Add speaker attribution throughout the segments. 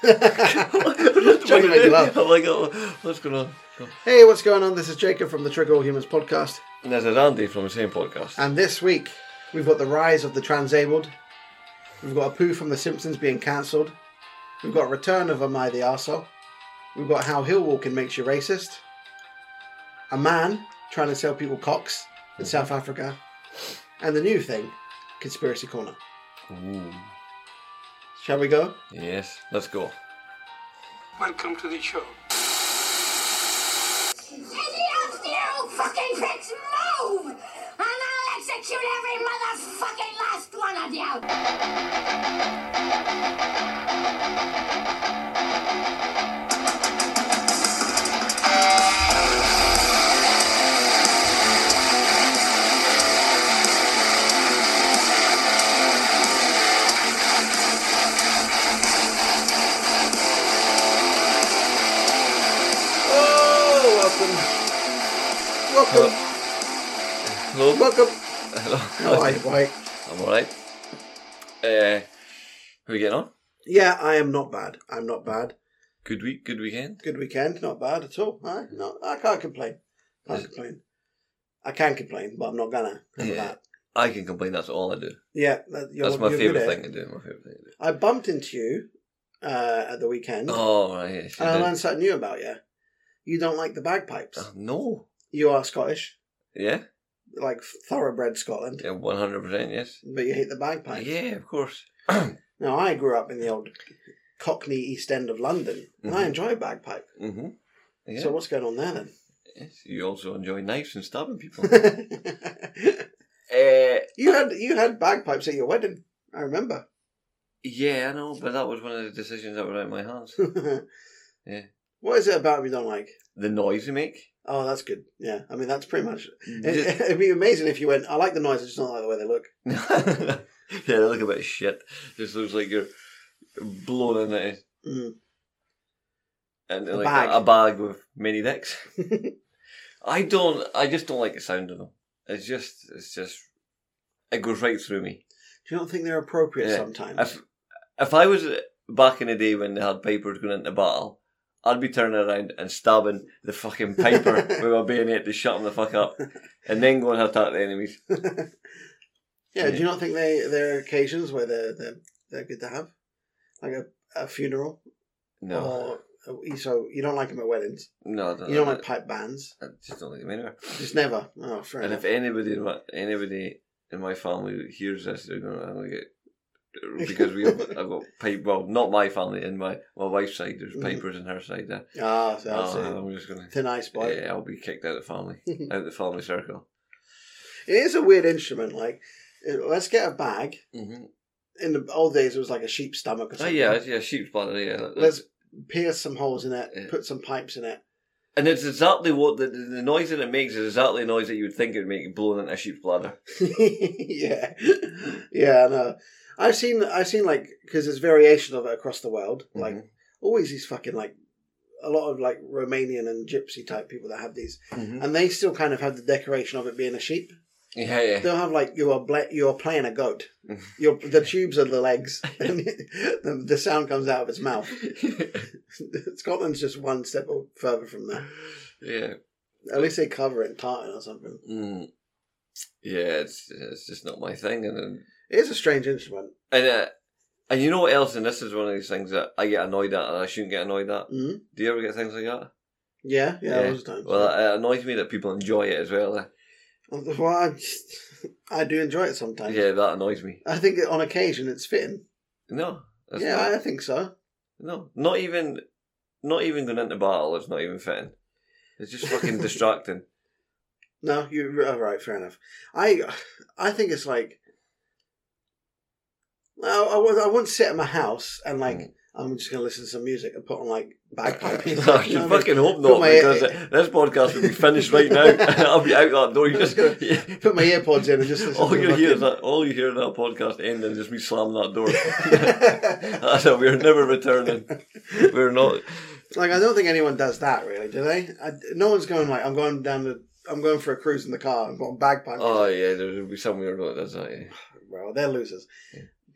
Speaker 1: Trying to make you laugh.
Speaker 2: I'm like, oh, what's going on?
Speaker 1: Hey, what's going on? This is Jacob from the Trigger All Humans podcast,
Speaker 2: And this is Andy from the same podcast.
Speaker 1: and this week we've got the rise of the transabled. We've got a poo from The Simpsons being cancelled. We've got a return of Am I the Arsehole. We've got how hill walking makes you racist. A man trying to sell people cocks in South Africa. And the new thing, Conspiracy Corner.
Speaker 2: Ooh.
Speaker 1: Shall we go?
Speaker 2: Yes, let's go.
Speaker 3: Welcome to the show.
Speaker 4: Any of you fucking pricks move! And I'll execute every motherfucking last one of you!
Speaker 2: Oh,
Speaker 1: Welcome,
Speaker 2: welcome. Hello.
Speaker 1: welcome.
Speaker 2: Hello.
Speaker 1: How are you, Mike?
Speaker 2: I'm alright. Uh, how we getting on?
Speaker 1: Yeah, I am not bad. I'm not bad.
Speaker 2: Good week, good weekend?
Speaker 1: Good weekend, not bad at all. I not, I can't complain. Can't complain. I can complain, but I'm not gonna. How about
Speaker 2: Yeah.
Speaker 1: that?
Speaker 2: I can complain, that's all I do.
Speaker 1: Yeah, that, you're,
Speaker 2: that's my
Speaker 1: you're good eh? at
Speaker 2: favourite
Speaker 1: it.
Speaker 2: thing to do, my favourite thing to do.
Speaker 1: I bumped into you uh, at the weekend,
Speaker 2: Oh, right, yes, you
Speaker 1: and I
Speaker 2: did.
Speaker 1: learned something new about you. You don't like the bagpipes.
Speaker 2: Oh, no.
Speaker 1: You are Scottish,
Speaker 2: Yeah,
Speaker 1: like thoroughbred Scotland,
Speaker 2: yeah, 100%, yes.
Speaker 1: but you hate the bagpipes.
Speaker 2: Yeah, of course.
Speaker 1: Now I grew up in the old Cockney East End of London, and I
Speaker 2: Mhm.
Speaker 1: enjoy bagpipe.
Speaker 2: hmm Yeah.
Speaker 1: So what's going on there
Speaker 2: yes. You also enjoy knives and stabbing people.
Speaker 1: then?
Speaker 2: uh,
Speaker 1: you had you had bagpipes at your wedding. I remember.
Speaker 2: yeah, I know, but that was one of the decisions that were out of my hands. Yeah.
Speaker 1: What is it about we don't like?
Speaker 2: the noise they make.
Speaker 1: Oh, that's good. Yeah, I mean that's pretty much. It,
Speaker 2: Mm, Just-
Speaker 1: it'd be amazing if you went. I like the noise. I just don't like the way they look.
Speaker 2: yeah, they look a bit shit. Just looks like you're blown in it.
Speaker 1: Mm.
Speaker 2: And
Speaker 1: A
Speaker 2: like
Speaker 1: bag.
Speaker 2: A, bag with many dicks. I don't. I just don't like the sound of them. It's just. It's just. It goes right through me.
Speaker 1: Do you not think they're appropriate
Speaker 2: Yeah.
Speaker 1: sometimes?
Speaker 2: If if I was back in the day when they had pipers going into battle, I'd be turning around and stabbing the fucking piper with my bayonet to shut him the fuck up, and then going to attack the enemies.
Speaker 1: yeah, Do you not think they there are occasions where they're they're, they're good to have, like a, a funeral
Speaker 2: No, Uh,
Speaker 1: or so you don't like them at weddings.
Speaker 2: no, I don't
Speaker 1: Oh. You don't
Speaker 2: know.
Speaker 1: like pipe bands.
Speaker 2: I just don't like them anywhere.
Speaker 1: Just never. Oh, fair
Speaker 2: uh, And
Speaker 1: enough.
Speaker 2: if anybody, in my- anybody in my family hears this, they're gonna, I'm gonna get because we have, I've got pipe. Well, not my family. In my my wife's side, there's
Speaker 1: Mhm.
Speaker 2: pipers in her side. There,
Speaker 1: ah, so that's
Speaker 2: Oh,
Speaker 1: it.
Speaker 2: I'm just gonna.
Speaker 1: It's a nice boy.
Speaker 2: Yeah, I'll be kicked out of the family, out of the family circle.
Speaker 1: It is a weird instrument. Like, uh, let's get a bag.
Speaker 2: Mm-hmm.
Speaker 1: In the old days, it was like a sheep's stomach or
Speaker 2: Oh
Speaker 1: something.
Speaker 2: yeah, yeah, sheep's bladder. Yeah, that-
Speaker 1: Let's pierce some holes in it.
Speaker 2: Yeah.
Speaker 1: Put some pipes in it.
Speaker 2: and it's exactly what the, the the noise that it makes is exactly the noise that you would think it would make blowing into a sheep's bladder.
Speaker 1: yeah, yeah. I know. I've seen, I've seen like because there's variation of it across the world. Like
Speaker 2: Mhm.
Speaker 1: always these fucking like a lot of like Romanian and Gypsy type people that have these,
Speaker 2: Mhm.
Speaker 1: and they still kind of have the decoration of it being a sheep.
Speaker 2: Yeah, yeah.
Speaker 1: They'll have like you are bla- you are playing a goat. Your the tubes are the legs, and the, the sound comes out of its mouth. Scotland's just one step further from that.
Speaker 2: yeah.
Speaker 1: At least they cover it in tartan or something.
Speaker 2: Mm. Yeah, it's it's just not my thing, and then
Speaker 1: It is a strange instrument.
Speaker 2: And uh, and you know what else? And this is one of these things that I get annoyed at, and I shouldn't get annoyed at.
Speaker 1: Mhm.
Speaker 2: Do you ever get things like that?
Speaker 1: Yeah, yeah,
Speaker 2: Hmm? Yeah.
Speaker 1: all the time.
Speaker 2: Well, it annoys me that people enjoy it as well. eh?
Speaker 1: Well, I, just, I do enjoy it sometimes.
Speaker 2: Yeah, that annoys me.
Speaker 1: I think on occasion it's fitting.
Speaker 2: No, that's
Speaker 1: yeah,
Speaker 2: not,
Speaker 1: I think so.
Speaker 2: no, not even, not even going into battle. It's not even fitting. It's just fucking distracting.
Speaker 1: No, you all right? Fair enough. I, I think it's like. Well, I was I once sit in my house and like
Speaker 2: Mm.
Speaker 1: I'm just gonna listen to some music and put on like
Speaker 2: I
Speaker 1: bagpipe
Speaker 2: can
Speaker 1: music. you know what I mean?
Speaker 2: fucking hope
Speaker 1: Put
Speaker 2: not
Speaker 1: my-
Speaker 2: because uh, this podcast will be finished right now. I'll be out that door. You
Speaker 1: I'm
Speaker 2: just.
Speaker 1: just Put my earpods in and just listen.
Speaker 2: all
Speaker 1: to
Speaker 2: you hear
Speaker 1: fucking-
Speaker 2: is that all you hear in that podcast end and just me slamming that door. That's it, we're never returning. We're not.
Speaker 1: Like I don't think anyone does that really, do they? I, no one's going like I'm going down the I'm going for a cruise in the car. I'm on bagpipe.
Speaker 2: Oh yeah, there'll be somewhere that does that. Yeah.
Speaker 1: well, they're losers.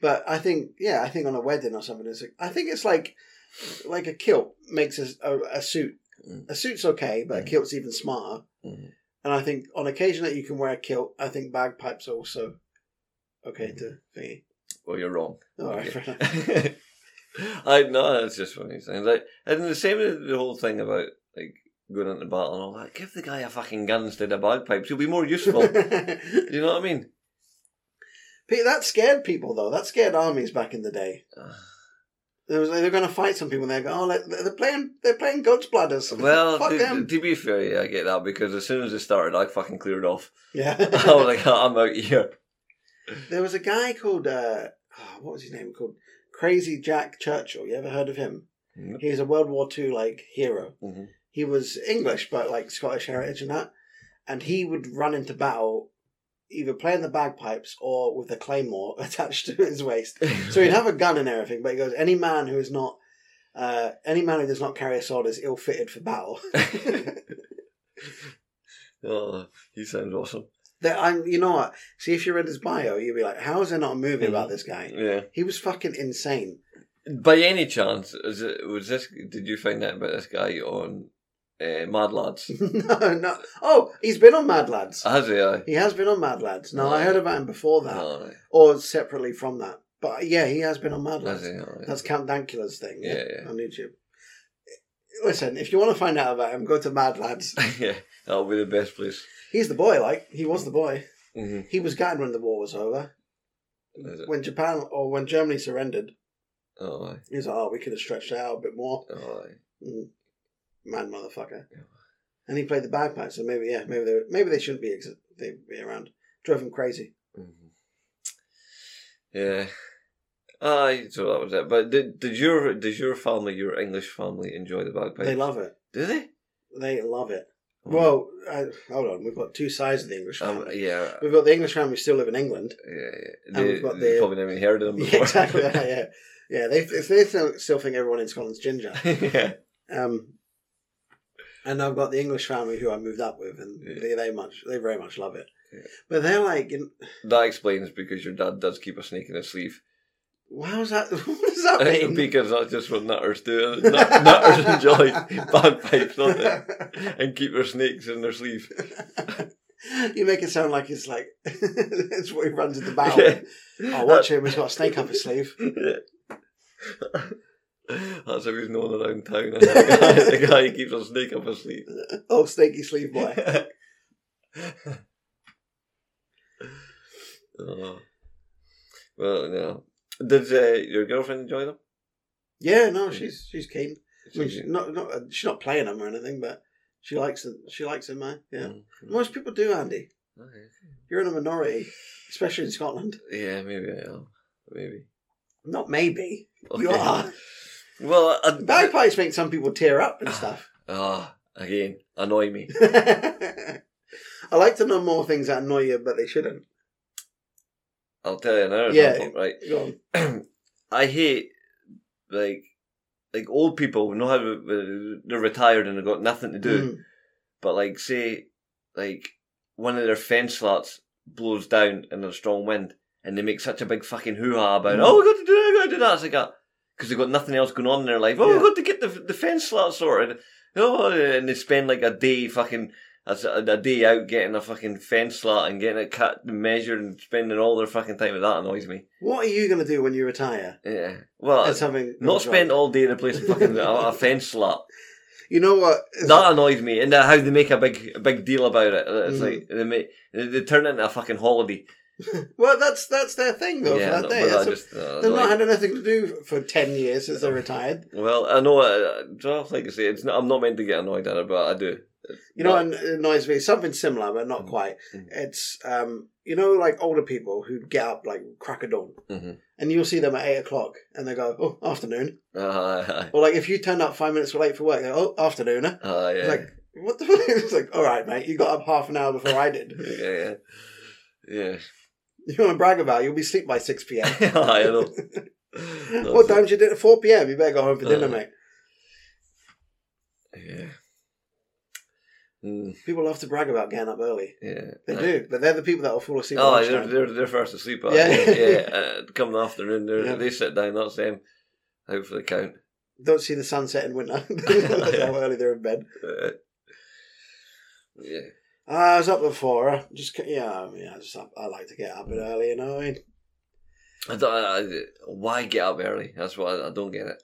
Speaker 1: But I think, yeah, I think on a wedding or something, it's like, I think it's like like a kilt makes a, a, a suit.
Speaker 2: Mm.
Speaker 1: A suit's okay, but a
Speaker 2: Mm.
Speaker 1: kilt's even smarter.
Speaker 2: Mhm.
Speaker 1: And I think on occasion that you can wear a kilt, I think bagpipes are also
Speaker 2: Mm-hmm.
Speaker 1: okay to thingy.
Speaker 2: Well, you're wrong.
Speaker 1: All right,
Speaker 2: Okay.
Speaker 1: fair enough.
Speaker 2: I no, that's just one of these things. Like, and the same with the whole thing about like going into battle and all that. Give the guy a fucking gun instead of bagpipes. He'll be more useful. you know what I mean?
Speaker 1: Pe- that scared people though. That scared armies back in the day.
Speaker 2: Ah.
Speaker 1: There was, they're going to fight some people. and They go, oh, let- they're playing, they're playing goat's bladders.
Speaker 2: Well,
Speaker 1: fuck
Speaker 2: to,
Speaker 1: them.
Speaker 2: to be fair, yeah, I get that because as soon as it started, I fucking cleared off. I was
Speaker 1: yeah.
Speaker 2: like, I'm out here.
Speaker 1: there was a guy called uh, oh, what was his name called Crazy Jack Churchill. You ever heard of him?
Speaker 2: No.
Speaker 1: He was a World War Two like hero.
Speaker 2: Mhm.
Speaker 1: He was English, but like Scottish heritage and that. And he would run into battle, either playing the bagpipes or with a claymore attached to his waist. So he'd have a gun and everything, but he goes, any man who is not, uh, any man who does not carry a sword is ill-fitted for battle.
Speaker 2: oh, he sounds awesome.
Speaker 1: that I'm, you know what? See, if you read his bio, you'd be like, how is there not a movie about this guy?
Speaker 2: Yeah.
Speaker 1: He was fucking insane.
Speaker 2: By any chance, is it, was this? Did you find out about this guy on uh, Mad Lads?
Speaker 1: no, no. Oh, he's been on Mad Lads.
Speaker 2: Has he? Aye.
Speaker 1: He has been on Mad Lads. No, I
Speaker 2: Right.
Speaker 1: heard about him before that,
Speaker 2: Oh, aye.
Speaker 1: or separately from that. But yeah, he has been on Mad
Speaker 2: Has
Speaker 1: Lads.
Speaker 2: he? Oh, aye.
Speaker 1: That's Count Dankula's thing. Yeah,
Speaker 2: Yeah, yeah.
Speaker 1: on YouTube. Listen, if you want to find out about him, go to Mad Lads.
Speaker 2: yeah, that'll be the best place.
Speaker 1: He's the boy, like he was the boy.
Speaker 2: Mm-hmm.
Speaker 1: He was gone when the war was over.
Speaker 2: Is it?
Speaker 1: When Japan or when Germany surrendered,
Speaker 2: Oh, aye.
Speaker 1: he was like, "Oh, we could have stretched it out a bit more."
Speaker 2: Oh, aye.
Speaker 1: Mm. Mad motherfucker.
Speaker 2: Yeah.
Speaker 1: And he played the bagpipes, so maybe yeah, maybe they maybe they shouldn't be ex- they be around. Drove him crazy.
Speaker 2: Mhm. Yeah. Aye, so that was it. But did did your does your family, your English family, enjoy the bagpipes?
Speaker 1: They love it.
Speaker 2: Do they?
Speaker 1: They love it. Well, I, hold on, we've got two sides of the English
Speaker 2: um,
Speaker 1: family.
Speaker 2: yeah,
Speaker 1: We've got the English family who still live in England.
Speaker 2: yeah, yeah.
Speaker 1: And
Speaker 2: They,
Speaker 1: we've got
Speaker 2: they
Speaker 1: the-
Speaker 2: probably never even heard of them
Speaker 1: Yeah,
Speaker 2: before.
Speaker 1: exactly. yeah, yeah, yeah. They if they still, still think everyone in Scotland's ginger.
Speaker 2: yeah.
Speaker 1: Um, and I've got the English family who I moved up with, and
Speaker 2: Yeah.
Speaker 1: they, they much they very much love it.
Speaker 2: Yeah.
Speaker 1: But they're like, you know,
Speaker 2: That explains because your dad does keep a snake in his sleeve.
Speaker 1: how's that? What does that mean?
Speaker 2: because that's just what nutters do. Nut- nutters enjoy bagpipes, don't they? And keep their snakes in their sleeve.
Speaker 1: you make it sound like it's like it's what he runs in the battle.
Speaker 2: Yeah.
Speaker 1: Oh, watch him! He's got a snake up his sleeve.
Speaker 2: Yeah. That's how he's known around town. And the, guy, the guy who keeps a snake up his sleeve.
Speaker 1: Oh, snaky sleeve boy.
Speaker 2: oh. Well, no. Did uh, your girlfriend enjoy them?
Speaker 1: Yeah, no, she's she's keen. I mean, she's
Speaker 2: She-
Speaker 1: not not uh, she's not playing him or anything, but she likes him. She likes him, man. Yeah,
Speaker 2: Mm.
Speaker 1: most people do, Andy.
Speaker 2: Okay.
Speaker 1: You're in a minority, especially in Scotland.
Speaker 2: Yeah, maybe I am. Maybe.
Speaker 1: Not maybe
Speaker 2: Okay.
Speaker 1: you are.
Speaker 2: Well, uh, I,
Speaker 1: Bagpipes make some people tear up and stuff.
Speaker 2: Ah, again, annoy me.
Speaker 1: I like to know more things that annoy you, but they shouldn't.
Speaker 2: I'll tell you another
Speaker 1: Yeah.
Speaker 2: example, right?
Speaker 1: Go on.
Speaker 2: I hate like like old people who know how to, they're retired and they've got nothing to do.
Speaker 1: Mm.
Speaker 2: But like say like one of their fence slats blows down in a strong wind and they make such a big fucking hoo ha about
Speaker 1: Mm.
Speaker 2: oh we got to do that, we got to do that. It's like because they've got nothing else going on in their life. Oh,
Speaker 1: Yeah.
Speaker 2: we've got to get the the fence slat sorted. Oh, and they spend like a day fucking. A, a day out getting a fucking fence slat and getting it cut and measured and spending all their fucking time with that annoys me.
Speaker 1: What are you going to do when you retire?
Speaker 2: Yeah. Well,
Speaker 1: That's something
Speaker 2: Not spend all day replacing fucking a, a fence slap.
Speaker 1: You know what?
Speaker 2: That annoys me, and how they make a big a big deal about it. It's
Speaker 1: Mhm.
Speaker 2: like they make they, they turn it into a fucking holiday.
Speaker 1: Well, that's that's their thing though. for that
Speaker 2: no,
Speaker 1: day,
Speaker 2: but
Speaker 1: That's
Speaker 2: I
Speaker 1: a-
Speaker 2: just, no,
Speaker 1: they've
Speaker 2: like-
Speaker 1: not had anything to do for ten years since they retired.
Speaker 2: well, I know. uh, Well, like I say, it's not, I'm not meant to get annoyed at it, but I do.
Speaker 1: You know,
Speaker 2: But-
Speaker 1: and it annoys me something similar, but not
Speaker 2: Mm.
Speaker 1: quite.
Speaker 2: Mm.
Speaker 1: It's um, you know, like older people who get up like crack of dawn,
Speaker 2: Mhm.
Speaker 1: and you'll see them at eight o'clock, and they go, "Oh, afternoon."
Speaker 2: Uh,
Speaker 1: Or like if you turned up five minutes late for work, they go, "Oh, afternoon." huh?"
Speaker 2: uh, yeah.
Speaker 1: It's like what the fuck? It's like, all right, mate, you got up half an hour before I did.
Speaker 2: yeah, yeah,
Speaker 1: You want to brag about? it, You'll be asleep by six p.m.
Speaker 2: yeah. I know.
Speaker 1: what time did you do? Four p.m. You better go home for dinner,
Speaker 2: Uh.
Speaker 1: mate.
Speaker 2: Yeah. Mm,
Speaker 1: People love to brag about getting up early.
Speaker 2: yeah.
Speaker 1: They
Speaker 2: I-
Speaker 1: do, but they're the people that will fall asleep.
Speaker 2: Oh,
Speaker 1: Oh,
Speaker 2: they're, they're, they're first asleep. Yeah.
Speaker 1: Yeah.
Speaker 2: yeah. Uh, come the afternoon, they're
Speaker 1: Yeah.
Speaker 2: they sit down, that's them. Out for the count.
Speaker 1: don't see the sunset in winter. That's how early they're in bed.
Speaker 2: Uh, yeah.
Speaker 1: Uh, I was up before. uh, Just c- yeah, I mean, I just I, I like to get up a bit early, you know. I mean,
Speaker 2: I don't. I, I- why get up early? That's what I, I don't get it.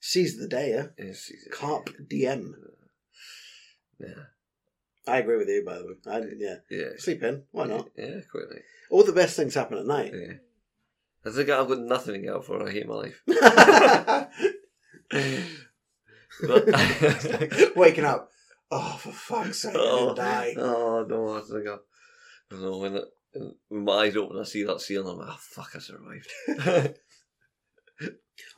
Speaker 1: seize the day, yeah.
Speaker 2: It's- it's-
Speaker 1: Carp diem.
Speaker 2: Yeah.
Speaker 1: I agree with you, by the way. I, yeah,
Speaker 2: Yeah.
Speaker 1: sleep in. Why not?
Speaker 2: Yeah, quite right.
Speaker 1: All the best things happen at night.
Speaker 2: Yeah. I think I've got nothing to get up for. I hate my life. But-
Speaker 1: Waking up. Oh, for fuck's sake! I
Speaker 2: oh,
Speaker 1: didn't die.
Speaker 2: oh, no, I think I, I don't know when, it, when my eyes open, I see that ceiling. I'm like, oh, fuck, I survived.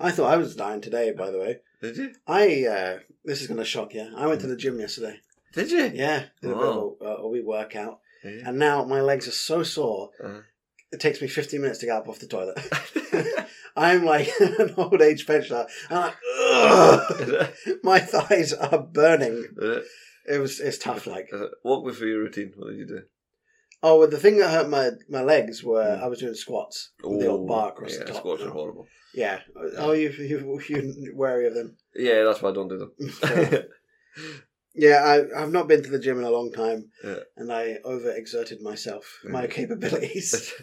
Speaker 1: I thought I was dying today. By the way,
Speaker 2: Did you?
Speaker 1: I uh, this is gonna shock you. I went to the gym yesterday.
Speaker 2: Did you?
Speaker 1: Yeah, did a bit of a, a wee workout, and now my legs are so sore.
Speaker 2: Uh-huh.
Speaker 1: It takes me 15 minutes to get up off the toilet. I'm like an old age pensioner. I'm like, Ugh! my thighs are uh, burning. It was it's tough. Like,
Speaker 2: Walk me through your routine. What did you do?
Speaker 1: oh, well, the thing that hurt my my legs were
Speaker 2: Mm.
Speaker 1: I was doing squats with the old bar across
Speaker 2: Oh, yeah,
Speaker 1: the top.
Speaker 2: squats are horrible.
Speaker 1: Yeah. Oh, you you you wary of them?
Speaker 2: Yeah, that's why I don't do them.
Speaker 1: Yeah, I, I've not been to the gym in a long time,
Speaker 2: Yeah.
Speaker 1: and I overexerted myself, my
Speaker 2: Yeah.
Speaker 1: capabilities.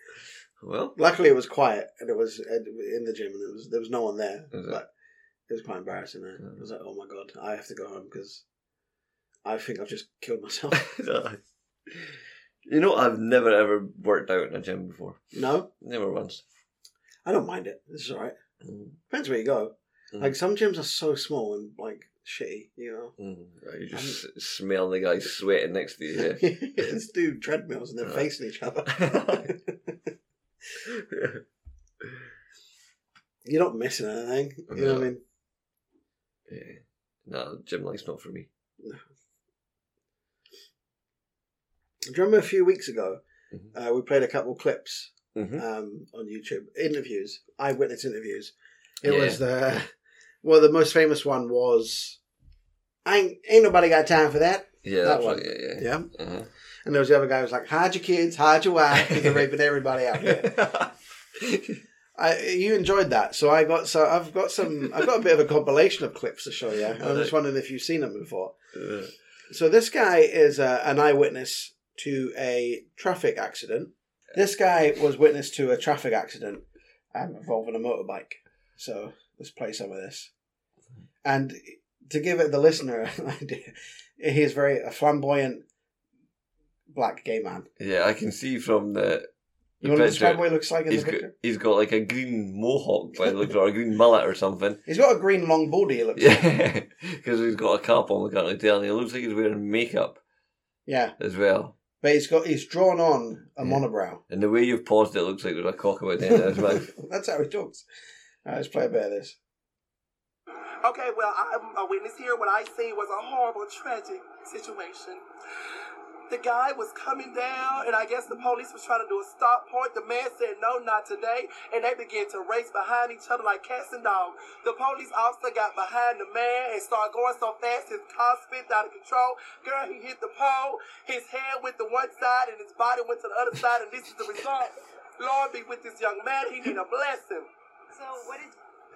Speaker 2: well,
Speaker 1: Luckily, it was quiet, and it was uh, in the gym, and it was there was no one there.
Speaker 2: Is it?
Speaker 1: But it was quite embarrassing. eh?
Speaker 2: Yeah.
Speaker 1: I was like, "Oh my god, I have to go home because I think I've just killed myself."
Speaker 2: you know, I've never ever worked out in a gym before.
Speaker 1: no,
Speaker 2: Never once.
Speaker 1: I don't mind it. This is all right. Depends where you go.
Speaker 2: Mm.
Speaker 1: Like some gyms are so small and like shitty, you know.
Speaker 2: Mm, You just s- smell the guy sweating next to you. Yeah.
Speaker 1: it's do treadmills and they're
Speaker 2: Yeah.
Speaker 1: facing each other. You're not missing anything. You know what I mean?
Speaker 2: yeah. No, gym life's not for me.
Speaker 1: Do you remember a few weeks ago
Speaker 2: Mhm.
Speaker 1: uh, we played a couple clips
Speaker 2: Mm-hmm.
Speaker 1: um, on YouTube. Interviews, eyewitness interviews. It
Speaker 2: Yeah.
Speaker 1: was the well, the most famous one was ain't ain't nobody got time for that.
Speaker 2: Yeah,
Speaker 1: That
Speaker 2: that's
Speaker 1: one.
Speaker 2: right. Yeah,
Speaker 1: Yeah,
Speaker 2: yeah. Uh-huh.
Speaker 1: and there was the other guy who was like, "Hide your kids, hide your wife, 'cause they're raping everybody out here." I, you enjoyed that, so I got so I've got some I've got a bit of a compilation of clips to show you. and I'm just wondering if you've seen them before.
Speaker 2: Uh,
Speaker 1: So this guy is uh an eyewitness to a traffic accident. This guy was witness to a traffic accident um, involving a motorbike. So let's play some of this. And to give it the listener an idea, he is very a flamboyant black gay man.
Speaker 2: yeah, I can see from the. the
Speaker 1: You want to
Speaker 2: picture,
Speaker 1: describe what he looks like in
Speaker 2: he's
Speaker 1: the
Speaker 2: got,
Speaker 1: picture?
Speaker 2: he's got like a green mohawk by the look of it, or a green mullet or something.
Speaker 1: He's got a green long body. He looks. Yeah.
Speaker 2: Yeah, because he's got a cap on, we can't really tell. And he looks like he's wearing makeup as well.
Speaker 1: but he's got he's drawn on a
Speaker 2: Yeah.
Speaker 1: monobrow.
Speaker 2: And the way you've paused it looks like there's a cock about the end of his mouth.
Speaker 1: That's how he talks. All right, let's play a bit of this.
Speaker 5: Okay, well, I'm a witness here. What I see was a horrible, tragic situation. The guy was coming down, and I guess the police was trying to do a stop point. The man said, No, not today. And they began to race behind each other like cats and dogs. The police officer got behind the man and started going so fast his car spit out of control. Girl, he hit the pole. His head went to one side, and his body went to the other side, and this is the result. Lord be with this young man. He need a blessing.
Speaker 6: So what did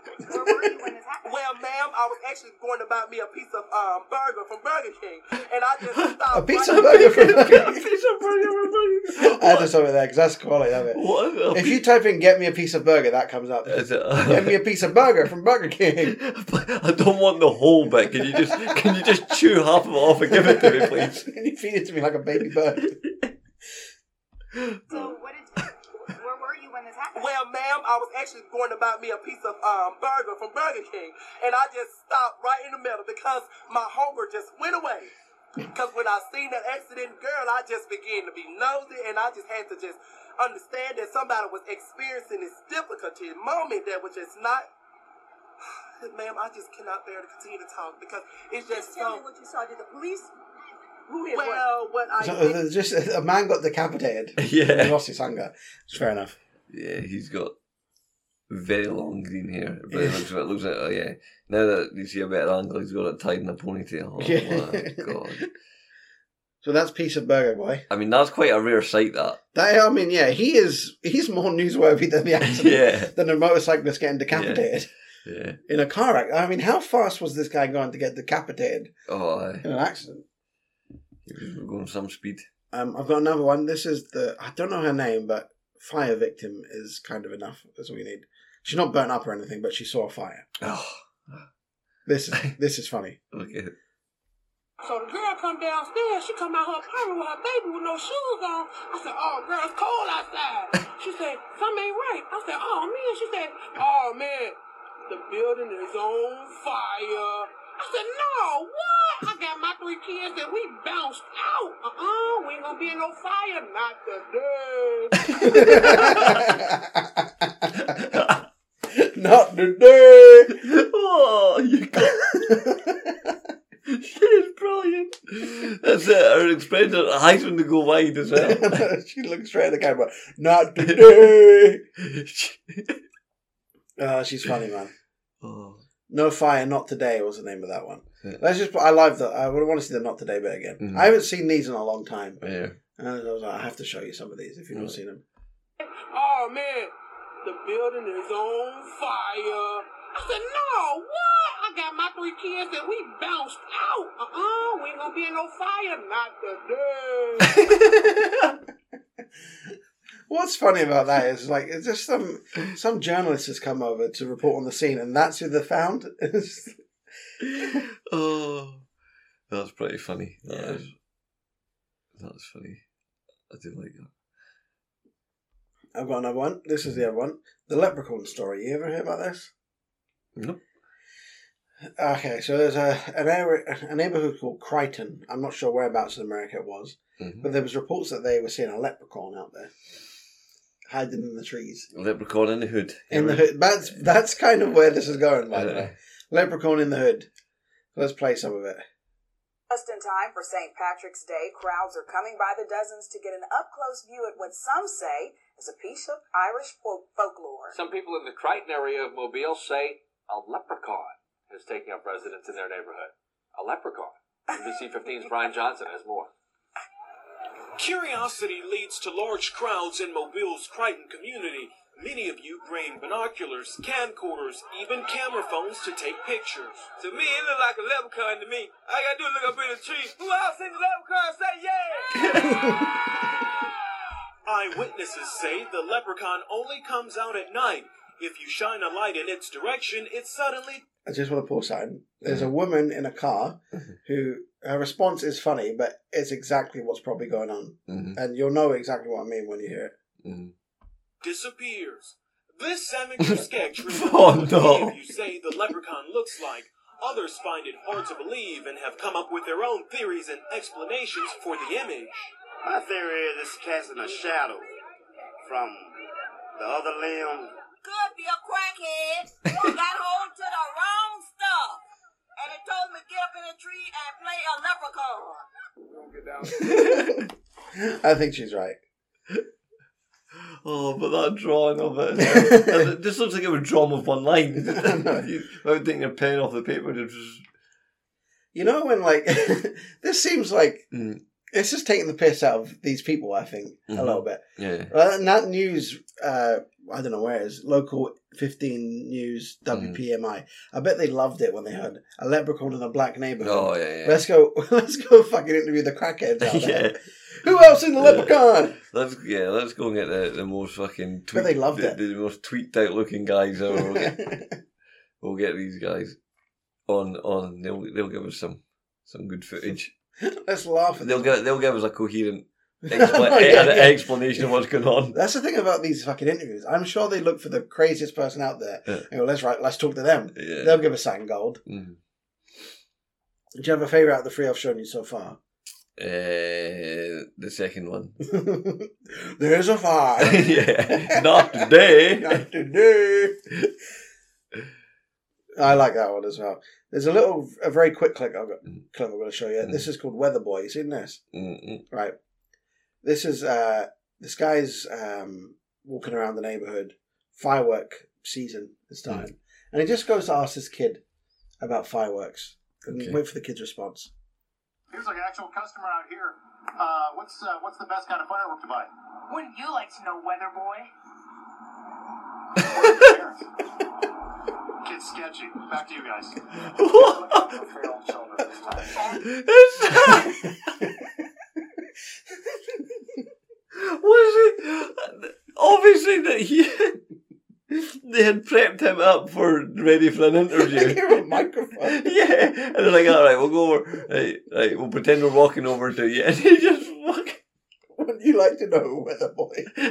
Speaker 6: where were you when this happened?
Speaker 5: Well, ma'am, I was actually going to buy me a piece of um, burger from Burger King, and I just stopped.
Speaker 1: A piece of
Speaker 5: right-
Speaker 1: burger from I
Speaker 2: He's a
Speaker 1: had to stop it there because that's quality of it.
Speaker 2: What?
Speaker 1: If you type in "get me a piece of burger," that comes up.
Speaker 2: Is
Speaker 1: Get me
Speaker 2: it-
Speaker 1: a piece of burger from Burger King.
Speaker 2: I don't want the whole bit. Can you just can you just chew half of it off and give it to me, please?
Speaker 1: Can you feed it to me like a baby bird?
Speaker 6: So what did where were you when this happened?
Speaker 5: Well, ma'am, I was actually going to buy me a piece of um, burger from Burger King, and I just stopped right in the middle because my hunger just went away. Because when I seen that accident, girl, I just began to be nosy, and I just had to just understand that somebody was experiencing this difficulty, a moment that was just not. Ma'am, I just cannot bear to continue to talk because it's just
Speaker 6: Tell me
Speaker 5: so.
Speaker 6: what you saw. Did the police? Who did what?
Speaker 5: Well, what I
Speaker 1: So,
Speaker 5: did-
Speaker 1: there's just uh, a man got decapitated. He
Speaker 2: Yeah,
Speaker 1: lost his hunger. It's fair enough.
Speaker 2: yeah. He's got very long green hair. But it looks, it looks like oh yeah. Now that you see a better angle, he's got it tied in a ponytail. Oh
Speaker 1: Yeah.
Speaker 2: my god.
Speaker 1: So that's piece of burger boy.
Speaker 2: I mean, that's quite a rare sight. That
Speaker 1: That I mean, yeah, he is. He's more newsworthy than the accident
Speaker 2: yeah.
Speaker 1: than a motorcyclist getting decapitated.
Speaker 2: Yeah.
Speaker 1: in a car accident. I mean, how fast was this guy going to get decapitated
Speaker 2: Oh, aye.
Speaker 1: in an accident?
Speaker 2: He was going some speed.
Speaker 1: Um, I've got another one. This is the I don't know her name, but fire victim is kind of enough. That's all we need. She's not burnt up or anything, but she saw a fire.
Speaker 2: Oh,
Speaker 1: This is this is funny.
Speaker 2: okay.
Speaker 4: So the girl come downstairs. She come out her apartment with her baby with no shoes on. I said, "Oh, girl, it's cold outside." She said, "Something ain't right." I said, "Oh man." She said, "Oh man, the building is on fire." I said, "No, what?" I got my three kids and we bounced out. Uh uh we ain't gonna be in no fire, not today.
Speaker 1: not today.
Speaker 2: oh, you got She is brilliant. That's it. Her expression eyes when they go wide as well.
Speaker 1: she looks straight at the camera. Not today. Uh, she's funny, man.
Speaker 2: oh,
Speaker 1: No fire, not today was the name of that one.
Speaker 2: Yeah.
Speaker 1: Let's just. put- I love that. I would want to see the not today bit again.
Speaker 2: Mhm.
Speaker 1: I haven't seen these in a long time,
Speaker 2: yeah.
Speaker 1: and I was like, I have to show you some of these if you've not
Speaker 2: Right.
Speaker 1: seen them.
Speaker 4: oh man, the building is on fire. I said, no, what? I got my three kids and we bounced out. Uh uh we ain't gonna be in no fire, not today.
Speaker 1: What's funny about that is like it's just some some journalist has come over to report on the scene, and that's who they found. It's-
Speaker 2: Oh, that's pretty funny. That
Speaker 1: Yeah.
Speaker 2: is- That's funny. I do like that.
Speaker 1: I've got another one. This is the other one. The leprechaun story. You ever hear about this?
Speaker 2: Nope.
Speaker 1: Okay, so there's a an area, a neighborhood called Crichton. I'm not sure whereabouts in America it was,
Speaker 2: Mhm.
Speaker 1: but there was reports that they were seeing a leprechaun out there, hiding in the trees.
Speaker 2: Leprechaun in the hood.
Speaker 1: In the hood. That's that's kind of where this is going, by the
Speaker 2: Uh,
Speaker 1: way. Leprechaun in the hood. Let's play some of it.
Speaker 7: Just in time for St. Patrick's Day, crowds are coming by the dozens to get an up close view at what some say is a piece of Irish folk- folklore.
Speaker 8: Some people in the Crichton area of Mobile say a leprechaun is taking up residence in their neighborhood. A leprechaun. NBC 15's Brian Johnson has more.
Speaker 9: Curiosity leads to large crowds in Mobile's Crichton community. Many of you bring binoculars, camcorders, even camera phones to take pictures. To me, it looked like a leprechaun to me. I gotta do look up in the tree. Who else seen the leprechaun? Say yeah! Eyewitnesses say the leprechaun only comes out at night. If you shine a light in its direction, it suddenly
Speaker 1: I just want to pause something. There's a woman in a car who her response is funny, but it's exactly what's probably going on,
Speaker 2: Mhm.
Speaker 1: and you'll know exactly what I mean when you hear it.
Speaker 2: Mhm.
Speaker 9: disappears. This amateur sketch reveals
Speaker 2: Oh,
Speaker 9: what
Speaker 2: no.
Speaker 9: many of you say the leprechaun looks like. Others find it hard to believe and have come up with their own theories and explanations for the image.
Speaker 10: My theory is it's casting a shadow from the other limb.
Speaker 7: Could be a crackhead who got hold to the wrong stuff, and it told me get up in a tree and play a leprechaun.
Speaker 1: I think she's right.
Speaker 2: Oh, but that drawing of it. it just looks like it was drawn with one line. You- Without taking your pen off the paper, it was.
Speaker 1: You know when like this seems like
Speaker 2: Mm.
Speaker 1: it's just taking the piss out of these people. I think
Speaker 2: Mhm.
Speaker 1: a little
Speaker 4: Mm-hmm.
Speaker 1: bit.
Speaker 2: Yeah.
Speaker 1: Well, and that news, uh, I don't know where it is, local 15 news,
Speaker 2: Mm-hmm.
Speaker 1: WPMI. I bet they loved it when they heard a leprechaun in a black neighborhood.
Speaker 2: Oh, yeah, yeah.
Speaker 1: Let's go, let's go fucking interview the crackheads out there.
Speaker 2: yeah.
Speaker 1: Who else in the leprechaun?
Speaker 2: Let's yeah, let's go and get the, the most fucking tweet.
Speaker 1: they loved
Speaker 2: the,
Speaker 1: it.
Speaker 2: The most tweaked out looking guys ever. We'll get, we'll get these guys on on. They'll they'll give us some some good footage.
Speaker 1: let's laugh at
Speaker 2: They'll
Speaker 1: them.
Speaker 2: give they'll give us a coherent expla-
Speaker 1: Oh, yeah,
Speaker 2: an
Speaker 1: yeah.
Speaker 2: explanation of what's going on.
Speaker 1: That's the thing about these fucking interviews. I'm sure they look for the craziest person out there.
Speaker 2: Yeah.
Speaker 1: And go, let's write, let's talk to them.
Speaker 2: Yeah.
Speaker 1: They'll give us something gold.
Speaker 2: Mm.
Speaker 1: Do you have a favourite out of the three I've shown you so far?
Speaker 2: Uh, the second one.
Speaker 1: There's a five.
Speaker 2: yeah, not today.
Speaker 1: Not today. I like that one as well. There's a little, a very quick clip I've got,
Speaker 2: Mm.
Speaker 1: clip I'm going to show you.
Speaker 2: Mm.
Speaker 1: This is called Weather Boy. You seen this?
Speaker 2: Mm-mm.
Speaker 1: Right. This is uh this guy's um walking around the neighborhood. Firework season is time, and he just goes to ask this kid about fireworks and
Speaker 2: Okay.
Speaker 1: wait for the kid's response.
Speaker 10: Here's like an actual customer out here. Uh, what's uh, what's the best kind of firework to buy?
Speaker 11: Wouldn't you like to know, Weather Boy?
Speaker 10: Kids sketchy. Back to you guys.
Speaker 2: Was it obviously that he they had prepped him up for ready for an interview?
Speaker 1: Give him a microphone.
Speaker 2: yeah, and they're like, all right, we'll go over, right, right, we'll pretend we're walking over to you, and he just fucking.
Speaker 1: Wouldn't you like to know who weather boy? you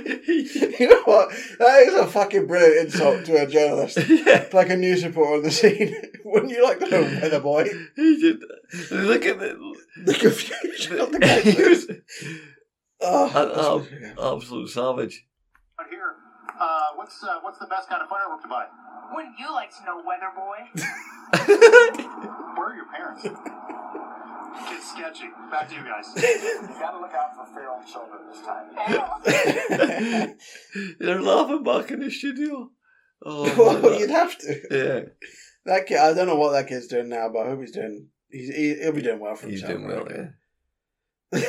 Speaker 1: know what? That is a fucking brilliant insult to a journalist.
Speaker 2: Yeah.
Speaker 1: Like a news reporter on the scene. Wouldn't you like to know who weather boy?
Speaker 2: He just look at the.
Speaker 1: The confusion of the
Speaker 2: he
Speaker 1: guy.
Speaker 2: was an
Speaker 1: Oh,
Speaker 2: ab- absolute savage.
Speaker 5: Out here, uh, what's uh, what's the best kind of firework to buy?
Speaker 6: Wouldn't you like to know, weather boy?
Speaker 5: Where are your parents?
Speaker 10: It's sketchy. Back to you guys.
Speaker 5: you gotta look out for feral children this time.
Speaker 2: They're laughing back in the studio. Oh,
Speaker 1: well,
Speaker 2: man,
Speaker 1: you'd have to.
Speaker 2: yeah,
Speaker 1: That kid, I don't know what that kid's doing now, but I hope he's doing. He's, he, he'll be doing well for
Speaker 2: he's
Speaker 1: himself.
Speaker 2: doing well. Yeah.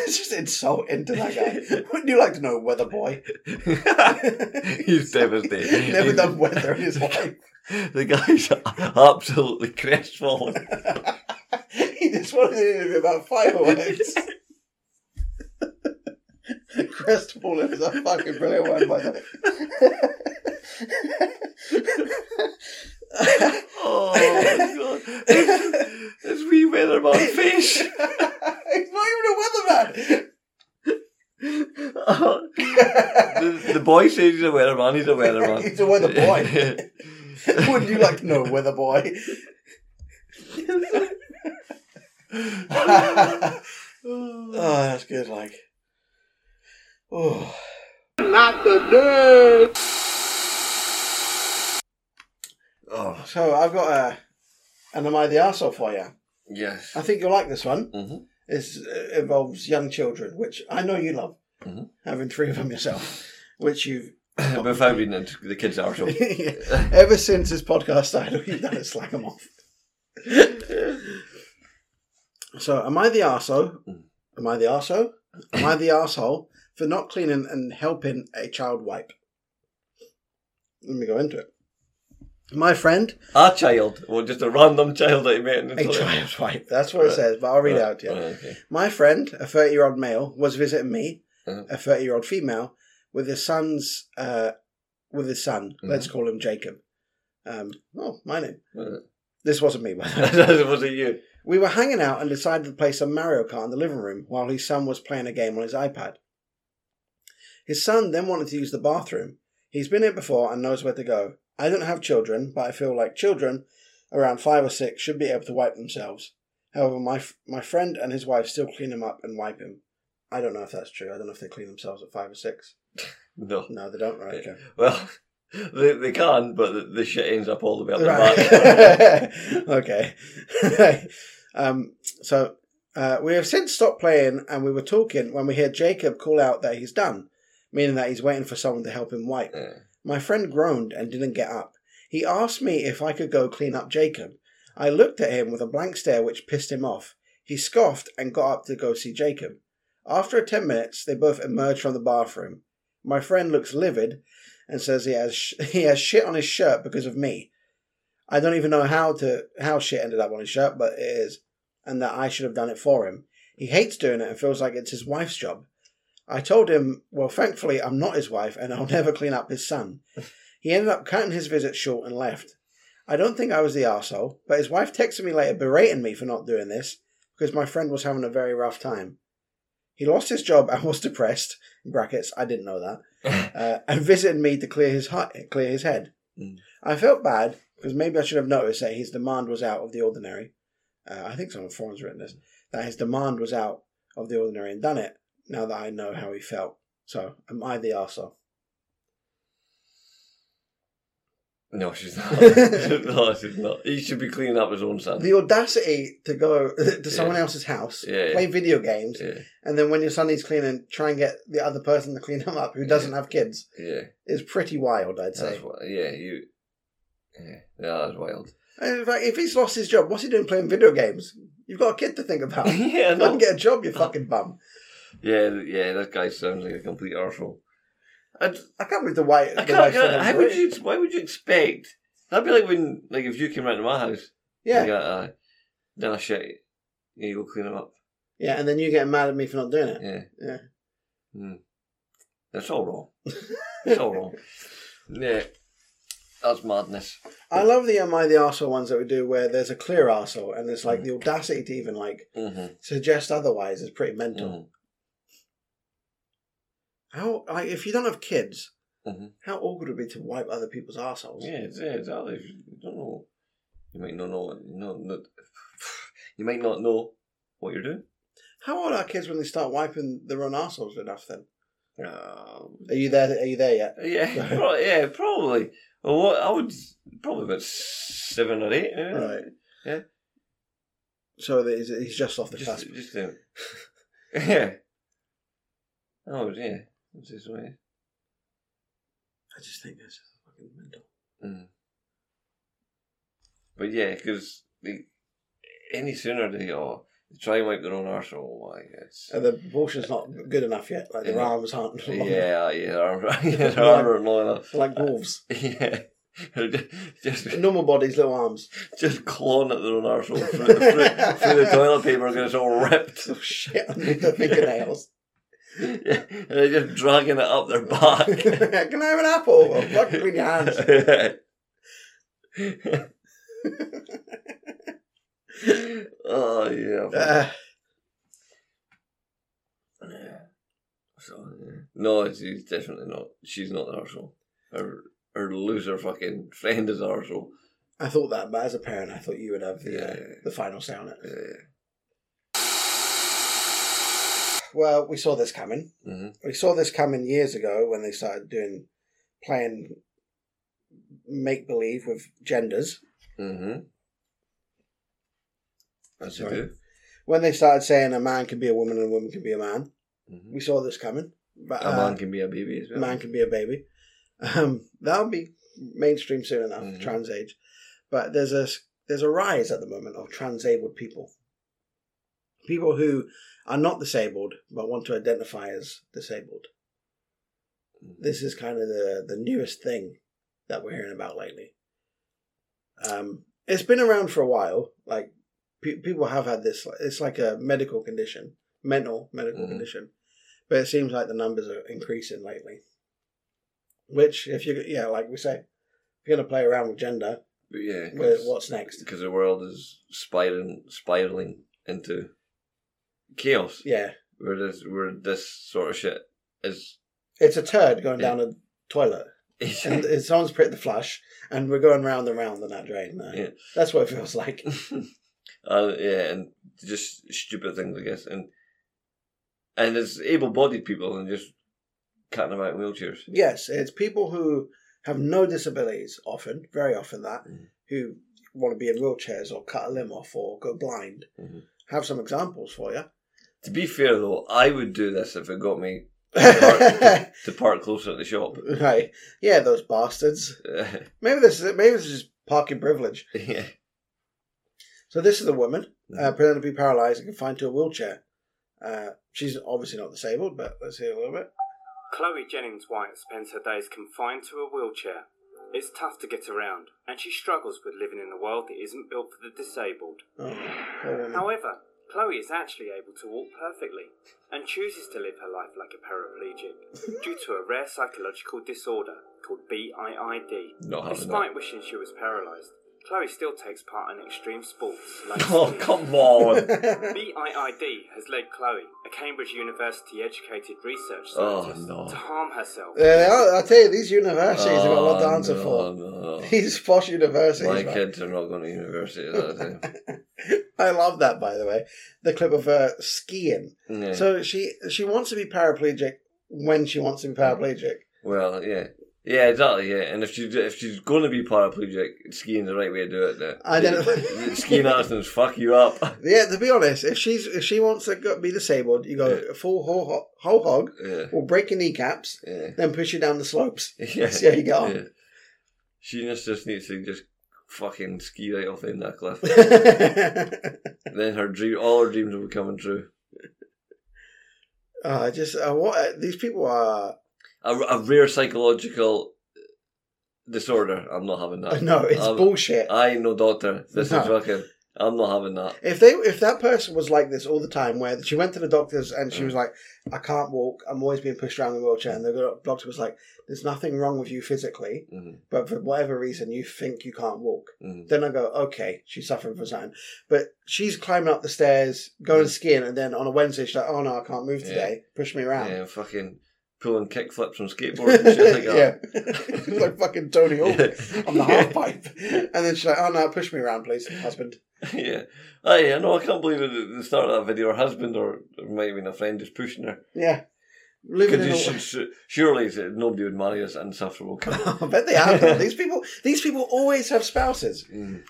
Speaker 1: it's just insulting to that guy. Wouldn't you like to know weather boy?
Speaker 2: He's devastated.
Speaker 1: Never
Speaker 2: He's-
Speaker 1: done weather in his life.
Speaker 2: The guy's absolutely crestfallen.
Speaker 1: he just wanted to interview about fireworks. Crestfallen is a fucking brilliant one, by the way.
Speaker 2: Oh my god! It's, it's wee weather man fish.
Speaker 1: He's not even
Speaker 2: Oh,
Speaker 1: a weatherman.
Speaker 2: the, the boy says he's a weatherman. He's a weatherman.
Speaker 1: He's a weather boy. Wouldn't you like to know, weather boy? oh, that's good. Like, oh,
Speaker 5: Not the dude.
Speaker 2: oh
Speaker 1: so I've got a, and am I the arsehole for you?
Speaker 2: yes.
Speaker 1: I think you'll like this one.
Speaker 2: Mhm.
Speaker 1: It's, it involves young children, which I know you love,
Speaker 2: Mhm.
Speaker 1: having three of them yourself, which you've
Speaker 2: Without reading it, the kids are so.
Speaker 1: Yeah. Ever since this podcast started, you've done it slack him off. Mm-hmm. so, am I the arsehole? Am I the arsehole? Am I the arsehole for not cleaning and helping a child wipe? Let me go into it. My friend,
Speaker 2: A child, well, just a random child that he met in the
Speaker 1: a
Speaker 2: toilet.
Speaker 1: child's wipe. That's what it
Speaker 2: Right.
Speaker 1: says, but I'll read it
Speaker 2: Right,
Speaker 1: out to you.
Speaker 2: right, okay.
Speaker 1: My friend, a 30 year old male, was visiting me,
Speaker 2: Uh-huh.
Speaker 1: a 30 year old female, with his son's, uh, with his son. Let's call him Jacob. Um, oh, my name.
Speaker 2: Uh.
Speaker 1: This wasn't me, by the way.
Speaker 2: That wasn't you.
Speaker 1: We were hanging out and decided to play some Mario Kart in the living room while his son was playing a game on his iPad. His son then wanted to use the bathroom. He's been here before and knows where to go. I don't have children, but I feel like children around five or six should be able to wipe themselves. However, my f- my friend and his wife still clean him up and wipe him. I don't know if that's true. I don't know if they clean themselves at five or six.
Speaker 2: No.
Speaker 1: No, they don't. Right, okay.
Speaker 2: Well, they, they can, but the, the shit ends up all the way up the back.
Speaker 1: Right. okay. um, so uh, we have since stopped playing and we were talking when we hear Jacob call out that he's done, meaning that he's waiting for someone to help him wipe.
Speaker 2: Yeah.
Speaker 1: My friend groaned and didn't get up. He asked me if I could go clean up Jacob. I looked at him with a blank stare, which pissed him off. He scoffed and got up to go see Jacob. After 10 minutes, they both emerge from the bathroom. My friend looks livid and says he has sh- he has shit on his shirt because of me. I don't even know how to how shit ended up on his shirt, but it is, and that I should have done it for him. He hates doing it and feels like it's his wife's job. I told him, well, thankfully I'm not his wife, and I'll never clean up his son. He ended up cutting his visit short and left. I don't think I was the arsehole, but his wife texted me later berating me for not doing this because my friend was having a very rough time. He lost his job and was depressed. In brackets, I didn't know that. uh, and visited me to clear his heart, clear his head.
Speaker 2: Mm.
Speaker 1: I felt bad because maybe I should have noticed that his demand was out of the ordinary. Uh, I think someone forum's written this that his demand was out of the ordinary and done it. Now that I know how he felt, so am I the arsehole?
Speaker 2: No, she's not. no, she's not. He should be cleaning up his own son.
Speaker 1: The audacity to go to someone else's house,
Speaker 2: Yeah, yeah.
Speaker 1: play video games,
Speaker 2: yeah,
Speaker 1: and then when your son needs cleaning, try and get the other person to clean him up who doesn't have kids
Speaker 2: yeah.
Speaker 1: is pretty wild, I'd say.
Speaker 2: That's what, yeah, you. Yeah, yeah, that's wild.
Speaker 1: And In fact, if he's lost his job, what's he doing playing video games? You've got a kid to think about. Go
Speaker 2: yeah, I know.
Speaker 1: and get a job, you fucking bum.
Speaker 2: Yeah, th- yeah, that guy sounds like a complete arsehole. I, d-
Speaker 1: I can't believe the white.
Speaker 2: I can't. I, how would you? Why would you expect That'd be like when, like, if you came round to my house.
Speaker 1: Yeah.
Speaker 2: You got, uh, then I shit. Yeah, you go clean them up.
Speaker 1: Yeah, and then you get mad at me for not doing it.
Speaker 2: Yeah.
Speaker 1: Yeah.
Speaker 2: Mm. That's all wrong. it's all wrong. Yeah. That's madness.
Speaker 1: I love the Am I the Arsehole ones that we do where there's a clear arsehole and there's like
Speaker 2: Mm.
Speaker 1: the audacity to even like
Speaker 2: Mm-hmm.
Speaker 1: suggest otherwise is pretty mental.
Speaker 2: Mm.
Speaker 1: How like if you don't have kids,
Speaker 2: Mhm.
Speaker 1: how awkward would it be to wipe other people's arseholes?
Speaker 2: Yeah, it's, yeah, exactly. You don't know. You might not know. No, no, you might not know what you're doing.
Speaker 1: How old are kids when they start wiping their own arseholes enough then?
Speaker 2: Um,
Speaker 1: Are you there are you there yet?
Speaker 2: yeah, pro- yeah, probably. Well, what I would probably about seven or eight. Yeah.
Speaker 1: Right.
Speaker 2: Yeah.
Speaker 1: So that he's, he's just off the
Speaker 2: Just,
Speaker 1: cusp.
Speaker 2: just um, yeah. Oh yeah, this is weird.
Speaker 1: I just think that's fucking mental.
Speaker 2: Mm. But yeah, because any sooner they oh, they try and wipe their own arsehole, why it's
Speaker 1: And the proportion's not good enough yet. Like their
Speaker 2: Yeah.
Speaker 1: arms aren't long.
Speaker 2: yeah, yeah, their arm- yeah, their arm are long enough.
Speaker 1: They're like wolves.
Speaker 2: Yeah, just
Speaker 1: Normal bodies, little arms.
Speaker 2: just clawing at their own arsehole through, the- through, through the toilet paper because it's all ripped.
Speaker 1: Oh shit underneath their fingernails.
Speaker 2: Yeah, and they're just dragging it up their back.
Speaker 1: Can I have an apple? Oh, fuck with your hands.
Speaker 2: oh yeah.
Speaker 1: Uh,
Speaker 2: So, yeah. No, she's definitely not. She's not an arsehole. Her, her loser fucking friend is arsehole.
Speaker 1: I thought that, but as a parent, I thought you would have the uh,
Speaker 2: Yeah.
Speaker 1: the final say on it.
Speaker 2: Yeah.
Speaker 1: Well, we saw this coming.
Speaker 2: hmm
Speaker 1: We saw this coming years ago when they started doing playing make believe with genders.
Speaker 2: hmm As you
Speaker 1: Sorry.
Speaker 2: do.
Speaker 1: When they started saying a man can be a woman and a woman can be a man,
Speaker 2: hmm
Speaker 1: we saw this coming. But
Speaker 2: a man
Speaker 1: uh,
Speaker 2: can be a baby as
Speaker 1: a
Speaker 2: well.
Speaker 1: man can be a baby. Um, that'll be mainstream soon enough,
Speaker 2: Mhm.
Speaker 1: trans age. But there's a there's a rise at the moment of transabled people, people who are not disabled but want to identify as disabled. This is kind of the the newest thing that we're hearing about lately. Um, it's been around for a while. Like pe- people have had this. It's like a medical condition, mental medical
Speaker 2: Mhm.
Speaker 1: condition, but it seems like the numbers are increasing lately. Which, if you yeah, like we say, if you're gonna play around with gender,
Speaker 2: But yeah.
Speaker 1: where, what's next?
Speaker 2: Because the world is spiraling, spiraling into chaos.
Speaker 1: Yeah,
Speaker 2: Where this, where this sort of shit is.
Speaker 1: it's a turd going down a toilet, and
Speaker 2: yeah.
Speaker 1: it- someone's pricked the flush, and we're going round and round in that drain. uh,
Speaker 2: Yeah.
Speaker 1: That's what it feels like.
Speaker 2: uh, yeah, and just stupid things, I guess. And and it's able-bodied people and just cutting them out in wheelchairs.
Speaker 1: Yes, it's people who have no disabilities, often, very often that,
Speaker 2: Mhm.
Speaker 1: who want to be in wheelchairs or cut a limb off or go blind.
Speaker 2: Mhm.
Speaker 1: Have some examples for you.
Speaker 2: To be fair, though, I would do this if it got me to park, to park closer to the shop.
Speaker 1: right. Yeah, those bastards.
Speaker 2: Uh,
Speaker 1: Maybe this is it. Maybe this is parking privilege.
Speaker 2: yeah. Mm-hmm.
Speaker 1: So this is a woman, uh, pretending to be paralysed and confined to a wheelchair. Uh, she's obviously not disabled, but let's hear a little bit.
Speaker 12: Chloe Jennings White spends her days confined to a wheelchair. It's tough to get around, and she struggles with living in a world that isn't built for the disabled.
Speaker 1: Oh, poor woman.
Speaker 12: However, Chloe is actually able to walk perfectly and chooses to live her life like a paraplegic due to a rare psychological disorder called BIID.
Speaker 2: Not having
Speaker 12: Despite wishing she was paralysed, Chloe still takes part in extreme sports like
Speaker 2: Oh,
Speaker 12: skiing.
Speaker 2: come on.
Speaker 12: BIID has led Chloe, a Cambridge University educated research
Speaker 2: Oh,
Speaker 12: scientist,
Speaker 2: no.
Speaker 12: to harm herself.
Speaker 1: There they are. uh, I tell you, these universities have got a lot to
Speaker 2: Oh,
Speaker 1: answer
Speaker 2: no,
Speaker 1: for.
Speaker 2: no.
Speaker 1: These posh universities.
Speaker 2: My
Speaker 1: man.
Speaker 2: kids are not going to university. That's the thing.
Speaker 1: I love that, by the way. The clip of her skiing.
Speaker 2: Yeah.
Speaker 1: So she she wants to be paraplegic when she wants to be
Speaker 2: Mm.
Speaker 1: paraplegic.
Speaker 2: Well, yeah, yeah, exactly, yeah. And if she's if she's going to be paraplegic, skiing's the right way to do it. Then
Speaker 1: I don't
Speaker 2: The- the skiing accidents fuck you up.
Speaker 1: Yeah, to be honest, if she's if she wants to go, be disabled, you go full whole, ho- whole hog,
Speaker 2: Yeah,
Speaker 1: or break your kneecaps,
Speaker 2: yeah,
Speaker 1: then push you down the slopes.
Speaker 2: yeah.
Speaker 1: See how you get on.
Speaker 2: yeah. She just just needs to just fucking ski right off the end of that cliff. then her dream, all her dreams will be coming true.
Speaker 1: uh, just uh, what these people are.
Speaker 2: A, a rare psychological disorder. I'm not having that.
Speaker 1: No, it's
Speaker 2: I'm-
Speaker 1: bullshit.
Speaker 2: I no doctor. This
Speaker 1: No.
Speaker 2: is fucking. I'm not having that.
Speaker 1: If they if that person was like this all the time, where she went to the doctors and she
Speaker 2: Mm.
Speaker 1: was like, "I can't walk. I'm always being pushed around in a wheelchair," and the doctor was like, "There's nothing wrong with you physically,
Speaker 2: Mm-hmm.
Speaker 1: but for whatever reason, you think you can't walk."
Speaker 2: Mm.
Speaker 1: Then I go, "Okay, she's suffering from something." But she's climbing up the stairs, going skiing, and then on a Wednesday she's like, "Oh no, I can't move
Speaker 2: Mm. Yeah.
Speaker 1: today. Push me around."
Speaker 2: Yeah, fucking pulling kickflips from skateboards and shit like "Oh." that.
Speaker 1: yeah, like fucking Tony Hawk on the half pipe, and then she's like, "Oh no, push me around, please, husband."
Speaker 2: yeah. Aye, I know. I can't believe at the start of that video, her husband or it might have been a friend is pushing her.
Speaker 1: Yeah, living in
Speaker 2: Could you,
Speaker 1: a
Speaker 2: su- su- surely it's- nobody would marry this insufferable cunt.
Speaker 1: I bet they have. though. these people, these people always have spouses.
Speaker 2: Mm.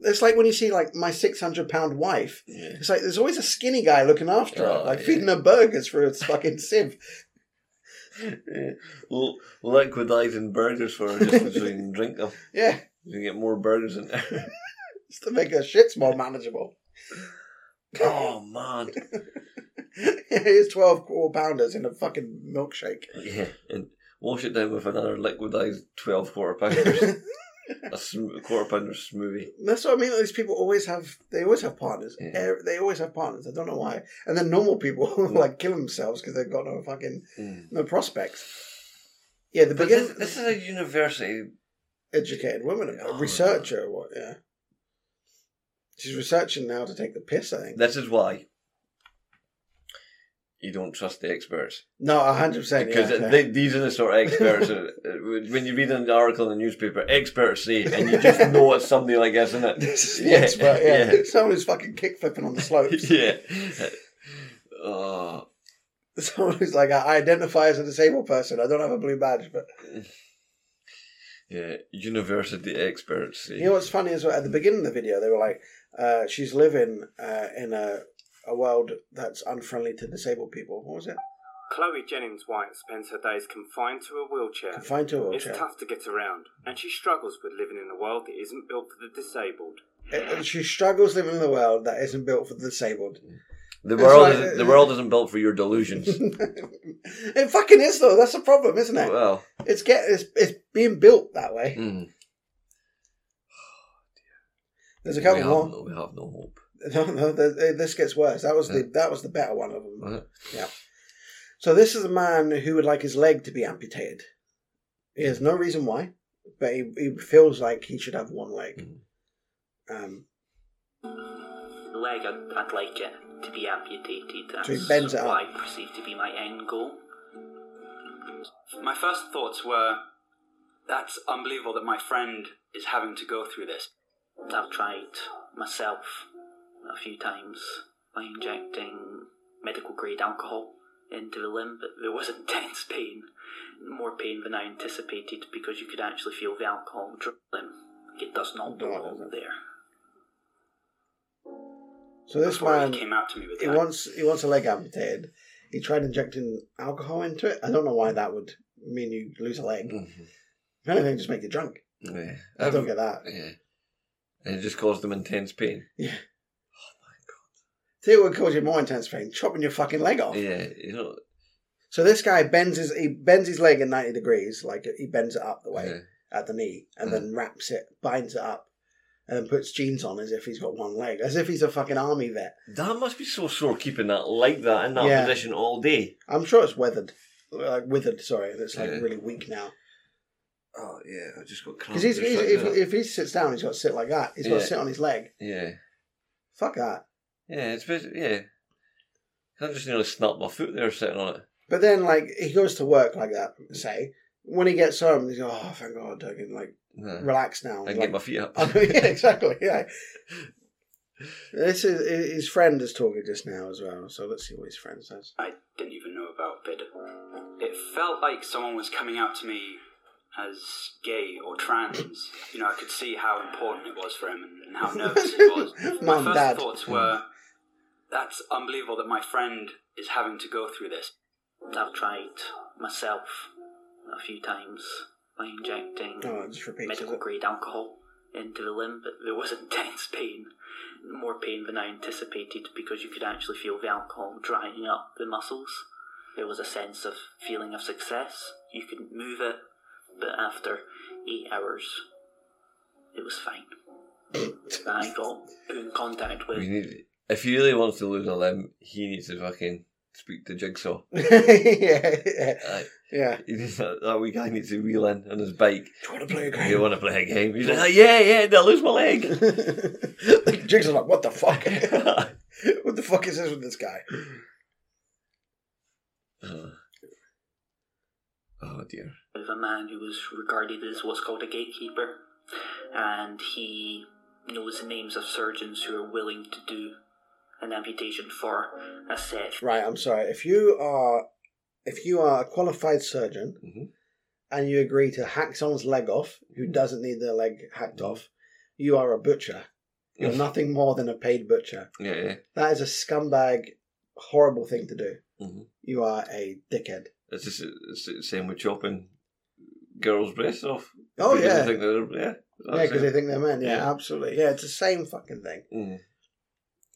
Speaker 1: It's like when you see like my six hundred pound wife. It's like there's always a skinny guy looking after her,
Speaker 2: Oh,
Speaker 1: like
Speaker 2: yeah.
Speaker 1: feeding her burgers for a fucking sieve.
Speaker 2: Yeah. L- liquidizing burgers for her just so you can drink them.
Speaker 1: Yeah,
Speaker 2: You can get more burgers in there.
Speaker 1: just to make her shits more manageable.
Speaker 2: oh man.
Speaker 1: Here's twelve quarter pounders in a fucking milkshake.
Speaker 2: Yeah, and wash it down with another liquidized 12 quarter pounders. a sm- quarter pounder smoothie.
Speaker 1: That's what I mean. These people always have. They always have partners.
Speaker 2: Yeah. Mm.
Speaker 1: Eh, They always have partners. I don't know why. And then normal people like kill themselves because they've got no fucking no prospects. Yeah, the
Speaker 2: But
Speaker 1: beginning.
Speaker 2: this, this is a university.
Speaker 1: educated woman, a researcher, or what? Yeah, she's researching now to take the piss. I think.
Speaker 2: This is why you don't trust the experts.
Speaker 1: No, a hundred percent.
Speaker 2: Because
Speaker 1: yeah, yeah.
Speaker 2: they, these are the sort of experts that, uh, when you read an article in the newspaper, experts say, and you just know it's somebody like this, isn't it?
Speaker 1: This is the expert, yeah. Someone who's fucking kick flipping on the slopes.
Speaker 2: yeah. Oh,
Speaker 1: Someone who's like, I identify as a disabled person. I don't have a blue badge, but
Speaker 2: yeah. University experts say.
Speaker 1: You know what's funny is at the beginning of the video, they were like, uh, "She's living uh, in a a world that's unfriendly to disabled people." What was it?
Speaker 12: Chloe Jennings White spends her days confined to a wheelchair.
Speaker 1: Confined to a wheelchair.
Speaker 12: It's tough to get around, and she struggles with living in a world that isn't built for the disabled.
Speaker 1: It- Uh, she struggles living in a world that isn't built for the disabled.
Speaker 2: The
Speaker 1: It's
Speaker 2: world,
Speaker 1: like- uh,
Speaker 2: isn't, the world isn't built for your delusions.
Speaker 1: It fucking is though. That's the problem, isn't it?
Speaker 2: well,
Speaker 1: It's get it's, it's being built that way.
Speaker 2: mm,
Speaker 1: There's a
Speaker 2: we, have
Speaker 1: couple more.
Speaker 2: no, we have no hope.
Speaker 1: No, no, th- th- this gets worse. That was the
Speaker 2: Yeah.
Speaker 1: that was the better one of them.
Speaker 2: Right.
Speaker 1: Yeah. So this is a man who would like his leg to be amputated. He has no reason why, but he, he feels like he should have one leg.
Speaker 2: Hmm.
Speaker 1: Um,
Speaker 13: leg, I'd, I'd like it to be amputated. That's
Speaker 1: So he bends it up.
Speaker 13: what I perceive to be my end goal. My first thoughts were, that's unbelievable that my friend is having to go through this. I've tried myself a few times by injecting medical grade alcohol into the limb, but there was intense pain, more pain than I anticipated because you could actually feel the alcohol drip limb. It does not belong there.
Speaker 1: so this
Speaker 13: Before he
Speaker 1: man
Speaker 13: came out to me with
Speaker 1: he
Speaker 13: that.
Speaker 1: wants he wants a leg amputated. He tried injecting alcohol into it. I don't know why that would mean you lose a leg.
Speaker 2: Mm-hmm.
Speaker 1: If anything, just make you drunk.
Speaker 2: Yeah.
Speaker 1: I don't get that.
Speaker 2: Yeah. And it just caused them intense pain.
Speaker 1: See what would cause you more intense pain: chopping your fucking leg off.
Speaker 2: Yeah, you know.
Speaker 1: So this guy bends his he bends his leg in ninety degrees, like he bends it up the way at the knee, and
Speaker 2: Mm-hmm.
Speaker 1: then wraps it, binds it up, and then puts jeans on as if he's got one leg, as if he's a fucking army vet.
Speaker 2: That must be so sore keeping that like that in that
Speaker 1: Yeah.
Speaker 2: position all day.
Speaker 1: I'm sure it's weathered, like withered. Sorry, and it's like
Speaker 2: Yeah.
Speaker 1: really weak now.
Speaker 2: Oh yeah, I just got
Speaker 1: Because
Speaker 2: cramps.
Speaker 1: he's,
Speaker 2: just
Speaker 1: he's,
Speaker 2: like
Speaker 1: if,
Speaker 2: that.
Speaker 1: if he sits down, he's got to sit like that. He's got to
Speaker 2: Yeah.
Speaker 1: sit on his leg.
Speaker 2: yeah,
Speaker 1: Fuck that.
Speaker 2: yeah, it's basi- yeah. I just nearly snapped my foot there sitting on it.
Speaker 1: But then, like, he goes to work like that. Say when he gets home, he's like, oh, thank God, I can like
Speaker 2: Yeah.
Speaker 1: relax now.
Speaker 2: I
Speaker 1: Like,
Speaker 2: can get my feet up.
Speaker 1: Oh, yeah, exactly. Yeah. This is his friend is talking just now as well. So let's see what his friend says.
Speaker 13: I didn't even know about bid. It felt like someone was coming out to me as gay or trans. You know, I could see how important it was for him and, and how nervous he was. My
Speaker 1: Mum,
Speaker 13: first
Speaker 1: Dad.
Speaker 13: thoughts were, that's unbelievable that my friend is having to go through this. I've tried myself a few times by injecting
Speaker 1: Oh, it just repeats,
Speaker 13: medical grade alcohol into the limb, but there was intense pain, more pain than I anticipated because you could actually feel the alcohol drying up the muscles. There was a sense of feeling of success. You couldn't move it, but after eight hours. It was fine. Then I got put in contact
Speaker 1: Oh.
Speaker 13: with
Speaker 2: We need. If he really wants to lose a limb, he needs to fucking speak to Jigsaw.
Speaker 1: yeah.
Speaker 2: Aye.
Speaker 1: Yeah.
Speaker 2: He needs, that, that wee guy needs to wheel in on his bike.
Speaker 1: Do you want to play a game?
Speaker 2: You want to play a game? He's like, "Oh, yeah, yeah, I lose my leg.
Speaker 1: Jigs are like, what the fuck? what the fuck is this with this guy?
Speaker 2: Oh dear.
Speaker 13: with a man who was regarded as what's called a gatekeeper, and he knows the names of surgeons who are willing to do an amputation for a set
Speaker 1: Right, I'm sorry. If you are if you are a qualified surgeon
Speaker 2: Mm-hmm.
Speaker 1: and you agree to hack someone's leg off who doesn't need their leg hacked off, you are a butcher. You're
Speaker 2: Mm-hmm. Yes.
Speaker 1: nothing more than a paid butcher.
Speaker 2: Yeah, yeah.
Speaker 1: That is a scumbag, horrible thing to do.
Speaker 2: Mhm.
Speaker 1: You are a dickhead.
Speaker 2: It's just it's the same with chopping girls' breasts off.
Speaker 1: Oh,
Speaker 2: Because they
Speaker 1: yeah.
Speaker 2: think they're- yeah.
Speaker 1: Yeah, because they think they're men. Yeah,
Speaker 2: Oh, Yeah.
Speaker 1: absolutely. Yeah, it's the same fucking thing.
Speaker 2: Mm.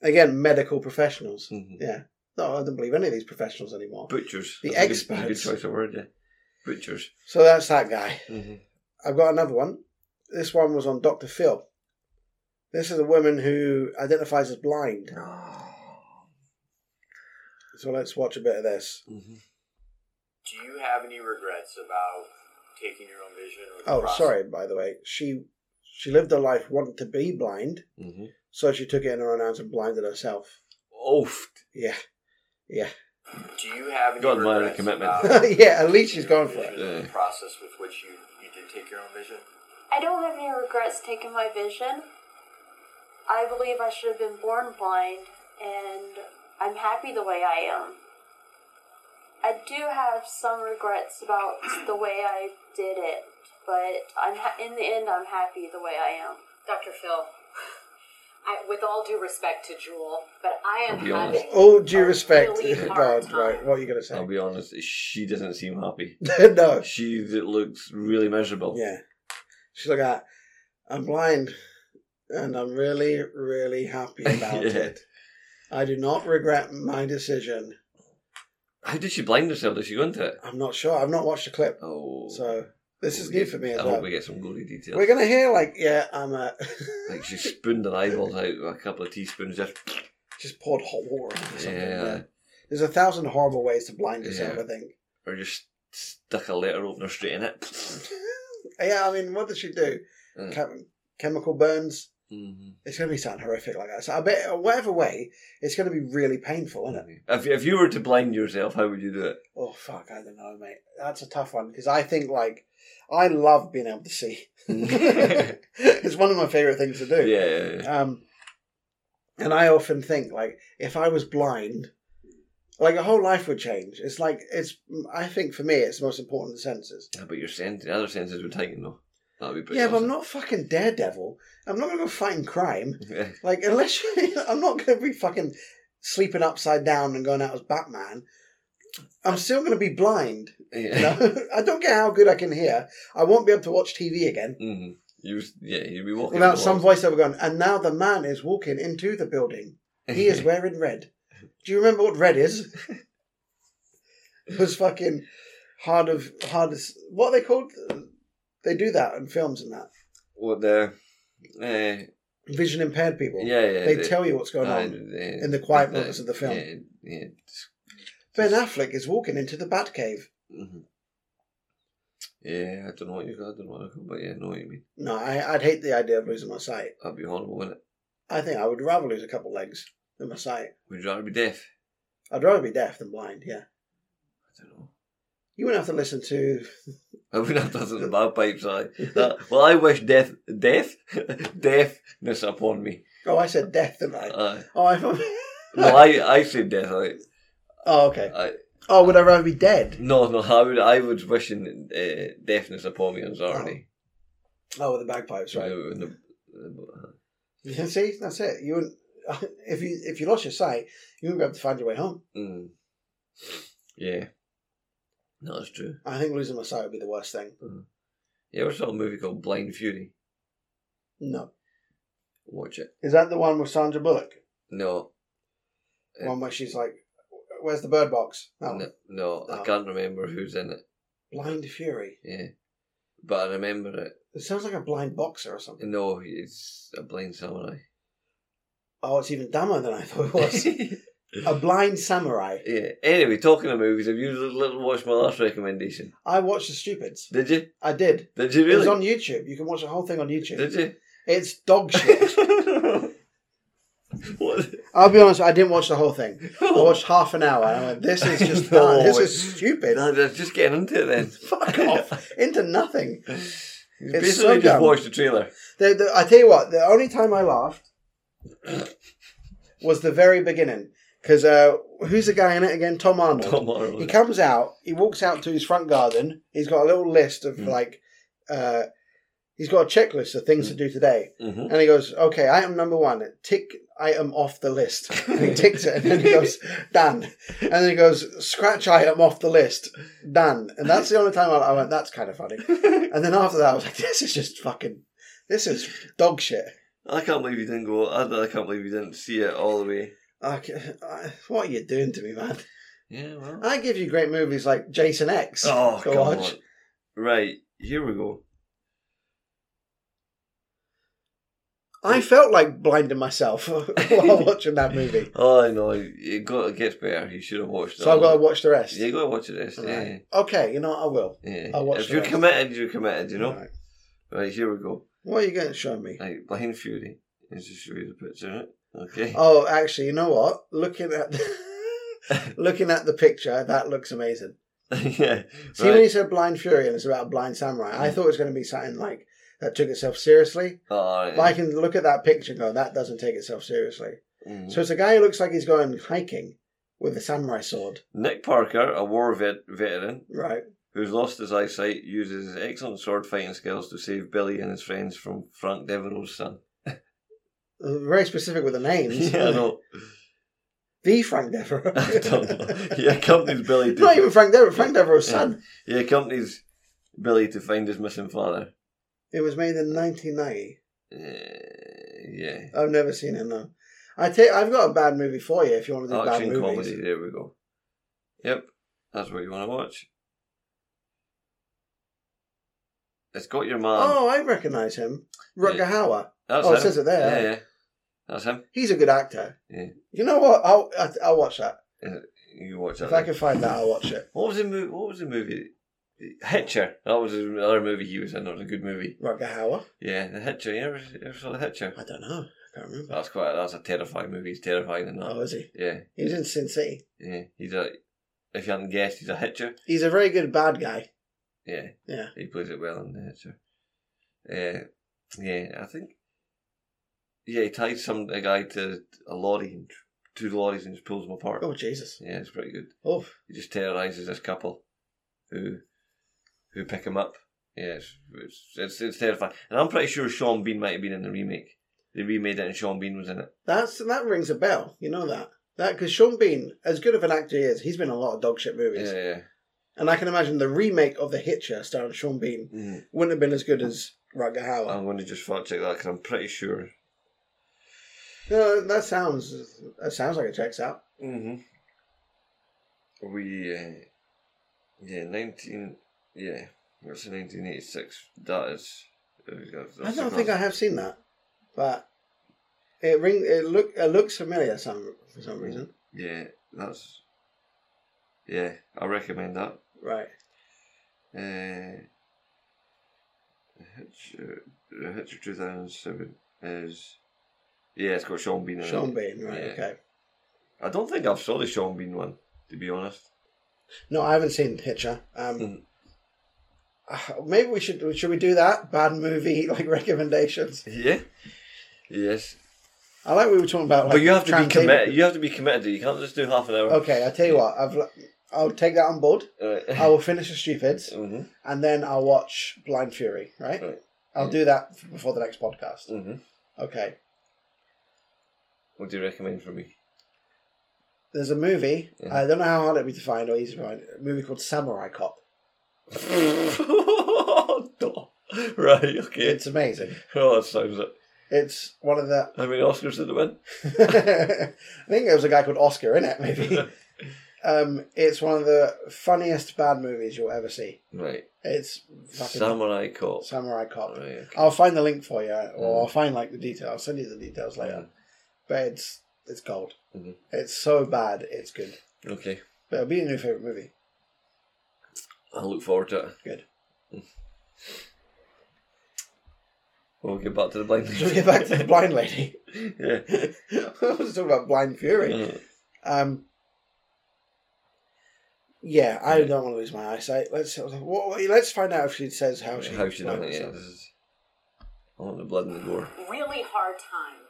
Speaker 1: Again, medical professionals. Yeah. No, I don't believe any of these professionals anymore.
Speaker 2: Mm-hmm. Butchers.
Speaker 1: The
Speaker 2: That's a good-
Speaker 1: experts.
Speaker 2: Good, choice of word, yeah. Butchers.
Speaker 1: So that's that guy.
Speaker 2: Mhm.
Speaker 1: I've got another one. This one was on Dr. Phil. This is a woman who identifies as blind. So let's watch a bit of this.
Speaker 2: Mm-hmm.
Speaker 14: Do you have any regrets about taking your own vision? Or the
Speaker 1: Oh,
Speaker 14: process?
Speaker 1: sorry, by the way. She she lived her life wanting to be blind,
Speaker 2: Mm-hmm.
Speaker 1: so she took it in her own hands and blinded herself.
Speaker 2: Oof.
Speaker 1: Yeah. Yeah.
Speaker 14: Do you have any
Speaker 2: God, my
Speaker 14: regrets
Speaker 2: commitment.
Speaker 14: about
Speaker 1: yeah, at least she's gone for
Speaker 14: the
Speaker 1: it.
Speaker 2: Yeah.
Speaker 14: process with which you, you did take your own vision?
Speaker 15: I don't have any regrets taking my vision. I believe I should have been born blind, and I'm happy the way I am. I do have some regrets about the way I did it, but I'm ha- in the end, I'm happy the way I am.
Speaker 16: Dr. Phil, I, with all due respect to Jewel, but I am
Speaker 2: I'll be honest.
Speaker 16: having.
Speaker 1: All Oh, due respect.
Speaker 16: really hard
Speaker 1: God, right. What are you going to say?
Speaker 2: I'll be honest, she doesn't seem happy.
Speaker 1: no.
Speaker 2: She d- looks really miserable.
Speaker 1: Yeah. She's like, "I- I'm blind and I'm really, really happy about
Speaker 2: Yeah.
Speaker 1: it. I do not regret my decision.
Speaker 2: How did she blind herself? Did she go into it?
Speaker 1: I'm not sure. I've not watched the clip.
Speaker 2: Oh.
Speaker 1: So this is
Speaker 2: Oh,
Speaker 1: new
Speaker 2: yeah.
Speaker 1: for me as
Speaker 2: I
Speaker 1: well.
Speaker 2: hope we get some gory details.
Speaker 1: We're going to hear, like, yeah, I'm a.
Speaker 2: Like she spooned her eyeballs out with a couple of teaspoons. Just
Speaker 1: just poured hot water on it or something.
Speaker 2: Yeah.
Speaker 1: yeah. There's a thousand horrible ways to blind yourself,
Speaker 2: Yeah.
Speaker 1: I think.
Speaker 2: or just stuck a letter opener straight in it.
Speaker 1: Yeah, I mean, what did she do?
Speaker 2: Uh.
Speaker 1: Chem- chemical burns?
Speaker 2: Mhm.
Speaker 1: It's going to be something horrific like that. So I bet, whatever way, it's going to be really painful, isn't it?
Speaker 2: If if you were to blind yourself, how would you do it?
Speaker 1: Oh fuck, I don't know, mate. That's a tough one because I think like I love being able to see. it's one of my favorite things to do.
Speaker 2: Mm. Yeah, yeah,
Speaker 1: Um, and I often think like if I was blind, like a whole life would change. It's like it's. I think for me, it's the most important senses.
Speaker 2: Yeah, but your sense, the other senses would tighten though. That'd be pretty.
Speaker 1: yeah, but I'm not fucking daredevil. I'm not gonna go fighting crime.
Speaker 2: Yeah.
Speaker 1: Like unless you, I'm not gonna be fucking sleeping upside down and going out as Batman. I'm still gonna be blind.
Speaker 2: Yeah.
Speaker 1: You know? I don't care how good I can hear. I won't be able to watch TV again
Speaker 2: Mhm. You was- yeah, you'd be walking
Speaker 1: without
Speaker 2: the
Speaker 1: some
Speaker 2: walls.
Speaker 1: voiceover going. And now the man is walking into the building. He is wearing red. Do you remember what red is? it was fucking hard of hardest. What are they called? They do that in films and that.
Speaker 2: what the. eh,
Speaker 1: Vision impaired people.
Speaker 2: yeah, yeah.
Speaker 1: They
Speaker 2: the-
Speaker 1: tell you what's going
Speaker 2: aye,
Speaker 1: on
Speaker 2: the-
Speaker 1: in the quiet moments of the film.
Speaker 2: Yeah, yeah. it's-
Speaker 1: Ben Affleck is walking into the Batcave.
Speaker 2: mhm. Yeah, I don't know what you got, I don't know what I got, but yeah, I know what you mean.
Speaker 1: No, I, I'd hate the idea of losing my sight.
Speaker 2: That'd be horrible, wouldn't it?
Speaker 1: I think I would rather lose a couple legs than my sight.
Speaker 2: Would you rather be deaf?
Speaker 1: I'd rather be deaf than blind, yeah. I don't know. You wouldn't have to listen to.
Speaker 2: I wouldn't have done the bagpipes, aye. That, well, I wish death, death, deafness upon me.
Speaker 1: Oh, I said death, didn't I?
Speaker 2: Aye.
Speaker 1: Oh, I...
Speaker 2: no, I, I said death, aye.
Speaker 1: oh, okay.
Speaker 2: I,
Speaker 1: Oh, would I rather be dead?
Speaker 2: no, no, I would, I was wishing uh, deafness upon me on Saturday.
Speaker 1: Oh, with the bagpipes, right?
Speaker 2: When the- when the-
Speaker 1: Yeah, See, that's it. You wouldn't. If you if you lost your sight, you wouldn't be able to find your way home.
Speaker 2: mm. Yeah. No, that's true.
Speaker 1: I think losing my sight would be the worst thing.
Speaker 2: You ever saw a movie called Blind Fury?
Speaker 1: No.
Speaker 2: Watch it.
Speaker 1: Is that the one with Sandra Bullock?
Speaker 2: No,
Speaker 1: one where she's like, "Where's the bird box?" That one.
Speaker 2: no, no, I
Speaker 1: No.
Speaker 2: can't remember who's in it.
Speaker 1: Blind Fury.
Speaker 2: Yeah. but I remember it.
Speaker 1: It sounds like a blind boxer or something.
Speaker 2: No, it's a blind samurai.
Speaker 1: Oh, it's even dumber than I thought it was. a blind samurai.
Speaker 2: Yeah. Anyway, talking of movies, have you little watched my last recommendation?
Speaker 1: I watched The Stupids.
Speaker 2: Did you?
Speaker 1: I did.
Speaker 2: Did you
Speaker 1: It was
Speaker 2: really?
Speaker 1: on YouTube. You can watch the whole thing on YouTube.
Speaker 2: Did you?
Speaker 1: It's dog shit. I'll be honest, I didn't watch the whole thing. I watched half an hour and I went, this is just
Speaker 2: No,
Speaker 1: done. This
Speaker 2: it's-
Speaker 1: is stupid.
Speaker 2: No, they're Oh, just getting into it then.
Speaker 1: Fuck off. Into nothing. It's
Speaker 2: Basically,
Speaker 1: so
Speaker 2: just
Speaker 1: dumb.
Speaker 2: watch the trailer.
Speaker 1: The, the, I tell you what, the only time I laughed was the very beginning. Because uh, who's the guy in it again? Tom Arnold.
Speaker 2: Tom Arnold.
Speaker 1: He comes out, he walks out to his front garden. He's got a little list of
Speaker 2: Mm.
Speaker 1: like, uh, he's got a checklist of things to do today.
Speaker 2: Mhm.
Speaker 1: And he goes, okay, item number one, tick item off the list. And he ticks it and then he goes, done. And then he goes, scratch item off the list, done. And that's the only time I, I went, that's kind of funny. And then after that, I was like, this is just fucking, this is dog shit.
Speaker 2: I can't believe you didn't go. I, I can't believe you didn't see it all the way.
Speaker 1: I c I uh, what are you doing to me, man?
Speaker 2: Yeah, well.
Speaker 1: I give you great movies like Jason X
Speaker 2: Oh,
Speaker 1: to
Speaker 2: come
Speaker 1: watch.
Speaker 2: on. Right, here we go.
Speaker 1: I felt like blinding myself while watching that movie.
Speaker 2: Oh, I know. It, got, it gets better. You should have watched it.
Speaker 1: So I've got to watch the rest.
Speaker 2: Yeah, you got to watch it. Yeah, yeah.
Speaker 1: Okay, you know what? I will.
Speaker 2: Yeah.
Speaker 1: I'll watch
Speaker 2: if
Speaker 1: the
Speaker 2: you're
Speaker 1: rest.
Speaker 2: committed, you're committed, you know?
Speaker 1: Right.
Speaker 2: Right, here we go.
Speaker 1: What are you going to show me?
Speaker 2: Right, Blind Fury. Let's just show you the picture, right? Okay.
Speaker 1: Oh, actually, you know what? Looking at looking at the picture, that looks amazing.
Speaker 2: yeah.
Speaker 1: See when
Speaker 2: right. Mm.
Speaker 1: you said Blind Fury and it's about a blind samurai, I thought it was going to be something like that took itself seriously.
Speaker 2: Oh, all right.
Speaker 1: But I can look at that picture and go, that doesn't take itself seriously.
Speaker 2: Mm.
Speaker 1: So it's a guy who looks like he's going hiking with a samurai sword.
Speaker 2: Nick Parker, a war vet- veteran
Speaker 1: Right.
Speaker 2: who's lost his eyesight, uses his excellent sword fighting skills to save Billy and his friends from Frank Devereaux's son.
Speaker 1: Uh, Very specific with the names.
Speaker 2: yeah, I know.
Speaker 1: The Frank Devereaux.
Speaker 2: I don't know. He accompanies Billy to
Speaker 1: Not even Frank Devereaux, Frank Devereaux's son.
Speaker 2: He accompanies Billy to find his missing father.
Speaker 1: It was made in 1990.
Speaker 2: Uh, yeah.
Speaker 1: I've never seen it, no. I tell you, I've got a bad movie for you if you want to do bad
Speaker 2: Action
Speaker 1: movies.
Speaker 2: Oh, comedy, there we go. Yep, that's what you want to watch. It's got your man.
Speaker 1: oh, I recognise him. Rutger
Speaker 2: Um, Yeah.
Speaker 1: Hauer.
Speaker 2: That's
Speaker 1: oh,
Speaker 2: him.
Speaker 1: it says it there.
Speaker 2: Yeah, yeah. That's him.
Speaker 1: He's a good actor.
Speaker 2: Yeah.
Speaker 1: You know what? I'll, I- I'll watch that.
Speaker 2: You can watch that.
Speaker 1: If I
Speaker 2: then.
Speaker 1: can find that, I'll watch it.
Speaker 2: What was the movie? What was the movie? Hitcher. That was another movie he was in. That was a good movie.
Speaker 1: Rutger Hauer?
Speaker 2: Yeah, The Hitcher. You ever, you ever saw The Hitcher?
Speaker 1: I don't know. I can't remember.
Speaker 2: That's quite. That's a terrifying movie. He's terrifying in that.
Speaker 1: Oh, is he?
Speaker 2: Yeah,
Speaker 1: He's in Sin City.
Speaker 2: yeah. He's a. If you hadn't guessed, he's a hitcher.
Speaker 1: He's a very good bad guy.
Speaker 2: Yeah.
Speaker 1: Yeah.
Speaker 2: He plays it well in the hitcher. Uh, yeah, I think. Yeah, he ties some a guy to a lorry, and two lorries, and just pulls them apart.
Speaker 1: Oh, Jesus.
Speaker 2: Yeah, it's pretty good.
Speaker 1: Oh,
Speaker 2: He just terrorizes this couple, who, who pick him up. Yeah, it's it's, it's, it's terrifying, and I'm pretty sure Sean Bean might have been in the remake. They remade it, and Sean Bean was in it.
Speaker 1: that's that rings a bell. You know that. That because Sean Bean, as good of an actor he is, he's been in a lot of dog shit movies.
Speaker 2: Yeah, yeah.
Speaker 1: And I can imagine the remake of The Hitcher starring Sean Bean
Speaker 2: Mm. Um,
Speaker 1: wouldn't have been as good as Rutger Hauer.
Speaker 2: I'm going to just fact check that because I'm pretty sure.
Speaker 1: You know, that sounds that sounds like it checks out.
Speaker 2: Mm-hmm. We, uh, yeah, 19, yeah, that's 1986. That is. uh, that's-
Speaker 1: I
Speaker 2: that's
Speaker 1: don't
Speaker 2: the
Speaker 1: think I
Speaker 2: class-
Speaker 1: have seen that, but it ring it look it looks familiar some for some
Speaker 2: Mm.
Speaker 1: reason.
Speaker 2: Yeah, that's. Yeah, I recommend that.
Speaker 1: Right.
Speaker 2: Uh, Hitcher, Hitcher 2007 is. Yeah, it's got Sean Bean in it.
Speaker 1: Sean Bean, right,
Speaker 2: Yeah.
Speaker 1: okay.
Speaker 2: I don't think I've saw the Sean Bean one, to be honest.
Speaker 1: No, I haven't seen Hitcher. Um uh,
Speaker 2: Mm.
Speaker 1: Maybe we should should we do that bad movie like recommendations?
Speaker 2: Yeah? Yes.
Speaker 1: I like we were talking about. Like,
Speaker 2: but you have to be
Speaker 1: Tarantino.
Speaker 2: committed. You have to be committed. You can't just do half an hour.
Speaker 1: Okay, I tell you what, I've I'll take that on board. I will finish the stupids,
Speaker 2: Mhm.
Speaker 1: and then I'll watch Blind Fury. Right,
Speaker 2: Right. Mm-hmm.
Speaker 1: I'll
Speaker 2: Yeah.
Speaker 1: do that f- before the next podcast.
Speaker 2: Mhm.
Speaker 1: Okay,
Speaker 2: What do you recommend for me?
Speaker 1: there's a movie.
Speaker 2: Mhm.
Speaker 1: I don't know how hard it'd be to find or easy to find. A movie called Samurai Cop.
Speaker 2: Right. Okay.
Speaker 1: It's amazing.
Speaker 2: Oh, that sounds it.
Speaker 1: It's one of the.
Speaker 2: How many Oscars did it win?
Speaker 1: I think there was a guy called Oscar in it, maybe. Um, it's one of the funniest bad movies you'll ever see.
Speaker 2: Right.
Speaker 1: It's fucking
Speaker 2: Samurai Cop.
Speaker 1: Samurai Cop.
Speaker 2: Right, Mm.
Speaker 1: I'll find the link for you, or I'll find like the detail. I'll send you the details later. But it's it's gold.
Speaker 2: Mhm.
Speaker 1: It's so bad, it's good.
Speaker 2: Okay.
Speaker 1: But it'll be a new favorite movie.
Speaker 2: I'll look forward to it.
Speaker 1: Good.
Speaker 2: We'll get back to the blind.
Speaker 1: Should we get back to the blind lady?
Speaker 2: yeah.
Speaker 1: I was talking about Blind Fury.
Speaker 2: Mhm.
Speaker 1: Um, yeah, I don't want to lose my eyesight. Let's what, what- let's find out if she says how she
Speaker 2: How she done
Speaker 1: blinded
Speaker 2: it? Yeah,
Speaker 1: herself.
Speaker 2: this is. I want the blood and the gore.
Speaker 16: Really hard time.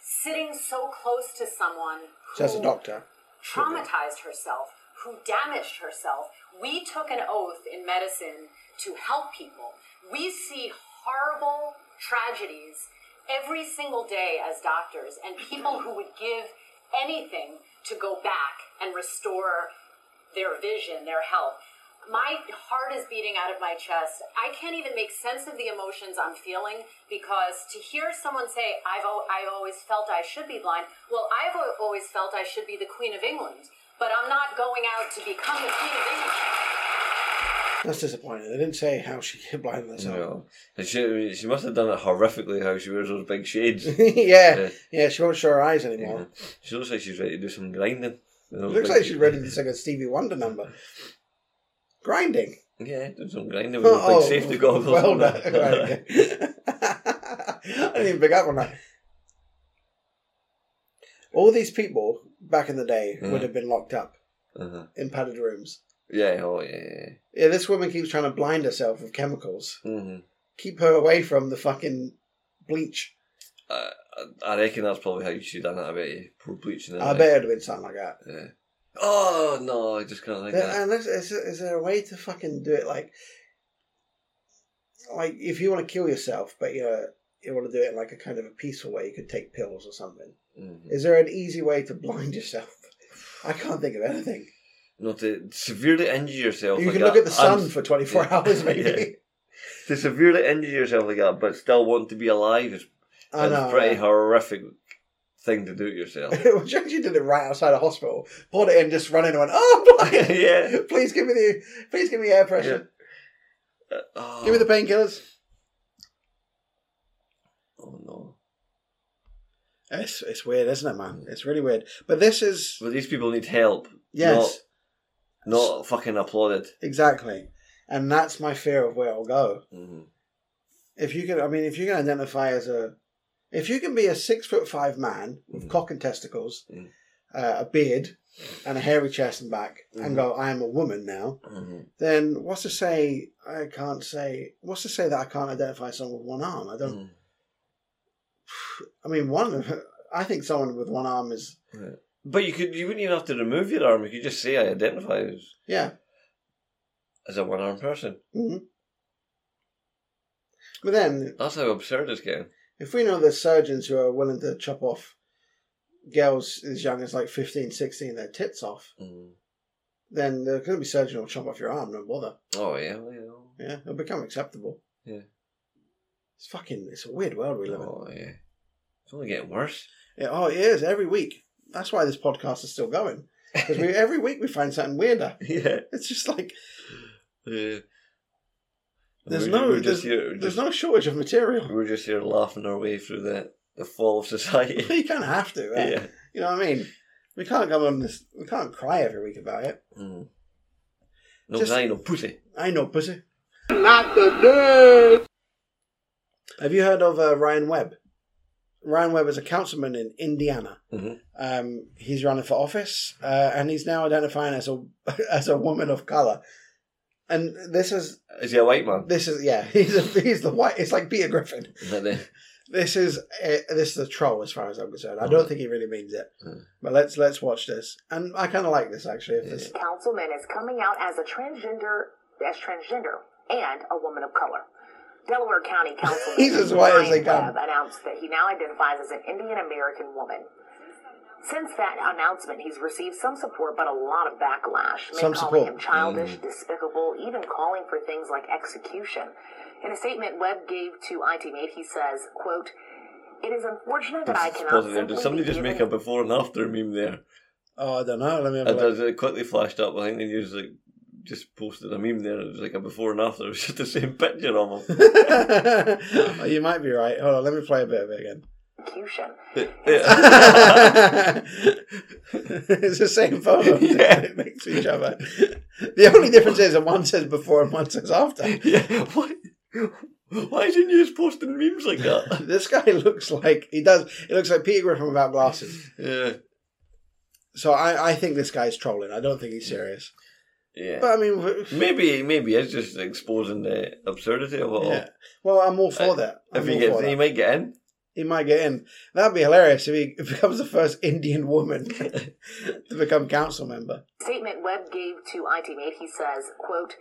Speaker 16: Sitting so close to someone
Speaker 1: So that's a doctor.
Speaker 16: traumatized herself, who damaged herself. We took an oath in medicine to help people. We see horrible tragedies every single day as doctors, and people who would give anything to go back and restore their vision, their health. My heart is beating out of my chest. I can't even make sense of the emotions I'm feeling because to hear someone say, I've, al- I always felt I should be blind, well, I've al- always felt I should be the Queen of England, but I'm not going out to become the Queen of England.
Speaker 1: That's disappointing. They didn't say how she blinded herself.
Speaker 2: No. And she, she must have done it horrifically how she wears those big shades.
Speaker 1: yeah, yeah, she won't show her eyes anymore.
Speaker 2: She looks like she's ready to do some grinding. With
Speaker 1: It
Speaker 2: those
Speaker 1: looks
Speaker 2: big-
Speaker 1: like she's ready to sing a Stevie Wonder number. Grinding.
Speaker 2: Yeah, do some grinding with those big safety goggles.
Speaker 1: Oh, Well
Speaker 2: on.
Speaker 1: done. Right, okay. I didn't even pick up on that. All these people back in the day
Speaker 2: Yeah.
Speaker 1: would have been locked up
Speaker 2: Uh-huh.
Speaker 1: in padded rooms.
Speaker 2: Yeah, oh yeah, yeah.
Speaker 1: Yeah, this woman keeps trying to blind herself with chemicals.
Speaker 2: Mm-hmm.
Speaker 1: Keep her away from the fucking bleach.
Speaker 2: I, I- I reckon that's probably how she done it. I bet you poor bleaching. it,
Speaker 1: I
Speaker 2: like,
Speaker 1: bet it would have been something like that.
Speaker 2: Yeah. Oh no, I just can't like
Speaker 1: There-
Speaker 2: that.
Speaker 1: And is, is, is there a way to fucking do it like, like if you want to kill yourself, but you know, you want to do it in like a kind of a peaceful way, you could take pills or something.
Speaker 2: Mhm.
Speaker 1: Is there an easy way to blind yourself? I can't think of anything.
Speaker 2: No, to severely injure yourself.
Speaker 1: You
Speaker 2: like
Speaker 1: can
Speaker 2: that,
Speaker 1: look at the sun
Speaker 2: and-
Speaker 1: for 24
Speaker 2: Yeah.
Speaker 1: hours, maybe.
Speaker 2: Yeah. To severely injure yourself like that, but still want to be alive is
Speaker 1: I
Speaker 2: is
Speaker 1: know,
Speaker 2: a pretty
Speaker 1: yeah.
Speaker 2: horrific thing to do to yourself.
Speaker 1: she actually did it right outside a hospital. Poured it in, just running and went, oh, blind.
Speaker 2: Yeah.
Speaker 1: Please give me the, please give me air pressure.
Speaker 2: Uh,
Speaker 1: Give me the painkillers.
Speaker 2: Oh no.
Speaker 1: It's, it's weird, isn't it, man? It's really weird. But this is,
Speaker 2: But these people need help.
Speaker 1: Yes.
Speaker 2: Not, not fucking applauded.
Speaker 1: Exactly. And that's my fear of where it'll go.
Speaker 2: Mhm.
Speaker 1: If you can, I mean, if you can identify as a, if you can be a six foot five man with cock and testicles, uh, a beard, and a hairy chest and back, and go, I am a woman now,
Speaker 2: Mm-hmm.
Speaker 1: then what's to say I can't say, what's to say that I can't identify someone with one arm? I don't, I mean, one, I think someone with one arm is,
Speaker 2: But you could you wouldn't even have to remove your arm. You could just say I identify as,
Speaker 1: yeah.
Speaker 2: as a one armed person.
Speaker 1: hmm But then
Speaker 2: That's how absurd it's getting.
Speaker 1: if we know there's surgeons who are willing to chop off girls as young as like 15, 16, their tits off,
Speaker 2: Mm.
Speaker 1: then there's going to be surgeons who'll chop off your arm, no bother.
Speaker 2: Oh yeah, well, you know.
Speaker 1: Yeah, it'll become acceptable.
Speaker 2: Yeah.
Speaker 1: It's fucking, it's a weird world we live
Speaker 2: in. Oh, yeah. It's only getting worse.
Speaker 1: Yeah, oh, it is every week. That's why this podcast is still going. Because we, every week we find something weirder.
Speaker 2: Yeah.
Speaker 1: It's just like,
Speaker 2: Yeah.
Speaker 1: there's
Speaker 2: We're-
Speaker 1: no,
Speaker 2: we're
Speaker 1: there's,
Speaker 2: just here-
Speaker 1: there's
Speaker 2: just-
Speaker 1: no shortage of material.
Speaker 2: We're just here laughing our way through the, the fall of society.
Speaker 1: You kind of have to, right?
Speaker 2: Yeah.
Speaker 1: You know what I mean? We can't go on this, we can't cry every week about it.
Speaker 2: Mm. No,
Speaker 1: Just-
Speaker 2: I no pussy.
Speaker 1: I know, pussy.
Speaker 5: Not the nerd.
Speaker 1: Have you heard of uh, Ryan Webb? Ryan Webb is a councilman in Indiana.
Speaker 3: Mm-hmm.
Speaker 2: Mhm.
Speaker 1: Um, he's running for office, uh, and he's now identifying as a as a woman of color. And this is
Speaker 2: Is he a white man?
Speaker 1: this is yeah he's a, he's the white it's like Peter Griffin.
Speaker 2: Is that the-
Speaker 1: This is a, this is a troll as far as I'm concerned. I don't think he really means it, but let's let's watch this. And I kind of like this actually. If this
Speaker 6: Councilman is coming out as a transgender, as transgender, and a woman of color. Delaware County Councilman
Speaker 1: He's as white as they
Speaker 6: Brian
Speaker 1: come.
Speaker 6: Webb announced that he now identifies as an Indian American woman. Since that announcement, he's received some support, but a lot of backlash. Men
Speaker 1: Some
Speaker 6: calling
Speaker 1: support. Mm-hmm.
Speaker 6: him childish, despicable, even calling for things like execution. In a statement Webb gave to ITMate, he says, "quote It is unfortunate that I
Speaker 2: It's
Speaker 6: cannot
Speaker 2: positive. Did
Speaker 6: simply
Speaker 2: somebody
Speaker 6: be
Speaker 2: just
Speaker 6: given
Speaker 2: make a before and after meme there?
Speaker 1: Oh, I don't know. Let me have a
Speaker 2: It,
Speaker 1: look.
Speaker 2: does- it quickly flashed up. I think they used like just posted a meme there. It was like a before and after. It was just the same picture of them.
Speaker 1: Oh, you might be right. Hold on, let me play a bit of it again.
Speaker 6: execution.
Speaker 1: it's the same photo yeah. next to each other. The only difference is that one says before and one says after.
Speaker 2: Yeah. Why, why didn't you just post the memes like that?
Speaker 1: this guy looks like he does. He looks like Peter Griffin without glasses.
Speaker 2: Yeah.
Speaker 1: So I, I think this guy's trolling. I don't think he's serious.
Speaker 2: Yeah.
Speaker 1: But I mean, w-
Speaker 2: maybe maybe it's just exposing the absurdity of it all.
Speaker 1: Yeah. well, I'm all for that.
Speaker 2: uh, If
Speaker 1: I'm
Speaker 2: he
Speaker 1: all
Speaker 2: gets,
Speaker 1: for
Speaker 2: he
Speaker 1: that.
Speaker 2: might get in.
Speaker 1: He might get in. That'd be hilarious if he becomes the first Indian woman to become council member.
Speaker 6: Statement Webb gave to ITMate, he says, quote,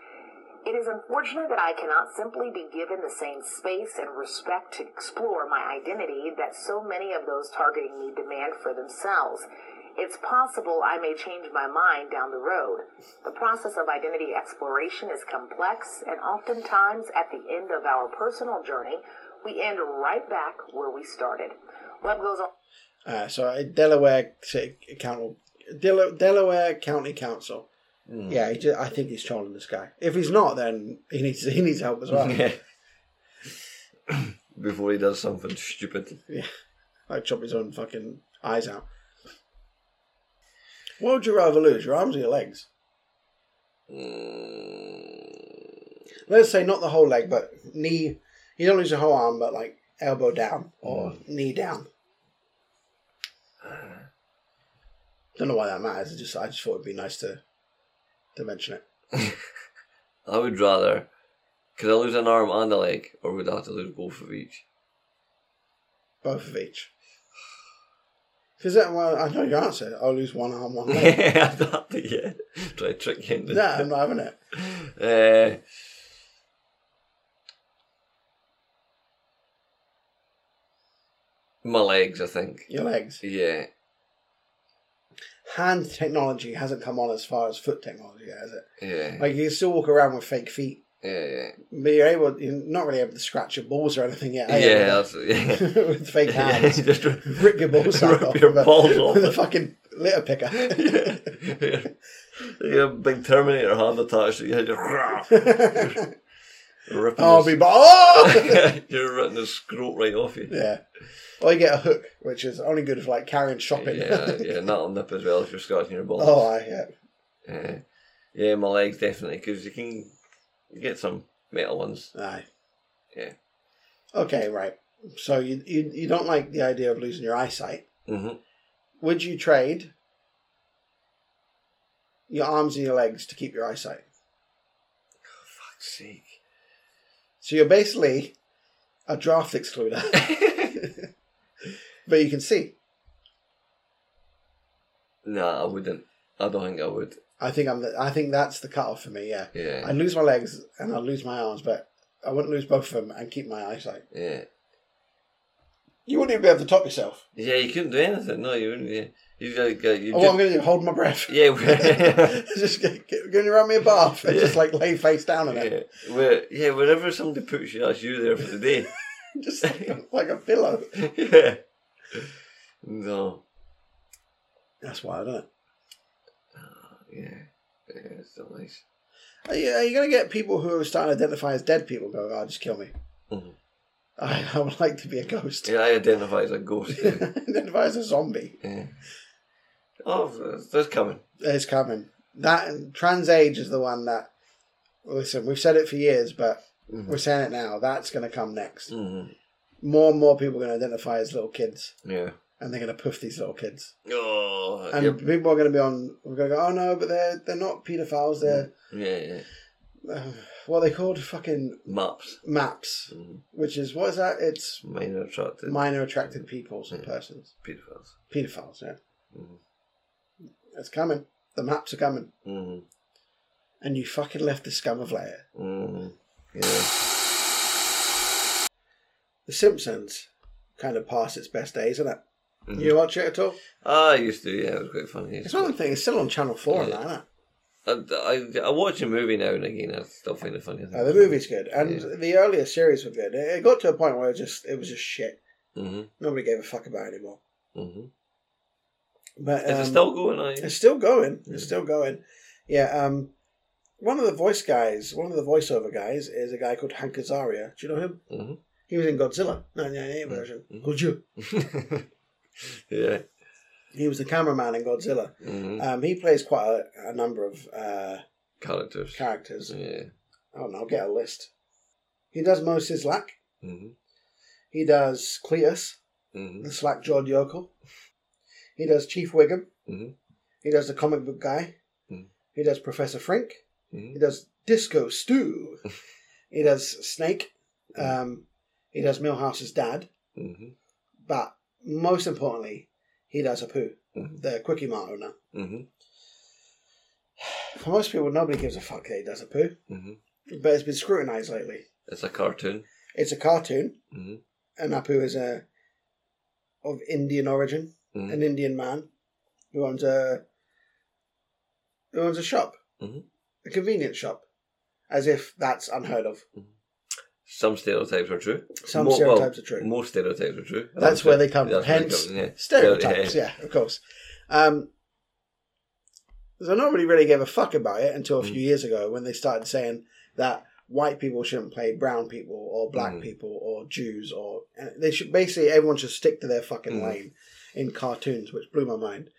Speaker 6: It is unfortunate that I cannot simply be given the same space and respect to explore my identity that so many of those targeting me demand for themselves. It's possible I may change my mind down the road. The process of identity exploration is complex, and oftentimes at the end of our personal journey, we end right back where we started. Webb goes on.
Speaker 1: Uh, so uh, Delaware City Council, Del- Delaware County Council.
Speaker 2: Mm.
Speaker 1: Yeah, he ju- I think he's trolling this guy. If he's not, then he needs he needs help as well.
Speaker 2: Yeah. Before he does something stupid.
Speaker 1: Yeah. Like chop his own fucking eyes out. What would you rather lose, your arms or your legs? Let's say not the whole leg, but knee. You don't lose the whole arm, but like elbow down or knee down. Don't know why that matters. I just I just thought it'd be nice to to mention it.
Speaker 2: I would rather. Could I lose an arm and a leg, or would I have to lose both of each?
Speaker 1: Both of each. Because that well, I know your answer. I'll lose one arm, one leg.
Speaker 2: yeah, I'd have to, yeah. Try to trick you into
Speaker 1: no, I'm not having it.
Speaker 2: Uh, my legs, I think.
Speaker 1: Your legs.
Speaker 2: Yeah.
Speaker 1: hand technology hasn't come on as far as foot technology yet, has it?
Speaker 2: Yeah.
Speaker 1: Like you can still walk around with fake feet,
Speaker 2: yeah, yeah.
Speaker 1: but you're able you're not really able to scratch your balls or anything yet. are you?
Speaker 2: Yeah, that's yeah.
Speaker 1: with fake hands,
Speaker 2: Just rip
Speaker 1: rip your balls out off
Speaker 2: your
Speaker 1: with a-
Speaker 2: balls off.
Speaker 1: with a fucking litter picker.
Speaker 2: You got a big Terminator hand attached to your head. You're you're ripping
Speaker 1: I'll
Speaker 2: this-
Speaker 1: be ba- Oh!
Speaker 2: you're ripping the scrot right off you.
Speaker 1: yeah, or you get a hook, which is only good for like carrying shopping.
Speaker 2: Yeah, yeah, and that'll nip as well if you're scratching your balls.
Speaker 1: oh, I, yeah.
Speaker 2: Uh, yeah, my legs definitely, because you can get some metal ones.
Speaker 1: Aye.
Speaker 2: Yeah.
Speaker 1: Okay, right. So you, you you don't like the idea of losing your eyesight.
Speaker 2: Mm-hmm.
Speaker 1: Would you trade your arms and your legs to keep your eyesight?
Speaker 2: Oh, Fuck's sake.
Speaker 1: So you're basically a draft excluder. but you can see.
Speaker 2: Nah, I wouldn't. I don't think I would.
Speaker 1: I think I'm the, I think that's the cutoff for me, yeah.
Speaker 2: Yeah.
Speaker 1: I'd lose my legs and I'd lose my arms, but I wouldn't lose both of them and keep my eyesight.
Speaker 2: Yeah.
Speaker 1: You wouldn't even be able to top yourself.
Speaker 2: Yeah, you couldn't do anything. No, you wouldn't. Yeah. You like uh, you
Speaker 1: Oh, what I'm going to do, hold my breath.
Speaker 2: Yeah, we-
Speaker 1: just going to run me a bath and
Speaker 2: Yeah.
Speaker 1: just like lay face down in it.
Speaker 2: where, yeah, wherever somebody puts you, that's you there for the day.
Speaker 1: Just like a, like a pillow.
Speaker 2: yeah. No.
Speaker 1: That's wild, isn't it?
Speaker 2: Yeah. Yeah, it's not nice.
Speaker 1: Are you, are Uh, you going to get people who are starting to identify as dead people go, oh, just kill me?
Speaker 2: Mhm.
Speaker 1: I, I would like to be a ghost.
Speaker 2: Yeah, I identify as a ghost. Yeah.
Speaker 1: identify as a zombie.
Speaker 2: yeah. Oh, that's- that's coming.
Speaker 1: It's coming. That and trans age is the one that. Listen, we've said it for years, but
Speaker 2: Mhm.
Speaker 1: we're saying it now. That's going to come next.
Speaker 2: Mhm.
Speaker 1: More and more people are going to identify as little kids,
Speaker 2: Yeah.
Speaker 1: and they're going to poof these little kids.
Speaker 2: Oh.
Speaker 1: And
Speaker 2: yep.
Speaker 1: people are going to be on. We're going to go. Oh no, but they're they're not paedophiles. They're
Speaker 2: Yeah, yeah.
Speaker 1: uh,
Speaker 2: Mm-hmm.
Speaker 1: what are they called fucking
Speaker 2: Maps.
Speaker 1: maps, which is what is that? It's
Speaker 2: Mm-hmm. Minor attracted. Mm-hmm.
Speaker 1: minor attracted peoples and persons,
Speaker 2: Pedophiles.
Speaker 1: paedophiles. Yeah,
Speaker 2: Mhm.
Speaker 1: it's coming. The maps are coming,
Speaker 2: Mhm.
Speaker 1: and you fucking left the scum of layer.
Speaker 2: Mhm. Yeah.
Speaker 1: The Simpsons kind of past its best days, isn't it? You watch it at all?
Speaker 2: Ah, I used to. Yeah, it was quite funny.
Speaker 1: It's one thing. It's still on Channel Four, and that, isn't it?
Speaker 2: I, I, I watch a movie now and again. I still find it funny. I
Speaker 1: Uh, the movie's good, and the earlier series were good. It it got to a point where it just it was just shit.
Speaker 2: Mm-hmm.
Speaker 1: Nobody gave a fuck about it anymore.
Speaker 2: Mm-hmm.
Speaker 1: But um,
Speaker 2: Is it still going, are you?
Speaker 1: It's still going. It's still going. Yeah. Um, one of the voice guys, one of the voiceover guys, is a guy called Hank Azaria. Do you know him?
Speaker 2: Mm-hmm.
Speaker 1: He was in Godzilla 1998 version. Godzilla.
Speaker 2: Yeah.
Speaker 1: He was the cameraman in Godzilla.
Speaker 2: Mhm.
Speaker 1: Um, he plays quite a, a number of uh,
Speaker 2: Characters.
Speaker 1: characters.
Speaker 2: Yeah.
Speaker 1: I don't know. Get a list. He does Mo Sislak.
Speaker 2: Mhm.
Speaker 1: He does Cletus, the slack jawed yokel. He does Chief Wiggum.
Speaker 2: Mhm.
Speaker 1: He does the comic book guy.
Speaker 2: Mhm.
Speaker 1: He does Professor Frink.
Speaker 2: Mhm.
Speaker 1: He does Disco Stew. he does Snake. Um, he does Millhouse's dad.
Speaker 2: Mhm.
Speaker 1: But most importantly, he does Apu, the Quickie Mart owner.
Speaker 2: Mhm.
Speaker 1: For most people, nobody gives a fuck that he does Apu.
Speaker 2: Mhm.
Speaker 1: But it's been scrutinized lately.
Speaker 2: It's a cartoon.
Speaker 1: It's a cartoon,
Speaker 2: Mhm.
Speaker 1: and Apu is a of Indian origin,
Speaker 2: Mhm.
Speaker 1: an Indian man who owns a who owns a shop,
Speaker 2: Mhm.
Speaker 1: a convenience shop, as if that's unheard of.
Speaker 2: Some stereotypes are true.
Speaker 1: Some
Speaker 2: Mo- well,
Speaker 1: stereotypes are true.
Speaker 2: Most stereotypes are true. I
Speaker 1: That's
Speaker 2: would
Speaker 1: where
Speaker 2: say.
Speaker 1: they come from.
Speaker 2: That's where they
Speaker 1: Hence,
Speaker 2: come from, yeah.
Speaker 1: stereotypes.
Speaker 2: Yeah.
Speaker 1: Yeah, of course. Um, so nobody really gave a fuck about it until a
Speaker 2: Mm.
Speaker 1: few years ago when they started saying that white people shouldn't play brown people or black
Speaker 2: Mm.
Speaker 1: people or Jews or and they should basically everyone should stick to their fucking
Speaker 2: Mhm.
Speaker 1: lane in cartoons, which blew my mind.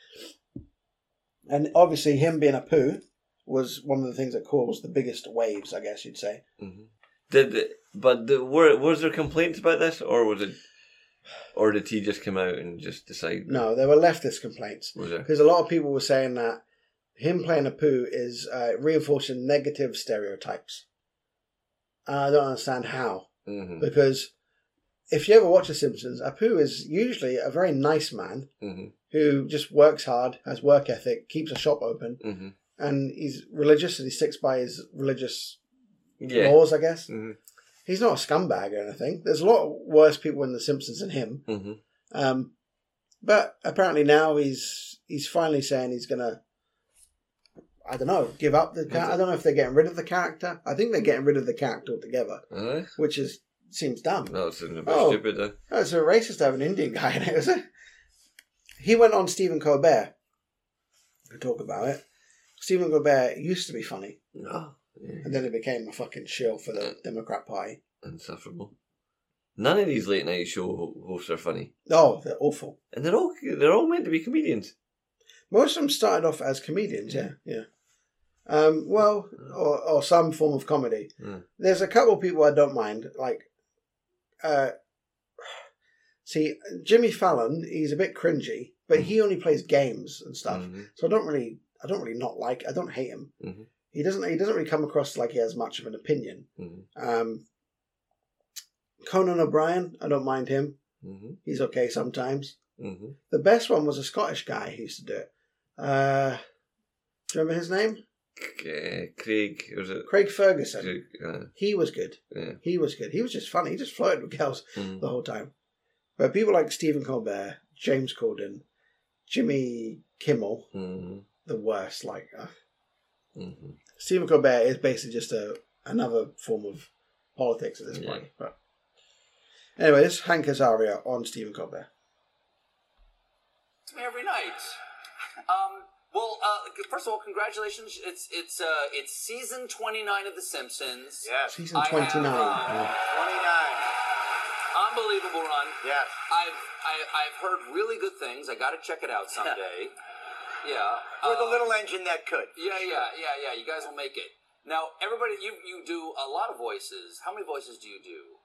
Speaker 1: And obviously, him being a poo was one of the things that caused the biggest waves, I guess you'd say.
Speaker 2: Did but the, were was there complaints about this or was it or did he just come out and just decide?
Speaker 1: No, there were leftist complaints
Speaker 2: Was there?
Speaker 1: because a lot of people were saying that him playing a poo is uh, reinforcing negative stereotypes. And I don't understand how
Speaker 2: Mhm.
Speaker 1: because if you ever watch The Simpsons, Apu is usually a very nice man
Speaker 2: Mhm.
Speaker 1: who just works hard, has work ethic, keeps a shop open,
Speaker 2: Mhm.
Speaker 1: and he's religious and he sticks by his religious
Speaker 2: Yeah.
Speaker 1: laws, I guess.
Speaker 2: Mhm.
Speaker 1: He's not a scumbag or anything. There's a lot worse people in The Simpsons than him.
Speaker 2: Mhm.
Speaker 1: Um, but apparently now he's he's finally saying he's gonna. I don't know. Give up the. Char- I don't know if they're getting rid of the character. I think they're getting rid of the character altogether,
Speaker 2: Aye.
Speaker 1: which is seems dumb.
Speaker 2: That seems a bit
Speaker 1: Oh.
Speaker 2: stupid. Then.
Speaker 1: Oh, it's a racist to have an Indian guy in it, is it? He went on Stephen Colbert to talk about it. Stephen Colbert used to be funny,
Speaker 2: No.
Speaker 1: and then he became a fucking shill for the Democrat Party.
Speaker 2: Insufferable. None of these late night show hosts are funny,
Speaker 1: Oh, they're awful.
Speaker 2: and they're all they're all meant to be comedians.
Speaker 1: Most of them started off as comedians, yeah, yeah. Um, well, or, or some form of comedy.
Speaker 2: Mm.
Speaker 1: There's a couple of people I don't mind. Like, uh, see, Jimmy Fallon, he's a bit cringy, but he only plays games and stuff. So I don't really, I don't really not like, I don't hate him.
Speaker 2: Mhm.
Speaker 1: He doesn't, he doesn't really come across like he has much of an opinion.
Speaker 2: Mhm.
Speaker 1: Um, Conan O'Brien, I don't mind him.
Speaker 2: Mhm.
Speaker 1: He's okay sometimes.
Speaker 2: Mhm.
Speaker 1: The best one was a Scottish guy who used to do it. Uh, do you remember his name?
Speaker 2: C- uh, Craig was it?
Speaker 1: Craig Ferguson.
Speaker 2: Craig, uh,
Speaker 1: He was good.
Speaker 2: yeah.
Speaker 1: He was good. He was just funny. He just flirted with girls
Speaker 2: Mhm.
Speaker 1: the whole time. But people like Stephen Colbert, James Corden, Jimmy Kimmel,
Speaker 2: Mhm.
Speaker 1: the worst. Like uh,
Speaker 2: Mhm.
Speaker 1: Stephen Colbert is basically just a another form of politics at this point. But anyway, this is Hank Azaria on Stephen Colbert.
Speaker 8: to me every night. Um, well, uh, c- first of all, congratulations. It's it's uh, it's season twenty nine of The Simpsons. Yes,
Speaker 1: Season twenty nine.
Speaker 8: twenty nine. Unbelievable run. Yes. I've I, I've heard really good things. I got to check it out someday. yeah. Uh, With a little engine that could. Yeah, yeah, yeah, yeah. You guys will make it. Now, everybody, you you do a lot of voices. How many voices do you do?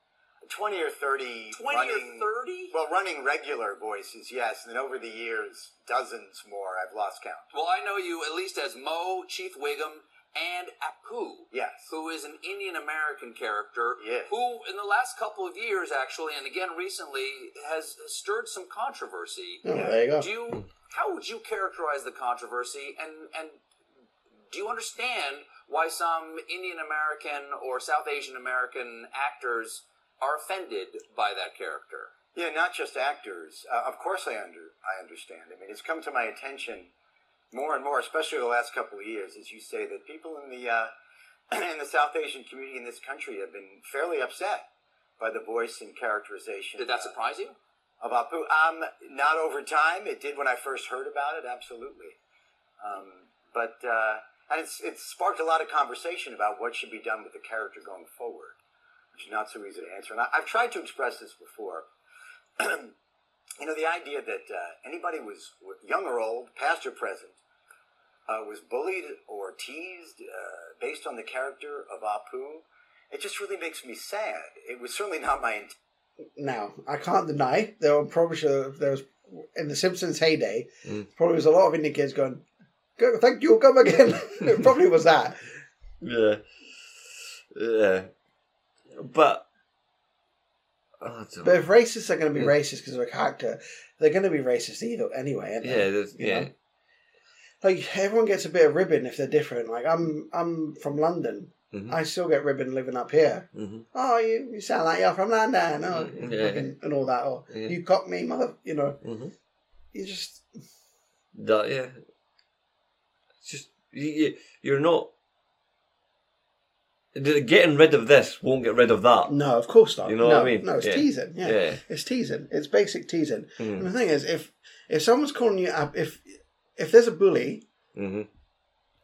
Speaker 14: 20 or 30
Speaker 8: 20 or 30
Speaker 14: well running regular voices yes and then over the years dozens more i've lost count
Speaker 8: Well, I know you at least as Mo, Chief Wiggum, and Apu. Yes. Who is an Indian American character. Yes. Who, in the last couple of years, actually, and again recently, has stirred some controversy.
Speaker 1: Oh, there you go.
Speaker 8: Do you, how would you characterize the controversy? And, and do you understand why some Indian American or South Asian American actors are offended by that character?
Speaker 14: yeah not just actors uh, of course i under i understand i mean it's come to my attention more and more especially the last couple of years as you say that people in the uh, in the south asian community in this country have been fairly upset by the voice and characterization
Speaker 8: Did that surprise you
Speaker 14: about poo. Um, not over time. It did when I first heard about it. Absolutely. Um, but uh, and it's it sparked a lot of conversation about what should be done with the character going forward, which is not so easy to answer. And I, I've tried to express this before. you know, the idea that uh, anybody was young or old, past or present, uh, was bullied or teased uh, based on the character of Apu. It just really makes me sad. It was certainly not my intent.
Speaker 1: Now, I can't deny there were probably sure there was in the Simpsons heyday,
Speaker 2: Mm.
Speaker 1: probably was a lot of indie kids going, "Go, thank you, come again." it probably was that.
Speaker 2: Yeah. Yeah. But. I don't
Speaker 1: But if racists are going to be
Speaker 2: Yeah.
Speaker 1: racist because of a character, they're going to be racist either anyway. Aren't
Speaker 2: Yeah,
Speaker 1: they?
Speaker 2: there's,
Speaker 1: You
Speaker 2: yeah.
Speaker 1: know? Like everyone gets a bit of ribbon if they're different. Like I'm, I'm from London.
Speaker 2: Mhm.
Speaker 1: I still get ribbon living up here.
Speaker 2: Mm-hmm.
Speaker 1: Oh, you, you sound like you're from London, oh,
Speaker 2: Yeah.
Speaker 1: and, and all that. Or
Speaker 2: Yeah.
Speaker 1: you Cockney, mother. You know,
Speaker 2: Mm-hmm.
Speaker 1: you just
Speaker 2: That yeah. It's just you, you, you're not. the- Getting rid of this won't get rid of that.
Speaker 1: No, of course not.
Speaker 2: You know
Speaker 1: no,
Speaker 2: what I mean?
Speaker 1: No, it's
Speaker 2: Yeah.
Speaker 1: teasing. Yeah. it's teasing. It's basic teasing.
Speaker 2: Mhm.
Speaker 1: And the thing is, if if someone's calling you up, if if there's a bully
Speaker 2: Mhm.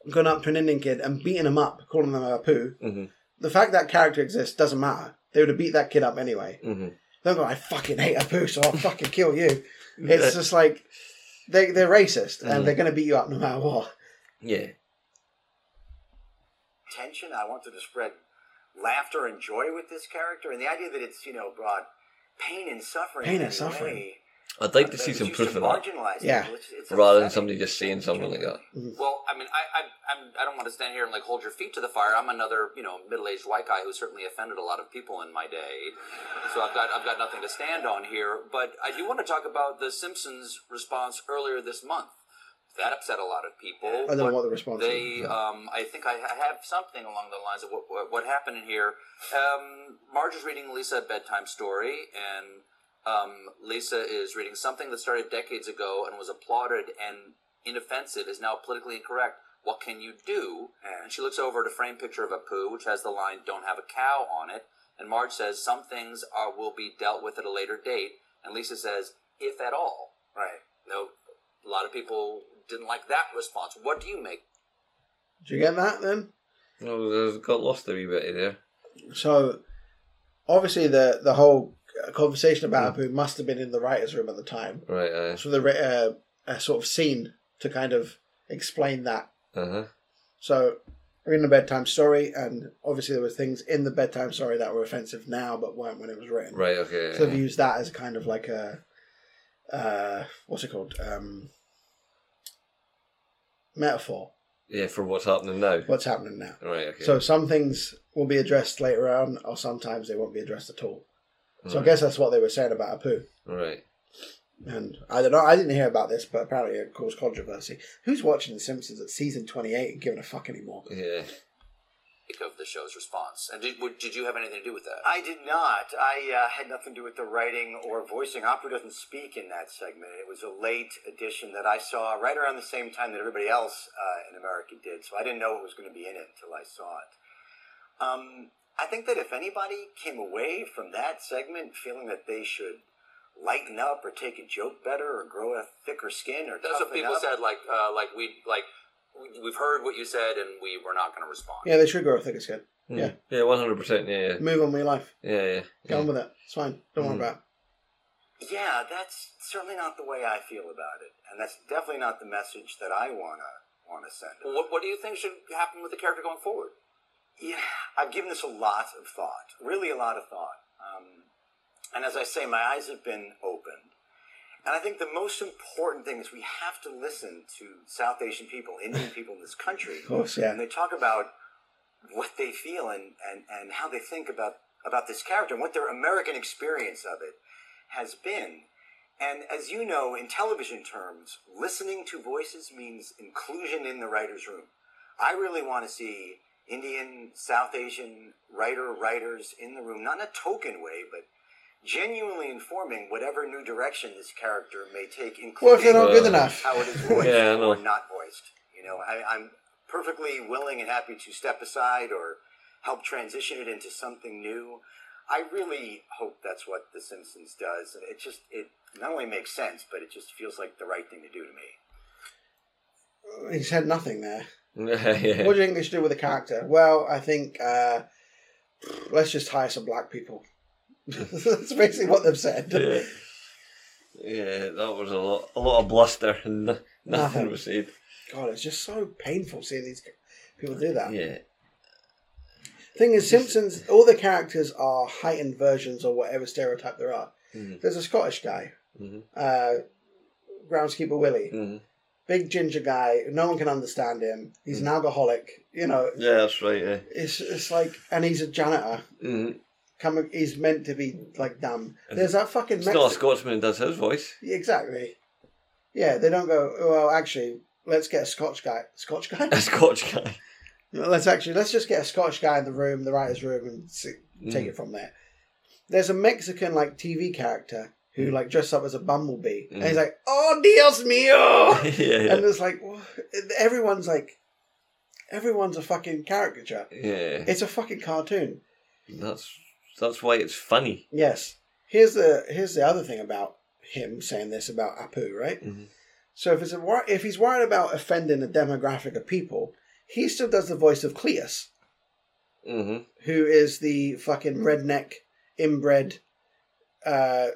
Speaker 1: going up to an Indian kid and beating him up, calling them a poo,
Speaker 2: Mhm.
Speaker 1: the fact that character exists doesn't matter. They would have beat that kid up anyway.
Speaker 2: Mhm.
Speaker 1: They're going, I fucking hate a poo, so I'll fucking kill you. It's
Speaker 2: Yeah.
Speaker 1: just like they they're racist
Speaker 2: Mhm.
Speaker 1: and they're going to beat you up no matter what.
Speaker 2: Yeah.
Speaker 14: intention. I wanted to spread laughter and joy with this character, and the idea that it's you know brought pain and suffering.
Speaker 2: Pain
Speaker 14: in
Speaker 2: and
Speaker 14: a
Speaker 2: suffering.
Speaker 14: way
Speaker 2: I'd like to see
Speaker 14: that
Speaker 2: some
Speaker 14: was
Speaker 2: proof
Speaker 14: used
Speaker 2: of
Speaker 14: to
Speaker 2: that,
Speaker 14: marginalize
Speaker 8: Yeah.
Speaker 14: people. It's- it's
Speaker 2: rather than somebody just saying something like that.
Speaker 1: Mm-hmm.
Speaker 8: Well, I mean, I, I, I'm, I don't want to stand here and like hold your feet to the fire. I'm another, you know, middle-aged white guy who certainly offended a lot of people in my day, so I've got, I've got nothing to stand on here. But I do want to talk about the Simpsons response earlier this month. That upset a lot of people.
Speaker 1: I don't know what the response is.
Speaker 8: They, um, I think I I have something along the lines of what, what, what happened in here. Um, Marge is reading Lisa a bedtime story, and um, Lisa is reading something that started decades ago and was applauded and inoffensive is now politically incorrect. What can you do? And she looks over at a framed picture of a poo, which has the line "Don't have a cow" on it. And Marge says some things are will be dealt with at a later date. And Lisa says, "If at all."
Speaker 14: Right.
Speaker 8: No, a lot of people didn't like that response. What do you make?
Speaker 1: Do you get that then? Mm-hmm.
Speaker 2: No, there's got lost a wee bit there.
Speaker 1: So, obviously, the the whole conversation about Apu must have been in the writers' room at the time.
Speaker 2: Right. Aye.
Speaker 1: So the ri- uh, a sort of scene to kind of explain that.
Speaker 2: Uh huh.
Speaker 1: So we're in a bedtime story, and obviously there were things in the bedtime story that were offensive now, but weren't when it was written.
Speaker 2: Right. Okay.
Speaker 1: So they've used that as kind of like a uh, what's it called um, metaphor.
Speaker 2: yeah, for what's happening now.
Speaker 1: What's happening now?
Speaker 2: Right. Okay.
Speaker 1: So some things will be addressed later on, or sometimes they won't be addressed at all. So I
Speaker 2: Right.
Speaker 1: guess that's what they were saying about Apu.
Speaker 2: Right.
Speaker 1: And I don't know. I didn't hear about this, but apparently it caused controversy. Who's watching The Simpsons at season twenty-eight and giving a fuck anymore?
Speaker 2: Yeah.
Speaker 8: of the show's response. And did, would- did you have anything to do with that?
Speaker 14: I did not. I uh, had nothing to do with the writing or voicing. Opera doesn't speak in that segment. It was a late edition that I saw right around the same time that everybody else uh, in America did, so I didn't know what was going to be in it until I saw it. Um, I think that if anybody came away from that segment feeling that they should lighten up or take a joke better or grow a thicker skin or
Speaker 8: That's what
Speaker 14: toughen
Speaker 8: people
Speaker 14: up,
Speaker 8: said. Like, uh, like we, like we- we've heard what you said, and we were not going to respond.
Speaker 1: Yeah, they should grow a thicker skin.
Speaker 2: Mm.
Speaker 1: Yeah,
Speaker 2: Yeah. One hundred percent. Yeah. Yeah.
Speaker 1: move on with your life.
Speaker 2: Yeah. yeah.
Speaker 1: Get on with it. It's fine. Don't worry
Speaker 2: Mm.
Speaker 1: about.
Speaker 14: Yeah, that's certainly not the way I feel about it, and that's definitely not the message that I wanna wanna send.
Speaker 8: Well, what, what do you think should happen with the character going forward?
Speaker 14: Yeah, I've given this a lot of thought, really a lot of thought, um, and as I say, my eyes have been opened, and I think the most important thing is we have to listen to South Asian people, Indian people in this country,
Speaker 1: Of course, yeah.
Speaker 14: and they talk about what they feel and, and, and how they think about, about this character and what their American experience of it has been. And as you know, in television terms, listening to voices means inclusion in the writer's room. I really want to see Indian, South Asian writer writers in the room, not in a token way, but genuinely informing whatever new direction this character may take, including
Speaker 1: Well, if they're not good enough.
Speaker 14: how it is voiced
Speaker 1: Yeah, I know.
Speaker 14: or not voiced. You know, I, I'm perfectly willing and happy to step aside or help transition it into something new. I really hope that's what The Simpsons does. It just it not only makes sense, but it just feels like the right thing to do to me.
Speaker 1: He said nothing there.
Speaker 2: yeah.
Speaker 1: What do you think they should do with the character? Well, I think uh, let's just hire some black people. That's basically what they've said.
Speaker 2: yeah. Yeah, that was a lot, a lot of bluster and no- nothing
Speaker 1: Nothing.
Speaker 2: was said.
Speaker 1: God, it's just so painful seeing these people do that.
Speaker 2: Yeah,
Speaker 1: Thing is, Simpsons, all the characters are heightened versions of whatever stereotype there are.
Speaker 2: Mhm.
Speaker 1: There's a Scottish guy,
Speaker 2: Mhm.
Speaker 1: uh, groundskeeper Willie,
Speaker 2: Mm.
Speaker 1: big ginger guy. No one can understand him. He's
Speaker 2: Mm.
Speaker 1: an alcoholic. You know,
Speaker 2: yeah, that's right. Yeah,
Speaker 1: it's it's like, and he's a janitor.
Speaker 2: hmm
Speaker 1: Coming, he's meant to be like dumb. There's that fucking
Speaker 2: it's not a
Speaker 1: Mexican.
Speaker 2: Scotsman who does his voice.
Speaker 1: Yeah, Exactly. Yeah, they don't go. Well, actually, let's get a Scotch guy. Scotch guy.
Speaker 2: A Scotch guy.
Speaker 1: Let's actually let's just get a Scottish guy in the room, the writers' room, and see, take
Speaker 2: Mm.
Speaker 1: it from there. There's a Mexican like TV character who like dressed up as a bumblebee, and he's
Speaker 2: Mm.
Speaker 1: like, "Oh, Dios mío!"
Speaker 2: Yeah, yeah.
Speaker 1: And it's like wha- everyone's like, everyone's a fucking caricature.
Speaker 2: Yeah,
Speaker 1: It's a fucking cartoon.
Speaker 2: that's that's why it's funny.
Speaker 1: Yes. Here's the here's the other thing about him saying this about Apu, right?
Speaker 2: Mm-hmm.
Speaker 1: So if it's a, wor- if he's worried about offending a demographic of people, he still does the voice of Cleus,
Speaker 2: Mm-hmm.
Speaker 1: who is the fucking redneck inbred, uh,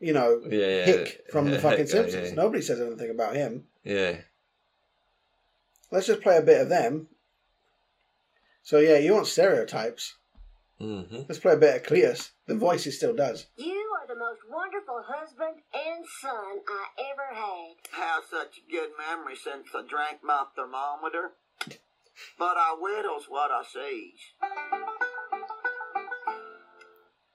Speaker 1: you know,
Speaker 2: Yeah, yeah,
Speaker 1: hick from the
Speaker 2: yeah,
Speaker 1: fucking
Speaker 2: hick guy,
Speaker 1: Simpsons.
Speaker 2: yeah.
Speaker 1: Nobody says anything about him.
Speaker 2: Yeah,
Speaker 1: Let's just play a bit of them. So yeah, you want stereotypes?
Speaker 2: mm-hmm.
Speaker 1: Let's play a bit of Cleus. The voice he still does.
Speaker 17: You are the most wonderful husband and son I ever had.
Speaker 18: have such a good memory since I drank my thermometer. But I whittles what I sees.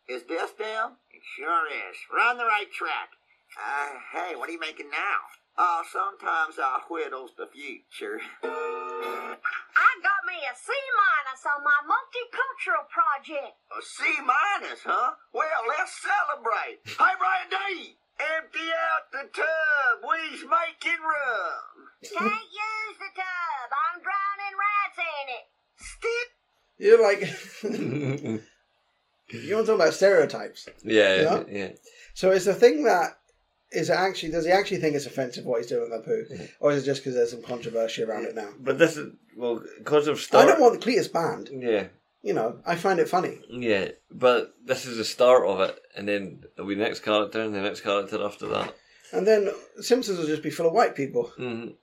Speaker 18: Is this them? It sure is. We're on the right track. Uh, hey, what are you making now? Oh, sometimes I whittles the future.
Speaker 4: I got me a C minus on my multicultural project.
Speaker 18: A C minus, huh? Well, let's celebrate. hey, Brian D! Empty out the tub. We's making room.
Speaker 4: Can't use the tub. I'm drowning rats in it. Stick.
Speaker 1: You're like, you want to talk about stereotypes?
Speaker 2: yeah,
Speaker 1: You
Speaker 2: yeah,
Speaker 1: know?
Speaker 2: yeah.
Speaker 1: So is the thing that is it actually does he actually think it's offensive what he's doing with Apu,
Speaker 2: Mm-hmm.
Speaker 1: or is it just because there's some controversy around it now?
Speaker 2: But this is well because of
Speaker 1: I
Speaker 2: start.
Speaker 1: don't want the Cletus banned.
Speaker 2: Yeah,
Speaker 1: You know, I find it funny.
Speaker 2: yeah. But this is the start of it, and then it'll be next character, and the next character after that.
Speaker 1: And then Simpsons will just be full of white people
Speaker 2: Mhm.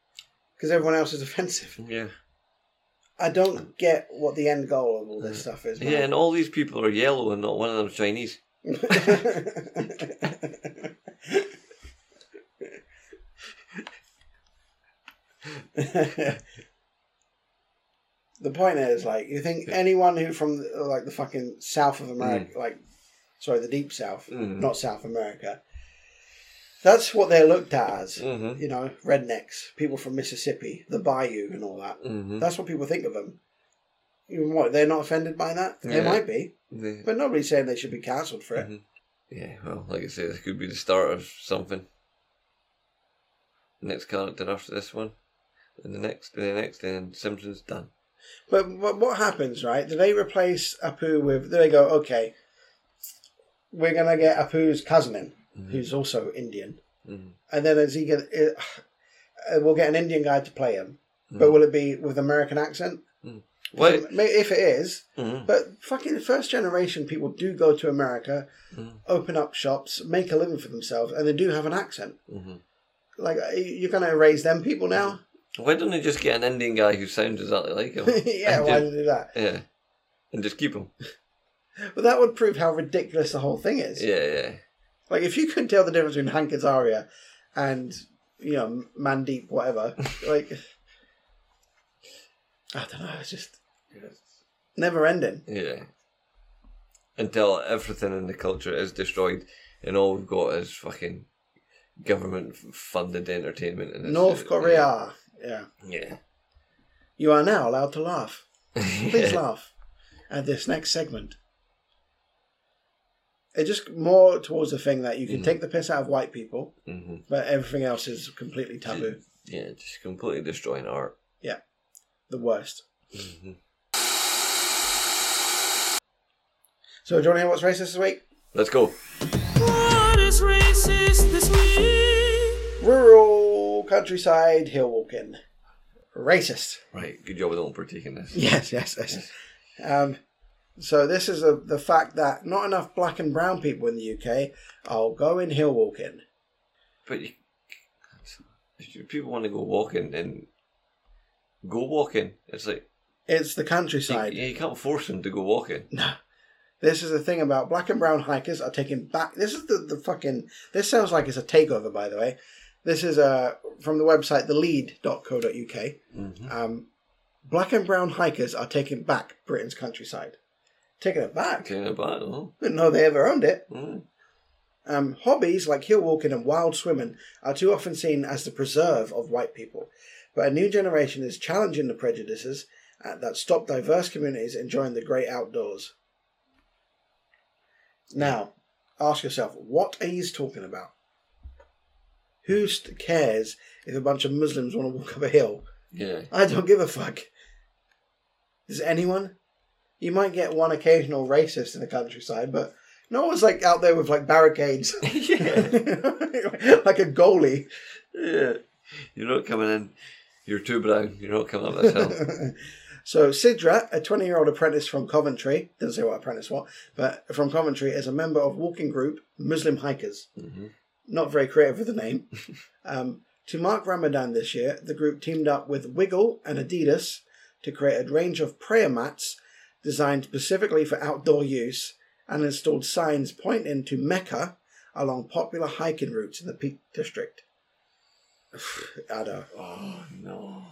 Speaker 1: because everyone else is offensive.
Speaker 2: Yeah.
Speaker 1: I don't get what the end goal of all this stuff is. man.
Speaker 2: Yeah, and all these people are yellow, and not one of them's Chinese.
Speaker 1: the point is, like, you think anyone who from like the fucking South of America, like, sorry, the Deep South,
Speaker 2: Mm.
Speaker 1: not South America. That's what they're looked at as,
Speaker 2: Mm-hmm.
Speaker 1: you know, rednecks, people from Mississippi, the Bayou, and all that.
Speaker 2: Mhm.
Speaker 1: That's what people think of them. You- What they're not offended by that? They
Speaker 2: Yeah. Mm-hmm.
Speaker 1: might be,
Speaker 2: They-
Speaker 1: but nobody's saying they should be cancelled for it.
Speaker 2: Yeah, well, like I say, this could be the start of something. Next character after this one, and the next, and the next, and Simpsons done.
Speaker 1: But, but what happens, right? Do they replace Apu with? Do they go, okay, we're gonna get Apu's cousin in,
Speaker 2: Mm-hmm.
Speaker 1: who's also Indian,
Speaker 2: Mhm.
Speaker 1: and then is he get? Uh, we'll get an Indian guy to play him, but will it be with American accent?
Speaker 2: Hmm. Well,
Speaker 1: If it- may- if it is,
Speaker 2: Mhm.
Speaker 1: but fucking first generation people do go to America, open up shops, make a living for themselves, and they do have an accent.
Speaker 2: Mhm.
Speaker 1: Like uh, you're gonna erase them people now?
Speaker 2: Why don't they just get an Indian guy who sounds exactly like him?
Speaker 1: yeah,
Speaker 2: And
Speaker 1: why do
Speaker 2: just-
Speaker 1: they do that?
Speaker 2: Yeah, and just keep him.
Speaker 1: But that would prove how ridiculous the whole thing is.
Speaker 2: Hmm. Yeah, yeah.
Speaker 1: Like if you couldn't tell the difference between Hank Azaria and you know Mandeep whatever, like I don't know, it's just never ending.
Speaker 2: Yeah. Until everything in the culture is destroyed, and all we've got is fucking government funded entertainment. And it's-
Speaker 1: North Korea, yeah.
Speaker 2: Yeah.
Speaker 1: You are now allowed to laugh. Please laugh at this next segment. It's just more towards the thing that you can take the piss out of white people,
Speaker 2: hmm
Speaker 1: but everything else is completely taboo.
Speaker 2: Yeah, just completely destroying art.
Speaker 1: Yeah, the worst. Mm-hmm.
Speaker 2: hmm
Speaker 1: So, do you want to hear what's racist this week?
Speaker 2: Let's go.
Speaker 19: What is racist?
Speaker 1: Rural countryside hill walking. Racist.
Speaker 2: Right, good job with Oliver taking this.
Speaker 1: Yes, yes, yes. Um, so this is a, the fact that not enough black and brown people in the UK are going hill walking.
Speaker 2: But you, if people want to go walking and go walking. It's like
Speaker 1: It's the countryside.
Speaker 2: yeah, you can't force them to go walking.
Speaker 1: No. This is the thing about black and brown hikers are taking back. This is the, the fucking. This sounds like it's a takeover, by the way. This is uh, from the website thelead.co.uk.
Speaker 3: Mm-hmm.
Speaker 1: Um, black and brown hikers are taking back Britain's countryside. Taking it back?
Speaker 2: Taking it back, oh.
Speaker 1: Didn't know they ever owned it.
Speaker 2: Mm.
Speaker 1: Um, hobbies like hill walking and wild swimming are too often seen as the preserve of white people, but a new generation is challenging the prejudices uh, that stop diverse communities enjoying the great outdoors. Now, ask yourself, what are you talking about? Who st- cares if a bunch of Muslims want to walk up a hill?
Speaker 2: Yeah.
Speaker 1: I don't give a fuck. Does anyone? You might get one occasional racist in the countryside, but no one's like out there with like barricades, like a goalie.
Speaker 2: Yeah. You're not coming in. You're too brown. You're not coming up this hill.
Speaker 1: So Sidra, a 20-year-old apprentice from Coventry, doesn't say what apprentice what, but from Coventry, is a member of walking group Muslim Hikers. Not very creative with the name. um, to mark Ramadan this year, the group teamed up with Wiggle and Adidas to create a range of prayer mats designed specifically for outdoor use and installed signs pointing to Mecca along popular hiking routes in the Peak District. I don't.
Speaker 2: Oh no.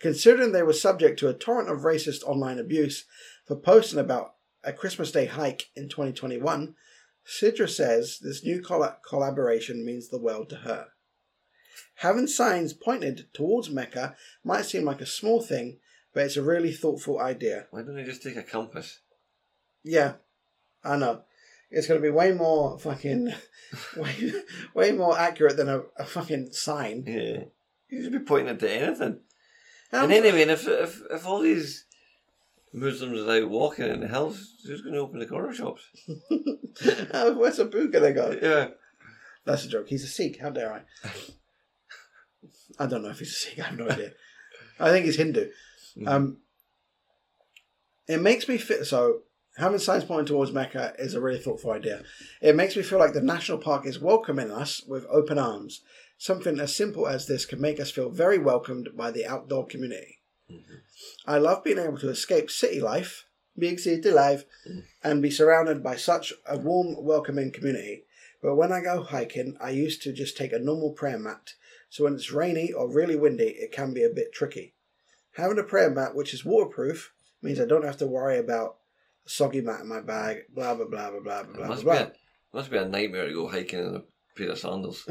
Speaker 1: Considering they were subject to a torrent of racist online abuse for posting about a Christmas Day hike in 2021, Sidra says this new colla collaboration means the world to her. Having signs pointed towards Mecca might seem like a small thing, but it's a really thoughtful idea.
Speaker 2: Why don't they just take a compass?
Speaker 1: Yeah, I know. It's going to be way more fucking, way, way more accurate than a, a fucking sign.
Speaker 2: Yeah. You should be pointing it to anything.
Speaker 1: Um,
Speaker 2: and anyway, and if, if if all these Muslims are out walking in the hills, who's going to open the corner shops?
Speaker 1: How- Uh, Where's Abu going to go?
Speaker 2: Yeah.
Speaker 1: That's a joke. He's a Sikh. How dare I? I don't know if he's a Sikh. I have no idea. I think he's Hindu. Um, it makes me feel so. Having signs pointing towards Mecca is a really thoughtful idea. It makes me feel like the national park is welcoming us with open arms. Something as simple as this can make us feel very welcomed by the outdoor community. I love being able to escape city life, big city life, and be surrounded by such a warm, welcoming community. But when I go hiking, I used to just take a normal prayer mat. So when it's rainy or really windy, it can be a bit tricky. Having a prayer mat which is waterproof means I don't have to worry about a soggy mat in my bag, blah blah blah blah blah blah blah.
Speaker 2: Must be,
Speaker 1: blah.
Speaker 2: a, must be a nightmare to go hiking in a pair of sandals.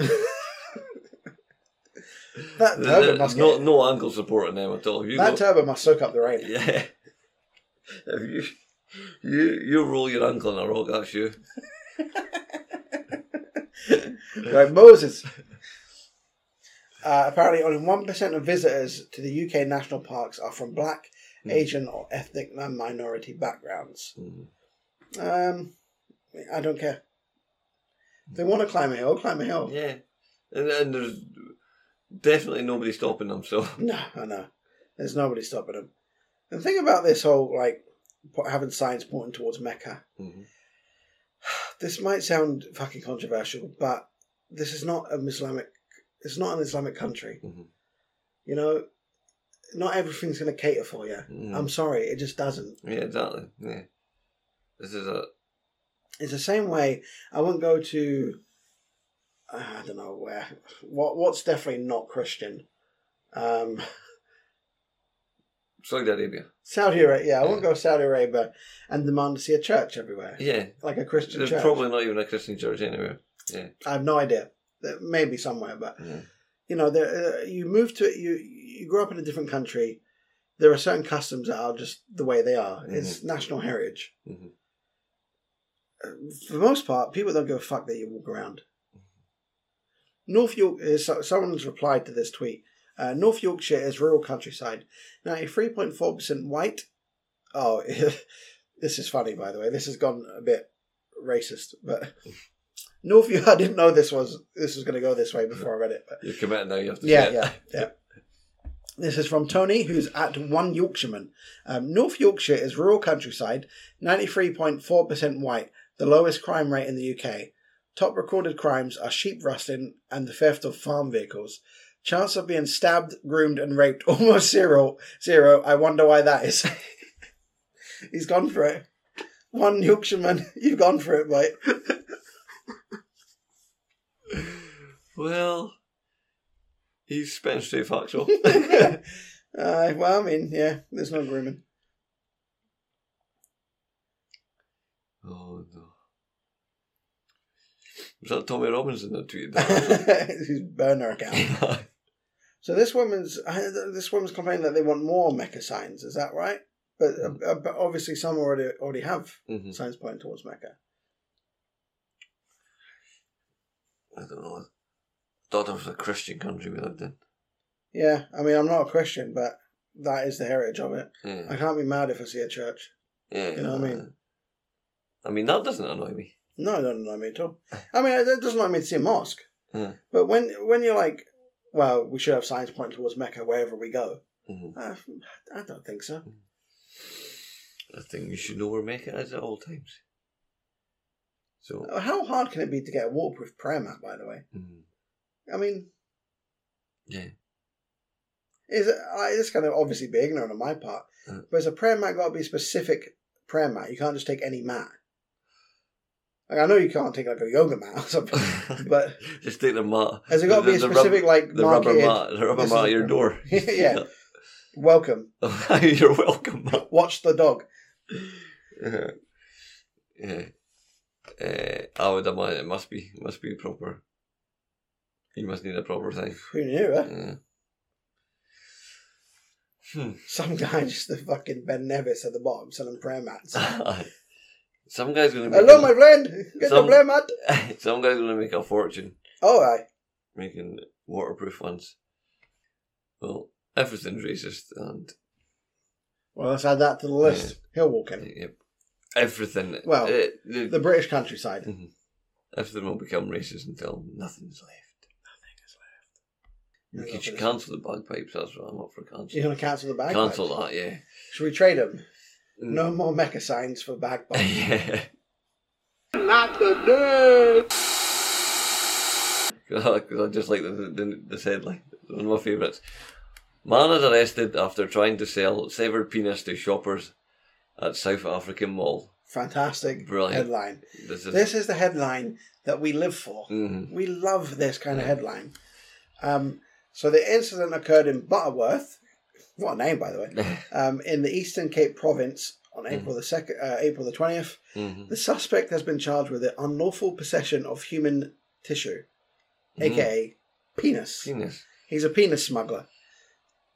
Speaker 1: That turban must
Speaker 2: no, no ankle support in them at all. If You
Speaker 1: that
Speaker 2: go-
Speaker 1: turban must soak up the rain.
Speaker 2: Yeah. If you, you you roll your ankle in a rock, that's you.
Speaker 1: like Moses. Uh, apparently, only one percent of visitors to the UK national parks are from Black, Asian, or ethnic and minority backgrounds. Um, I don't care. If they want to climb a hill, climb a hill.
Speaker 2: Yeah. And, and there's definitely nobody stopping them, so.
Speaker 1: No, I know. There's nobody stopping them. The thing about this whole like po- having signs pointing towards Mecca, this might sound fucking controversial, but this is not an Islamic. It's not an Islamic country. You know, not everything's going to cater for you.
Speaker 2: Mhm.
Speaker 1: I'm sorry, it just doesn't.
Speaker 2: Yeah, exactly. Yeah. This is a.
Speaker 1: It's the same way I wouldn't go to. ah, I don't know where. What what's definitely not Christian. Um,
Speaker 2: Saudi Arabia.
Speaker 1: Saudi Arabia, yeah, I wouldn't go to Saudi Arabia and demand to see a church everywhere.
Speaker 2: Yeah.
Speaker 1: Like a Christian
Speaker 2: There's
Speaker 1: church.
Speaker 2: probably not even a Christian church anywhere. Yeah.
Speaker 1: I have no idea. There- Maybe somewhere, but
Speaker 2: Yeah.
Speaker 1: you know, there, uh, you move to you you grow up in a different country. There are certain customs that are just the way they are. It's
Speaker 2: Mhm.
Speaker 1: national heritage.
Speaker 2: Mhm.
Speaker 1: Uh, For the most part, people don't give a fuck that you walk around. North York is so- someone's replied to this tweet. Uh, North Yorkshire is rural countryside. Ninety-three point four percent white. Oh, this is funny, by the way. This has gone a bit racist, but North View. I didn't know this was this was going to go this way before I read it. But
Speaker 2: You're committed now. You have to.
Speaker 1: yeah,
Speaker 2: commit.
Speaker 1: yeah, yeah. This is from Tony, who's at one Yorkshireman. Um, North Yorkshire is rural countryside, ninety-three point four percent white, the lowest crime rate in the UK. Top recorded crimes are sheep rustling and the theft of farm vehicles. Chance of being stabbed, groomed, and raped almost zero. Zero. I wonder why that is. He's gone for it. One Yorkshireman, you've gone for it, mate.
Speaker 2: Well, he's spent straight factual.
Speaker 1: Uh, well, I mean, yeah, there's no grooming.
Speaker 2: oh no. Was that Tommy Robinson that tweeted that?
Speaker 1: He's burned her account. so this woman's I- this woman's complaining that they want more mecha signs. Is that right? But, uh, but obviously, some already already have signs pointing towards mecha.
Speaker 2: I don't know. Thought it was a Christian country we lived in.
Speaker 1: Yeah, I mean, I'm not a Christian, but that is the heritage of it.
Speaker 2: Yeah.
Speaker 1: I can't be mad if I see a church.
Speaker 2: Yeah,
Speaker 1: You know what I mean?
Speaker 2: I mean that doesn't annoy me.
Speaker 1: No, it doesn't annoy me at all. I mean, it doesn't annoy me to see a mosque.
Speaker 2: Yeah.
Speaker 1: But when when you're like, well, we should have signs pointing towards Mecca wherever we go. Uh, I don't think so.
Speaker 2: I think you should know where Mecca is at all times. So
Speaker 1: How hard can it be to get a waterproof prayer mat? By the way,
Speaker 2: Mhm.
Speaker 1: I mean,
Speaker 2: yeah,
Speaker 1: is it, I, it's going to obviously be ignorant on my part,
Speaker 2: Mm.
Speaker 1: but is a prayer mat got to be a specific prayer mat? You can't just take any mat. Like I know you can't take like a yoga mat or something, but
Speaker 2: just take the mat.
Speaker 1: Has it gotta
Speaker 2: The-
Speaker 1: be a
Speaker 2: the rub-
Speaker 1: specific, like,
Speaker 2: the rubber
Speaker 1: marketed-
Speaker 2: mat? The rubber
Speaker 1: this
Speaker 2: mat
Speaker 1: is-
Speaker 2: at your door.
Speaker 1: yeah, welcome.
Speaker 2: You're welcome.
Speaker 1: Watch the dog.
Speaker 2: yeah. Yeah. Uh, I would imagine it must be must be proper. You must need a proper thing.
Speaker 1: Who knew, eh?
Speaker 2: Yeah. Hmm.
Speaker 1: Some guy just the fucking Ben Nevis at the bottom selling prayer mats.
Speaker 2: Some guy's gonna make
Speaker 1: Hello, my friend. Get
Speaker 2: Some-
Speaker 1: the prayer mat.
Speaker 2: some guy's gonna make a fortune
Speaker 1: Oh, aye.
Speaker 2: making waterproof ones. Well, everything's racist and
Speaker 1: Well, let's add that to the list. Hill walking.
Speaker 2: yep, everything.
Speaker 1: Well,
Speaker 2: eh,
Speaker 1: the,
Speaker 2: the- Mm-hmm.
Speaker 1: British countryside.
Speaker 2: everything will become racist until nothing's left.
Speaker 1: Nothing is
Speaker 2: We
Speaker 1: left.
Speaker 2: should cancel the bagpipes. That's what I'm up for. Cancel.
Speaker 1: You're gonna cancel the bagpipes?
Speaker 2: Cancel that. Mm. Yeah.
Speaker 1: Should we trade them? No more mecha signs for bagpipes.
Speaker 2: yeah.
Speaker 18: Not today.
Speaker 2: because I just like the, the, this headline. It's One of my favourites. Man is arrested after trying to sell severed penis to shoppers at South African Mall.
Speaker 1: Fantastic
Speaker 2: Brilliant.
Speaker 1: headline.
Speaker 2: This is- Mm.
Speaker 1: this is the headline that we live for.
Speaker 2: Mm-hmm.
Speaker 1: We love this kind of headline. Um, so the incident occurred in Butterworth, what a name by the way, um, in the Eastern Cape Province on
Speaker 2: Hmm.
Speaker 1: April the second, uh, April the twentieth. The suspect has been charged with the unlawful possession of human tissue, aka penis.
Speaker 2: Hmm. Penis.
Speaker 1: He's a penis smuggler.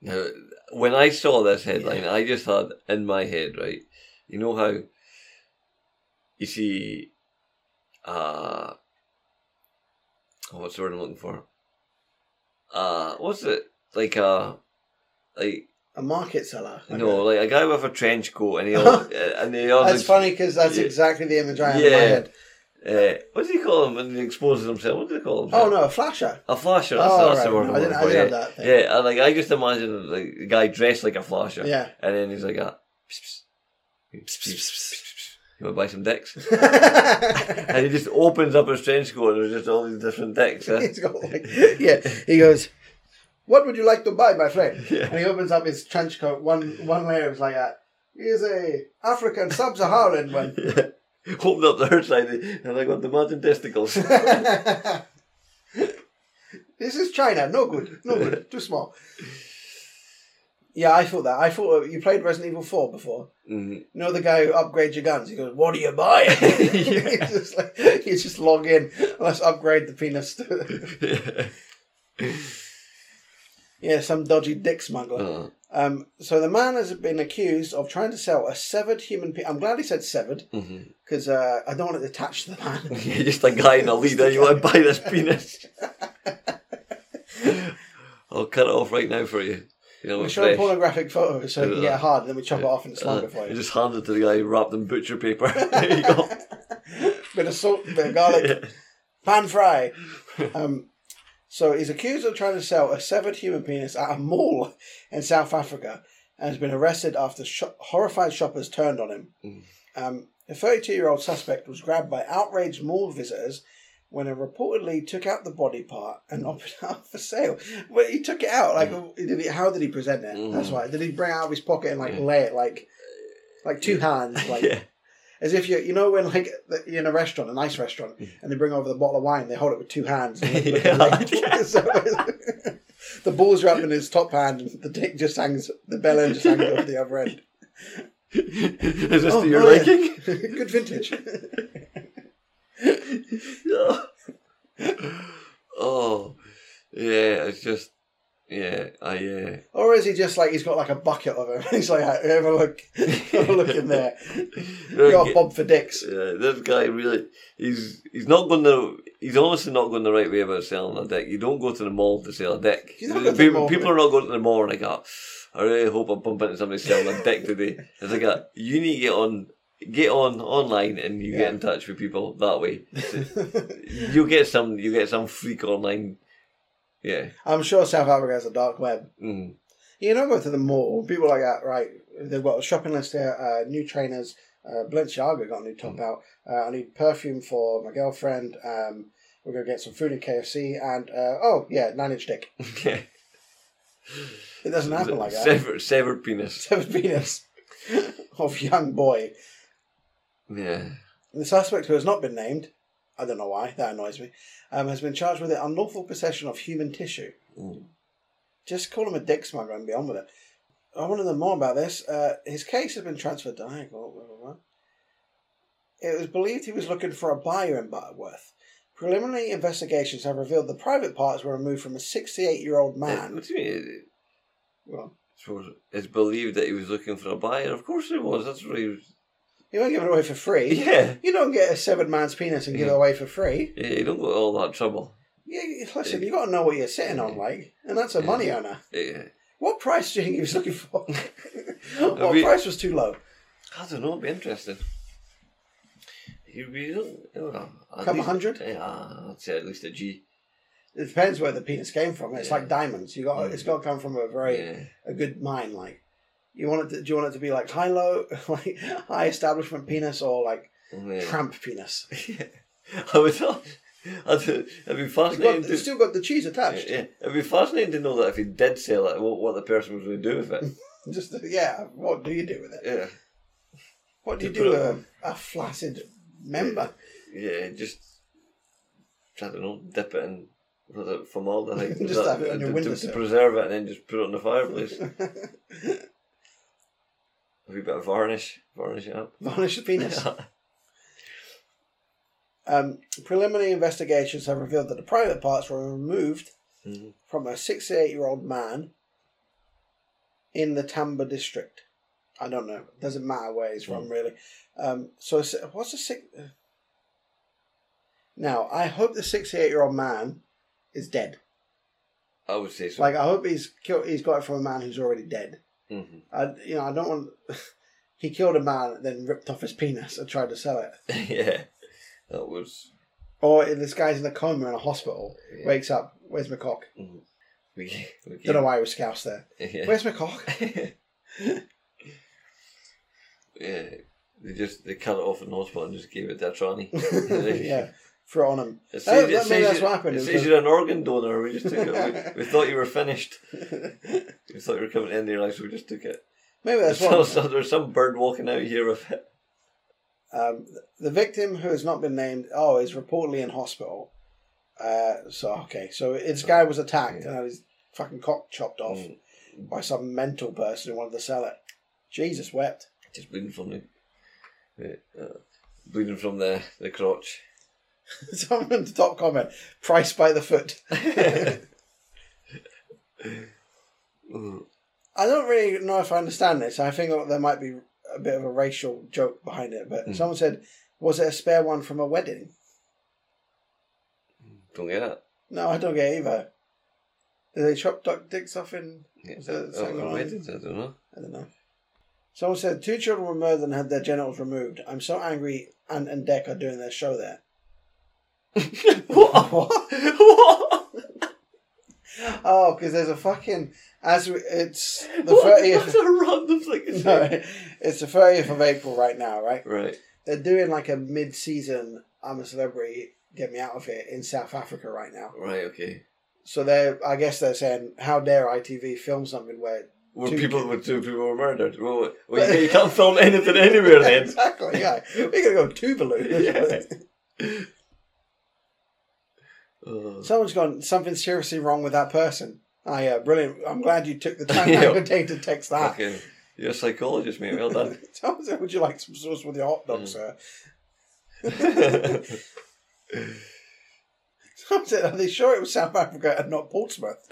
Speaker 2: Now, Uh, when I saw this headline, I just had in my head, right? You know how you see, uh, oh, what's the word I'm looking for? Uh, what's it like? Uh, like
Speaker 1: A market seller. I
Speaker 2: no, like a guy with a trench coat, and he all, and he all
Speaker 1: That's funny because that's
Speaker 2: Yeah.
Speaker 1: exactly the image I have in my
Speaker 2: Yeah.
Speaker 1: head.
Speaker 2: Uh, what do you call him when he exposes himself? What do they call him?
Speaker 1: Oh no, a flasher.
Speaker 2: A flasher. That's,
Speaker 1: Oh,
Speaker 2: that's
Speaker 1: right.
Speaker 2: the word.
Speaker 1: No,
Speaker 2: I'm
Speaker 1: I didn't-
Speaker 2: looking
Speaker 1: I
Speaker 2: for,
Speaker 1: didn't
Speaker 2: yeah.
Speaker 1: have that thing.
Speaker 2: Yeah, I, like I just imagine like a guy dressed like a flasher.
Speaker 1: Yeah.
Speaker 2: And then he's like, a, pss, pss, pss, pss, pss, pss, pss. you want to buy some dicks? and he just opens up his trench coat and there's just all these different dicks. eh?
Speaker 1: He's got like, yeah. He goes, "What would you like to buy, my friend?"
Speaker 2: Yeah.
Speaker 1: And he opens up his trench coat. One one layer is like that. Here's a African sub-Saharan one.
Speaker 2: Opened up the side and I got the mountain testicles. Mm-hmm.
Speaker 1: This is China. No good. No good. Too small. Yeah, I thought that. I thought uh, you played Resident Evil Four before.
Speaker 2: Mhm.
Speaker 1: You know the guy who upgrades your guns. He goes, "What are you buying?" It's just like, you just log in. Let's upgrade the penis. to-" yeah, some dodgy dick smuggler.
Speaker 2: Uh-huh.
Speaker 1: Um, so the man has been accused of trying to sell a severed human. Pe- I'm glad he said severed
Speaker 2: Mhm.
Speaker 1: because uh, I don't want to attach to the man.
Speaker 2: Yeah, just a guy in a leader. You want to buy this penis? I'll cut it off right now for you. You know,
Speaker 1: We
Speaker 2: it's
Speaker 1: show him
Speaker 2: fresh.
Speaker 1: pornographic photos so he can get hard, and then we chop it off and it's longer for
Speaker 2: I
Speaker 1: you.
Speaker 2: Uh, just hand it to the guy wrapped in butcher paper.
Speaker 1: bit of salt, bit of garlic. Pan fry. um, so he's accused of trying to sell a severed human penis at a mall in South Africa and has been arrested after sho horrified shoppers turned on him. Um, the 32 year old suspect was grabbed by outraged mall visitors when he reportedly took out the body part and offered it up for sale. Well, he took it out like
Speaker 2: Mm.
Speaker 1: did he, how did he present it? That's why. Did he bring it out of his pocket and like
Speaker 2: Yeah.
Speaker 1: lay it like like two hands like
Speaker 2: Yeah.
Speaker 1: as if you you know when like you're in a restaurant, a nice restaurant, and they bring over the bottle of wine, they hold it with two hands. and look at the leg. So- the balls are up in his top hand, and the dick just hangs, the bell end just hangs over the other end.
Speaker 2: Is this
Speaker 1: Oh,
Speaker 2: to your
Speaker 1: oh, yeah.
Speaker 2: liking?
Speaker 1: Good vintage.
Speaker 2: Oh, yeah. It's just, yeah. I uh, yeah.
Speaker 1: Or is he just like he's got like a bucket of them? He's like, have a look, have a look in there.
Speaker 2: Look,
Speaker 1: Got a bob for dicks.
Speaker 2: Yeah, this guy really, he's he's not going to, he's honestly not going the right way about selling a dick. You don't go to the mall to sell a dick.
Speaker 1: He's not going to the
Speaker 2: people
Speaker 1: mall,
Speaker 2: people are not going to the mall and like, oh, I really hope I bump into somebody selling a dick today. It's like, a, you need to get on, get on online and you
Speaker 1: Yeah.
Speaker 2: get in touch with people that way. you get some, you get some freak online. Yeah.
Speaker 1: I'm sure South Africa has a dark web.
Speaker 2: Mm.
Speaker 1: You know, go to the mall. People like that, right? They've got a shopping list there. Uh, new trainers. Uh, Balenciaga got a new top out. Uh, I need perfume for my girlfriend. Um, we're gonna get some food in KFC. And uh, oh yeah, nine inch dick.
Speaker 2: Yeah.
Speaker 1: It doesn't happen like that.
Speaker 2: Severed, severed penis.
Speaker 1: Severed penis of young boy.
Speaker 2: Yeah.
Speaker 1: The suspect, who has not been named, I don't know why, that annoys me, um, has been charged with the unlawful possession of human tissue. Just call him a dick smuggler and be on with it. I want to know more about this. Uh, his case has been transferred to High Court. Blah, blah, blah. It was believed he was looking for a buyer in Butterworth. Preliminary investigations have revealed the private parts were removed from a 68 year old
Speaker 2: Uh,
Speaker 1: man.
Speaker 2: What do you mean?
Speaker 1: Well,
Speaker 2: suppose it's believed that he was looking for a buyer. Of course he was. That's what he was.
Speaker 1: He won't give it away for free.
Speaker 2: Yeah.
Speaker 1: You don't get a severed man's penis and give it away for free.
Speaker 2: Yeah, you don't go to all that trouble.
Speaker 1: Yeah, you- listen, you got to know what you're sitting on, like, and that's a money earner.
Speaker 2: Yeah.
Speaker 1: What price do you think he was looking for?
Speaker 2: It'd
Speaker 1: what
Speaker 2: be-
Speaker 1: price was too low?
Speaker 2: I don't know. It'd be interesting. You'd be, uh, at
Speaker 1: Couple
Speaker 2: least-
Speaker 1: hundred?
Speaker 2: Yeah, Ah, I'd say at least a G.
Speaker 1: It depends where the penis came from. It's like diamonds. You got
Speaker 2: Mm.
Speaker 1: it's got to come from a very a good mine. Like, you want it? To, do you want it to be like high low, like high establishment penis, or like
Speaker 2: Oh, Yeah.
Speaker 1: tramp penis?
Speaker 2: I would. I'd, it'd be
Speaker 1: It's
Speaker 2: fascinating.
Speaker 1: got-
Speaker 2: to,
Speaker 1: it's still got the cheese attached.
Speaker 2: yeah, it'd be fascinating to know that if he did sell it, what, what the person was going to do with it.
Speaker 1: Just yeah. What do you do with it?
Speaker 2: yeah.
Speaker 1: What do you
Speaker 2: To
Speaker 1: do
Speaker 2: put
Speaker 1: with
Speaker 2: it-
Speaker 1: a, a flaccid member?
Speaker 2: Yeah, just I don't know, dip it in was it formaldehyde?
Speaker 1: Just
Speaker 2: Was that-
Speaker 1: have it on your
Speaker 2: to- to-
Speaker 1: windowsill.
Speaker 2: to preserve it and then just put it on the fireplace. a wee bit of varnish, varnish it up.
Speaker 1: Varnish the penis. Um, preliminary investigations have revealed that the private parts were removed
Speaker 2: Mhm.
Speaker 1: from a 68 year old man in the Tamba district. I don't know. Doesn't matter where he's from, really. Um, so, s- what's a six? uh, Now, I hope the 68 year old man is dead.
Speaker 2: I would say so.
Speaker 1: Like, I hope he's killed, he's got it from a man who's already dead.
Speaker 2: Mhm.
Speaker 1: I, you know, I don't want. he killed a man, then ripped off his penis and tried to sell it.
Speaker 2: yeah, that was
Speaker 1: Or if this guy's in a coma in a hospital, wakes up, where's my cock?
Speaker 2: we. we
Speaker 1: Don't know why he was scoused there.
Speaker 2: Mm-hmm. Yeah.
Speaker 1: Where's my cock?
Speaker 2: Yeah, they just they cut it off in the hospital and just gave it to a tranny.
Speaker 1: yeah, throw it on him.
Speaker 2: It says,
Speaker 1: That-
Speaker 2: it
Speaker 1: that- maybe
Speaker 2: says
Speaker 1: that's
Speaker 2: you-
Speaker 1: what happened.
Speaker 2: It
Speaker 1: It
Speaker 2: says
Speaker 1: was a-
Speaker 2: you're an organ donor. We just took it. We, we thought you were finished. We thought you were coming to the end of your life, so we just took it.
Speaker 1: Maybe that's
Speaker 2: so,
Speaker 1: what-
Speaker 2: so there's some bird walking out here with it.
Speaker 1: Um, the victim who has not been named, oh, is reportedly in hospital. Uh, so okay, so this guy was attacked and had his fucking cock chopped off
Speaker 2: Mm.
Speaker 1: by some mental person who wanted to sell it. Jesus wept.
Speaker 2: Just bleeding from the, the, uh, bleeding from the, the crotch.
Speaker 1: Someone top comment: price by the foot.
Speaker 2: Mm.
Speaker 1: I don't really know if I understand this. I think there might be a bit of a racial joke behind it, but
Speaker 2: Mm.
Speaker 1: someone said, "Was it a spare one from a wedding?"
Speaker 2: Don't get it.
Speaker 1: No, I don't get it either. Did they chop duck dicks off in?
Speaker 2: Yeah,
Speaker 1: was
Speaker 2: oh,
Speaker 1: there something
Speaker 2: oh,
Speaker 1: on-
Speaker 2: weddings, I don't know.
Speaker 1: I don't know. Someone said two children were murdered and had their genitals removed. I'm so angry. Ant and Deck are doing their show there. out because Oh, there's a fucking as we, it's the
Speaker 2: What?
Speaker 1: thirtieth.
Speaker 2: That's a random thing to say.
Speaker 1: it's the thirtieth of April right now, right?
Speaker 2: Right.
Speaker 1: They're doing like a mid-season "I'm a Celebrity, Get Me Out of Here" in South Africa right now.
Speaker 2: Right, okay.
Speaker 1: So they're, I guess they're saying, how dare ITV film something where
Speaker 2: Where
Speaker 1: two
Speaker 2: people
Speaker 1: ki-
Speaker 2: were two people were murdered. Well, well you, you can't film anything anywhere then.
Speaker 1: exactly, yeah. We're gonna go Tuvalu.
Speaker 2: Yeah.
Speaker 1: Someone's gone. Something's seriously wrong with that person. Ah, yeah, brilliant. I'm glad you took the time
Speaker 2: Yeah.
Speaker 1: out of your day to text that.
Speaker 2: Fucking, you're a psychologist, mate. Well done.
Speaker 1: Someone said, "Would you like some sauce with your hot dog, sir?" Someone said, "Are they sure it was South Africa and not Portsmouth?"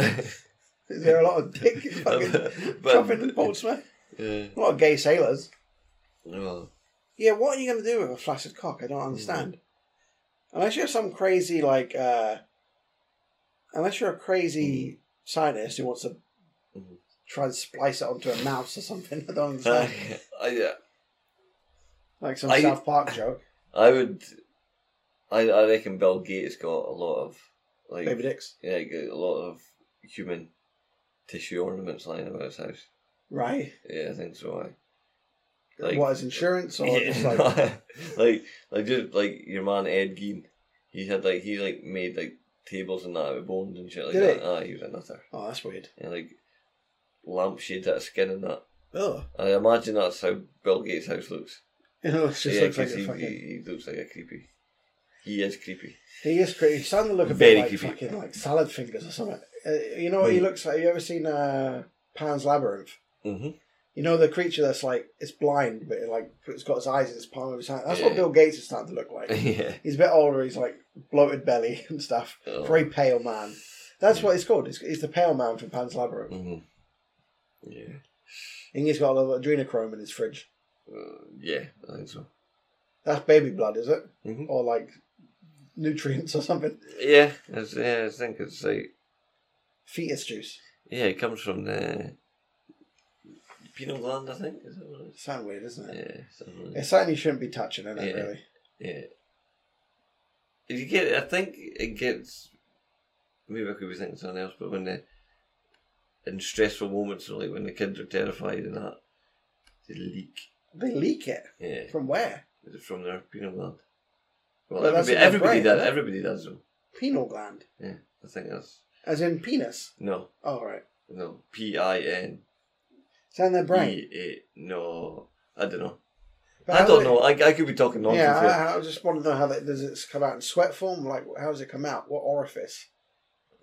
Speaker 1: Is there a lot of dick fucking chopping in Portsmouth?
Speaker 2: Yeah.
Speaker 1: A lot of gay sailors.
Speaker 2: Well,
Speaker 1: Yeah, what are you going to do with a flaccid cock? I don't
Speaker 2: Mm-hmm.
Speaker 1: understand. Unless you're some crazy like, uh unless you're a
Speaker 2: Mm-hmm.
Speaker 1: crazy scientist who wants to try and splice it onto a mouse or something. I
Speaker 2: Uh,
Speaker 1: don't understand.
Speaker 2: I, yeah.
Speaker 1: like some
Speaker 2: I-
Speaker 1: South Park joke.
Speaker 2: I would. I I reckon Bill Gates got a lot of like
Speaker 1: Baby dicks?
Speaker 2: Yeah, he got a lot of human tissue ornaments lying about his house.
Speaker 1: Right.
Speaker 2: Yeah, I think so. I.
Speaker 1: what is insurance or
Speaker 2: Yeah,
Speaker 1: just like
Speaker 2: like like just like your man Ed Gein, he had like he like made like tables and that with bones and shit like
Speaker 1: Did
Speaker 2: that.
Speaker 1: he?
Speaker 2: Ah, he was a nutter.
Speaker 1: Oh, that's weird.
Speaker 2: And like lampshades out of skin and that.
Speaker 1: Ugh.
Speaker 2: I imagine that's how Bill Gates' house looks.
Speaker 1: Oh. It looks- just looks like
Speaker 2: 'cause
Speaker 1: a
Speaker 2: he,
Speaker 1: fucking-
Speaker 2: he, he looks like a creepy. He is creepy.
Speaker 1: he is crazy. He's starting to look a
Speaker 2: Very
Speaker 1: bit like
Speaker 2: creepy. Hmm.
Speaker 1: fucking like salad fingers or something. Uh, you know what he looks like? You ever seen uh, Pan's Labyrinth?
Speaker 2: Mm-hmm.
Speaker 1: You know the creature that's like it's blind, but it like it's got his eyes in his palm of his hand. That's what
Speaker 2: Yeah.
Speaker 1: Bill Gates is starting to look like.
Speaker 2: Yeah.
Speaker 1: He's a bit older. He's like bloated belly and stuff.
Speaker 2: Oh.
Speaker 1: Very pale man. That's what it's called. It's, it's the pale man from Pan's Labyrinth.
Speaker 2: Mm-hmm. Yeah.
Speaker 1: And he's got a little adrenochrome in his fridge.
Speaker 2: Uh, yeah, I think so.
Speaker 1: That's baby blood, is it?
Speaker 2: Mhm.
Speaker 1: Or like nutrients or something.
Speaker 2: Yeah, it's, yeah, I think it's like
Speaker 1: Fetus juice.
Speaker 2: yeah, it comes from the penal gland, I think. Is that what it is?
Speaker 1: Sound weird, isn't
Speaker 2: it? Yeah, something like that.
Speaker 1: It's something you shouldn't be touching, isn't it?
Speaker 2: Yeah.
Speaker 1: Really.
Speaker 2: Yeah. If you get, I think it gets. Maybe I could be thinking something else, but when the in stressful moments, or like when the kids are terrified and that, they leak.
Speaker 1: They leak it.
Speaker 2: Yeah.
Speaker 1: From where?
Speaker 2: Is it from their penal gland? Well,
Speaker 1: Well, that's
Speaker 2: everybody,
Speaker 1: in their
Speaker 2: everybody
Speaker 1: brain, isn't it?
Speaker 2: does. Everybody does them.
Speaker 1: Penal gland,
Speaker 2: Yeah, I think that's
Speaker 1: as in penis.
Speaker 2: no,
Speaker 1: Oh right.
Speaker 2: no. P I N
Speaker 1: It's in their brain.
Speaker 2: E A. No, I don't know.
Speaker 1: But
Speaker 2: I
Speaker 1: how
Speaker 2: don't
Speaker 1: would it-
Speaker 2: know. I, I could be talking nonsense.
Speaker 1: Yeah,
Speaker 2: here.
Speaker 1: I, I just want to know how that does it come out in sweat form? Like, how does it come out? What orifice?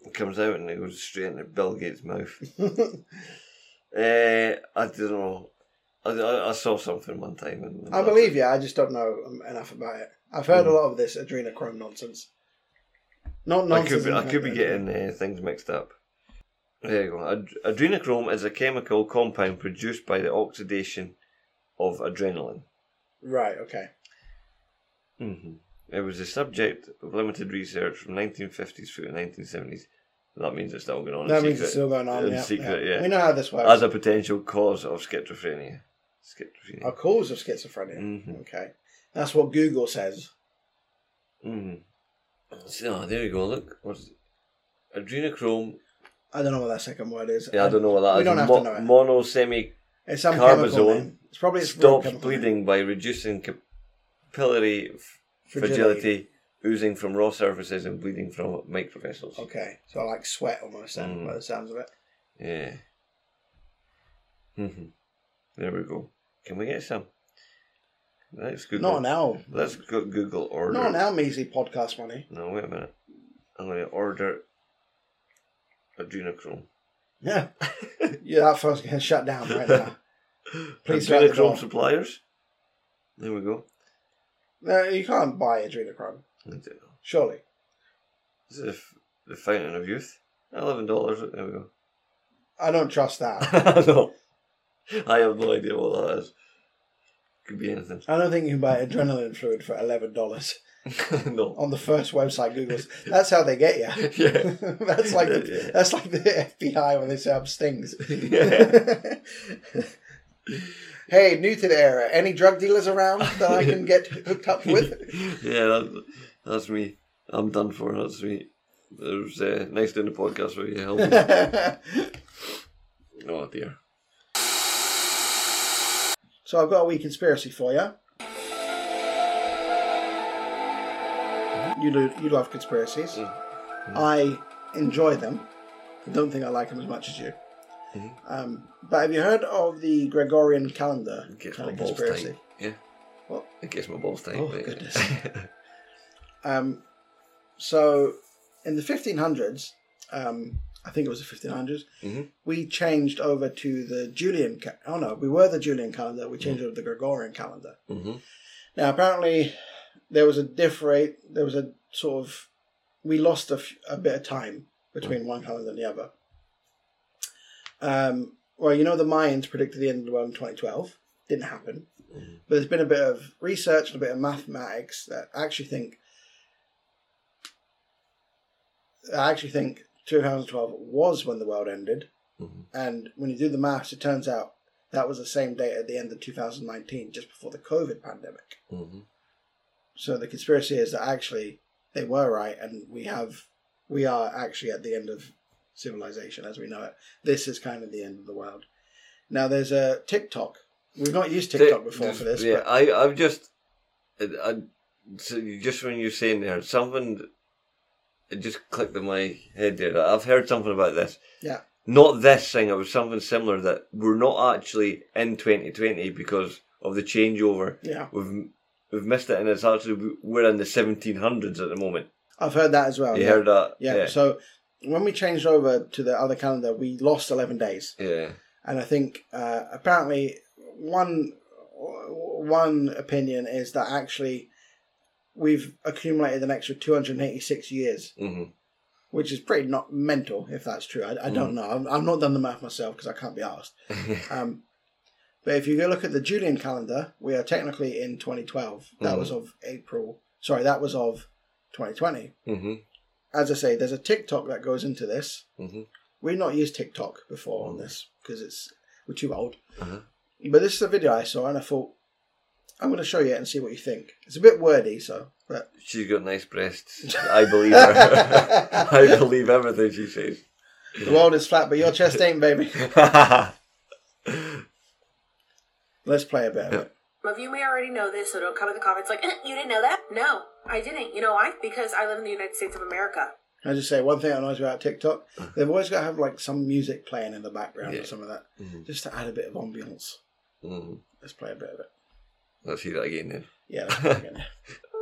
Speaker 2: It comes out and it goes straight into Bill Gates' mouth. uh, I don't know. I, I, I saw something one time. And
Speaker 1: I believe you. I just don't know um, enough about it. I've heard
Speaker 2: Hmm.
Speaker 1: a lot of this adrenochrome nonsense. Not
Speaker 2: I
Speaker 1: nonsense.
Speaker 2: could be, I
Speaker 1: isn't
Speaker 2: could
Speaker 1: it?
Speaker 2: be getting uh, things mixed up. There you go. Ad- adrenochrome is a chemical compound produced by the oxidation of adrenaline.
Speaker 1: right. Okay. Mm-hmm.
Speaker 2: hmm It was the subject of limited research from 1950s through the 1970s. That means it's still going on. in
Speaker 1: That means
Speaker 2: secret-
Speaker 1: it's still going on,
Speaker 2: in
Speaker 1: yeah,
Speaker 2: secret,
Speaker 1: yeah.
Speaker 2: yeah.
Speaker 1: We know how this works.
Speaker 2: As a potential cause of schizophrenia. Schizophrenia.
Speaker 1: A cause of schizophrenia.
Speaker 2: Mhm.
Speaker 1: Okay. That's what Google says.
Speaker 2: Mm.
Speaker 1: Mm-hmm.
Speaker 2: So
Speaker 1: ah,
Speaker 2: oh, there you go. Look, what's it? adrenochrome?
Speaker 1: I don't know what that second word is.
Speaker 2: Yeah, I don't know what that
Speaker 1: we
Speaker 2: is.
Speaker 1: don't have
Speaker 2: Mo-
Speaker 1: to know it.
Speaker 2: Monosemi
Speaker 1: It's some chemical name. It's probably its real
Speaker 2: stops
Speaker 1: chemical
Speaker 2: bleeding by reducing capillary f-
Speaker 1: Fragility.
Speaker 2: fragility. oozing from raw surfaces and bleeding from microvessels.
Speaker 1: Okay. So like sweat almost then,
Speaker 2: Mm.
Speaker 1: by the sounds of it.
Speaker 2: Yeah. hmm There we go. Can we get some? Let's Google.
Speaker 1: Not now.
Speaker 2: Let's go Google order.
Speaker 1: Not on our measly podcast money.
Speaker 2: No, wait a minute. I'm going to order adrenochrome.
Speaker 1: Yeah. yeah, that phone's going to shut down right now. Please shut the door.
Speaker 2: adrenochrome suppliers. There we go.
Speaker 1: No, you can't buy adrenochrome,
Speaker 2: I don't know.
Speaker 1: surely.
Speaker 2: This is the f- the fountain of youth. Eleven dollars. There we go.
Speaker 1: I don't trust that.
Speaker 2: I know. I have no idea what that is. Could be anything.
Speaker 1: I don't think you can buy adrenaline fluid for eleven dollars.
Speaker 2: no.
Speaker 1: On the first website, Google's. That's how they get you.
Speaker 2: Yeah.
Speaker 1: that's like the,
Speaker 2: Yeah.
Speaker 1: that's like the FBI when they set up stings.
Speaker 2: Yeah.
Speaker 1: hey, new to the era. Any drug dealers around that I can get hooked up with?
Speaker 2: yeah, that, that's me. I'm done for. That's me. It was uh, nice doing the podcast with you. Help oh dear.
Speaker 1: So I've got a wee conspiracy for you. You lo- you love conspiracies. I enjoy them. I don't think I like them as much as you. Um, but have you heard of the Gregorian calendar
Speaker 2: Gets
Speaker 1: kind
Speaker 2: my
Speaker 1: of
Speaker 2: balls
Speaker 1: conspiracy?
Speaker 2: tight. Yeah.
Speaker 1: What?
Speaker 2: It gets my balls tight.
Speaker 1: Oh,
Speaker 2: mate.
Speaker 1: goodness. Um, so in the 1500s, um, I think it was the 1500s,
Speaker 2: Mhm.
Speaker 1: we changed over to the Julian. Ca- oh no, we were the Julian calendar. We changed over to the Gregorian calendar.
Speaker 2: Mhm.
Speaker 1: Now apparently, there was a diff rate. There was a sort of we lost a, f- a bit of time between one calendar and the other. Um, well, you know the Mayans predicted the end of the world in 2012. Didn't happen. But there's been a bit of research and a bit of mathematics that actually think I actually think 2012 was when the world ended. And when you do the maths, it turns out that was the same date at the end of 2019, just before the COVID pandemic.
Speaker 4: Uhum.
Speaker 1: So the conspiracy is that actually they were right, and we have we are actually at the end of civilization as we know it. This is kind of the end of the world. Now there's a TikTok. We've not used TikTok before for this.
Speaker 2: Eh, Yeah,
Speaker 1: but
Speaker 2: I, I've just, I, I- so you- just when you're saying there, something, it just clicked in my head there. I've heard something about this.
Speaker 1: Yeah.
Speaker 2: Not this thing, it was something similar that we're not actually in 2020 because of the changeover.
Speaker 1: Yeah.
Speaker 2: We've, we've missed it, and it's actually, we're in the 1700s at the moment.
Speaker 1: I've heard that as well.
Speaker 2: You
Speaker 1: yeah.
Speaker 2: heard that?
Speaker 1: Yeah.
Speaker 2: Yeah.
Speaker 1: So when we changed over to the other calendar, we lost eleven days,
Speaker 2: Yeah.
Speaker 1: and I think uh, apparently one one opinion is that actually we've accumulated an extra two hundred eighty six years,
Speaker 2: Mm-hmm.
Speaker 1: which is pretty not mental if that's true. I, I
Speaker 2: Mhm.
Speaker 1: don't know. I've, I've not done the math myself because I can't be asked. um, but if you go look at the Julian calendar, we are technically in 2012. That
Speaker 2: Mhm.
Speaker 1: was of April. Sorry, that was of 2020
Speaker 2: Mm-hmm.
Speaker 4: Uhum.
Speaker 1: as I say, there's a TikTok that goes into this.
Speaker 2: Mhm.
Speaker 1: We've not used TikTok before on this because it's we're too old.
Speaker 4: Uhum.
Speaker 2: Uh-huh.
Speaker 1: But this is a video I saw and I thought I'm going to show you it and see what you think. It's a bit wordy, so but
Speaker 2: She's got nice breasts. I believe her. I believe everything she says.
Speaker 1: the world is flat, but your chest ain't, baby. Let's play a bit of it.
Speaker 19: Some of you may already know this, so don't come in the comments like, "Eh, you didn't know that? No, I didn't. You know why? Because I live in the United States of America.
Speaker 1: Can I just say one thing I notice about TikTok? They've always got to have like some music playing in the background
Speaker 2: Yeah.
Speaker 1: or some of that,
Speaker 2: Mhm.
Speaker 1: just to add a bit of ambience.
Speaker 2: Mm-hmm.
Speaker 1: Let's play a bit of it.
Speaker 2: Let's hear that again then.
Speaker 1: Yeah. Let's play it again.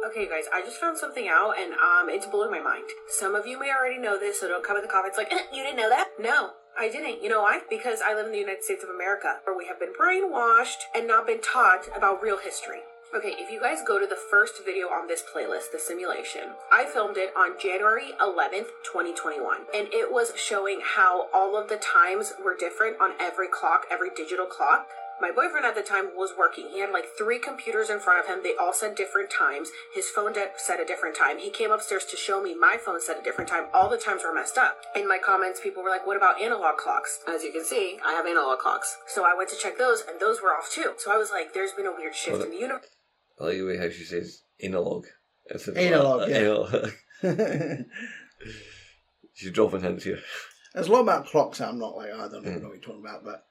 Speaker 19: Okay, guys, I just found something out, and um, it's blowing my mind. Some of you may already know this, so don't come in the comments like, "Eh, you didn't know that? No, I didn't. You know why? Because I live in the United States of America, where we have been brainwashed and not been taught about real history. Okay, if you guys go to the first video on this playlist, the simulation, I filmed it on January 11th, 2021, and it was showing how all of the times were different on every clock, every digital clock. My boyfriend at the time was working. He had like three computers in front of him. They all said different times. His phone de- said a different time. He came upstairs to show me my phone said a different time. All the times were messed up. In my comments, people were like, What about analog clocks? As you can see, I have analog clocks. So I went to check those, and those were off too. So I was like, There's been a weird shift in the universe.
Speaker 2: I like the way how she says analog. It's a-
Speaker 1: Analog,
Speaker 2: uh,
Speaker 1: yeah.
Speaker 2: anal- She's dropping hints here.
Speaker 1: There's a lot about clocks that I'm not like I don't even know what you're talking about, but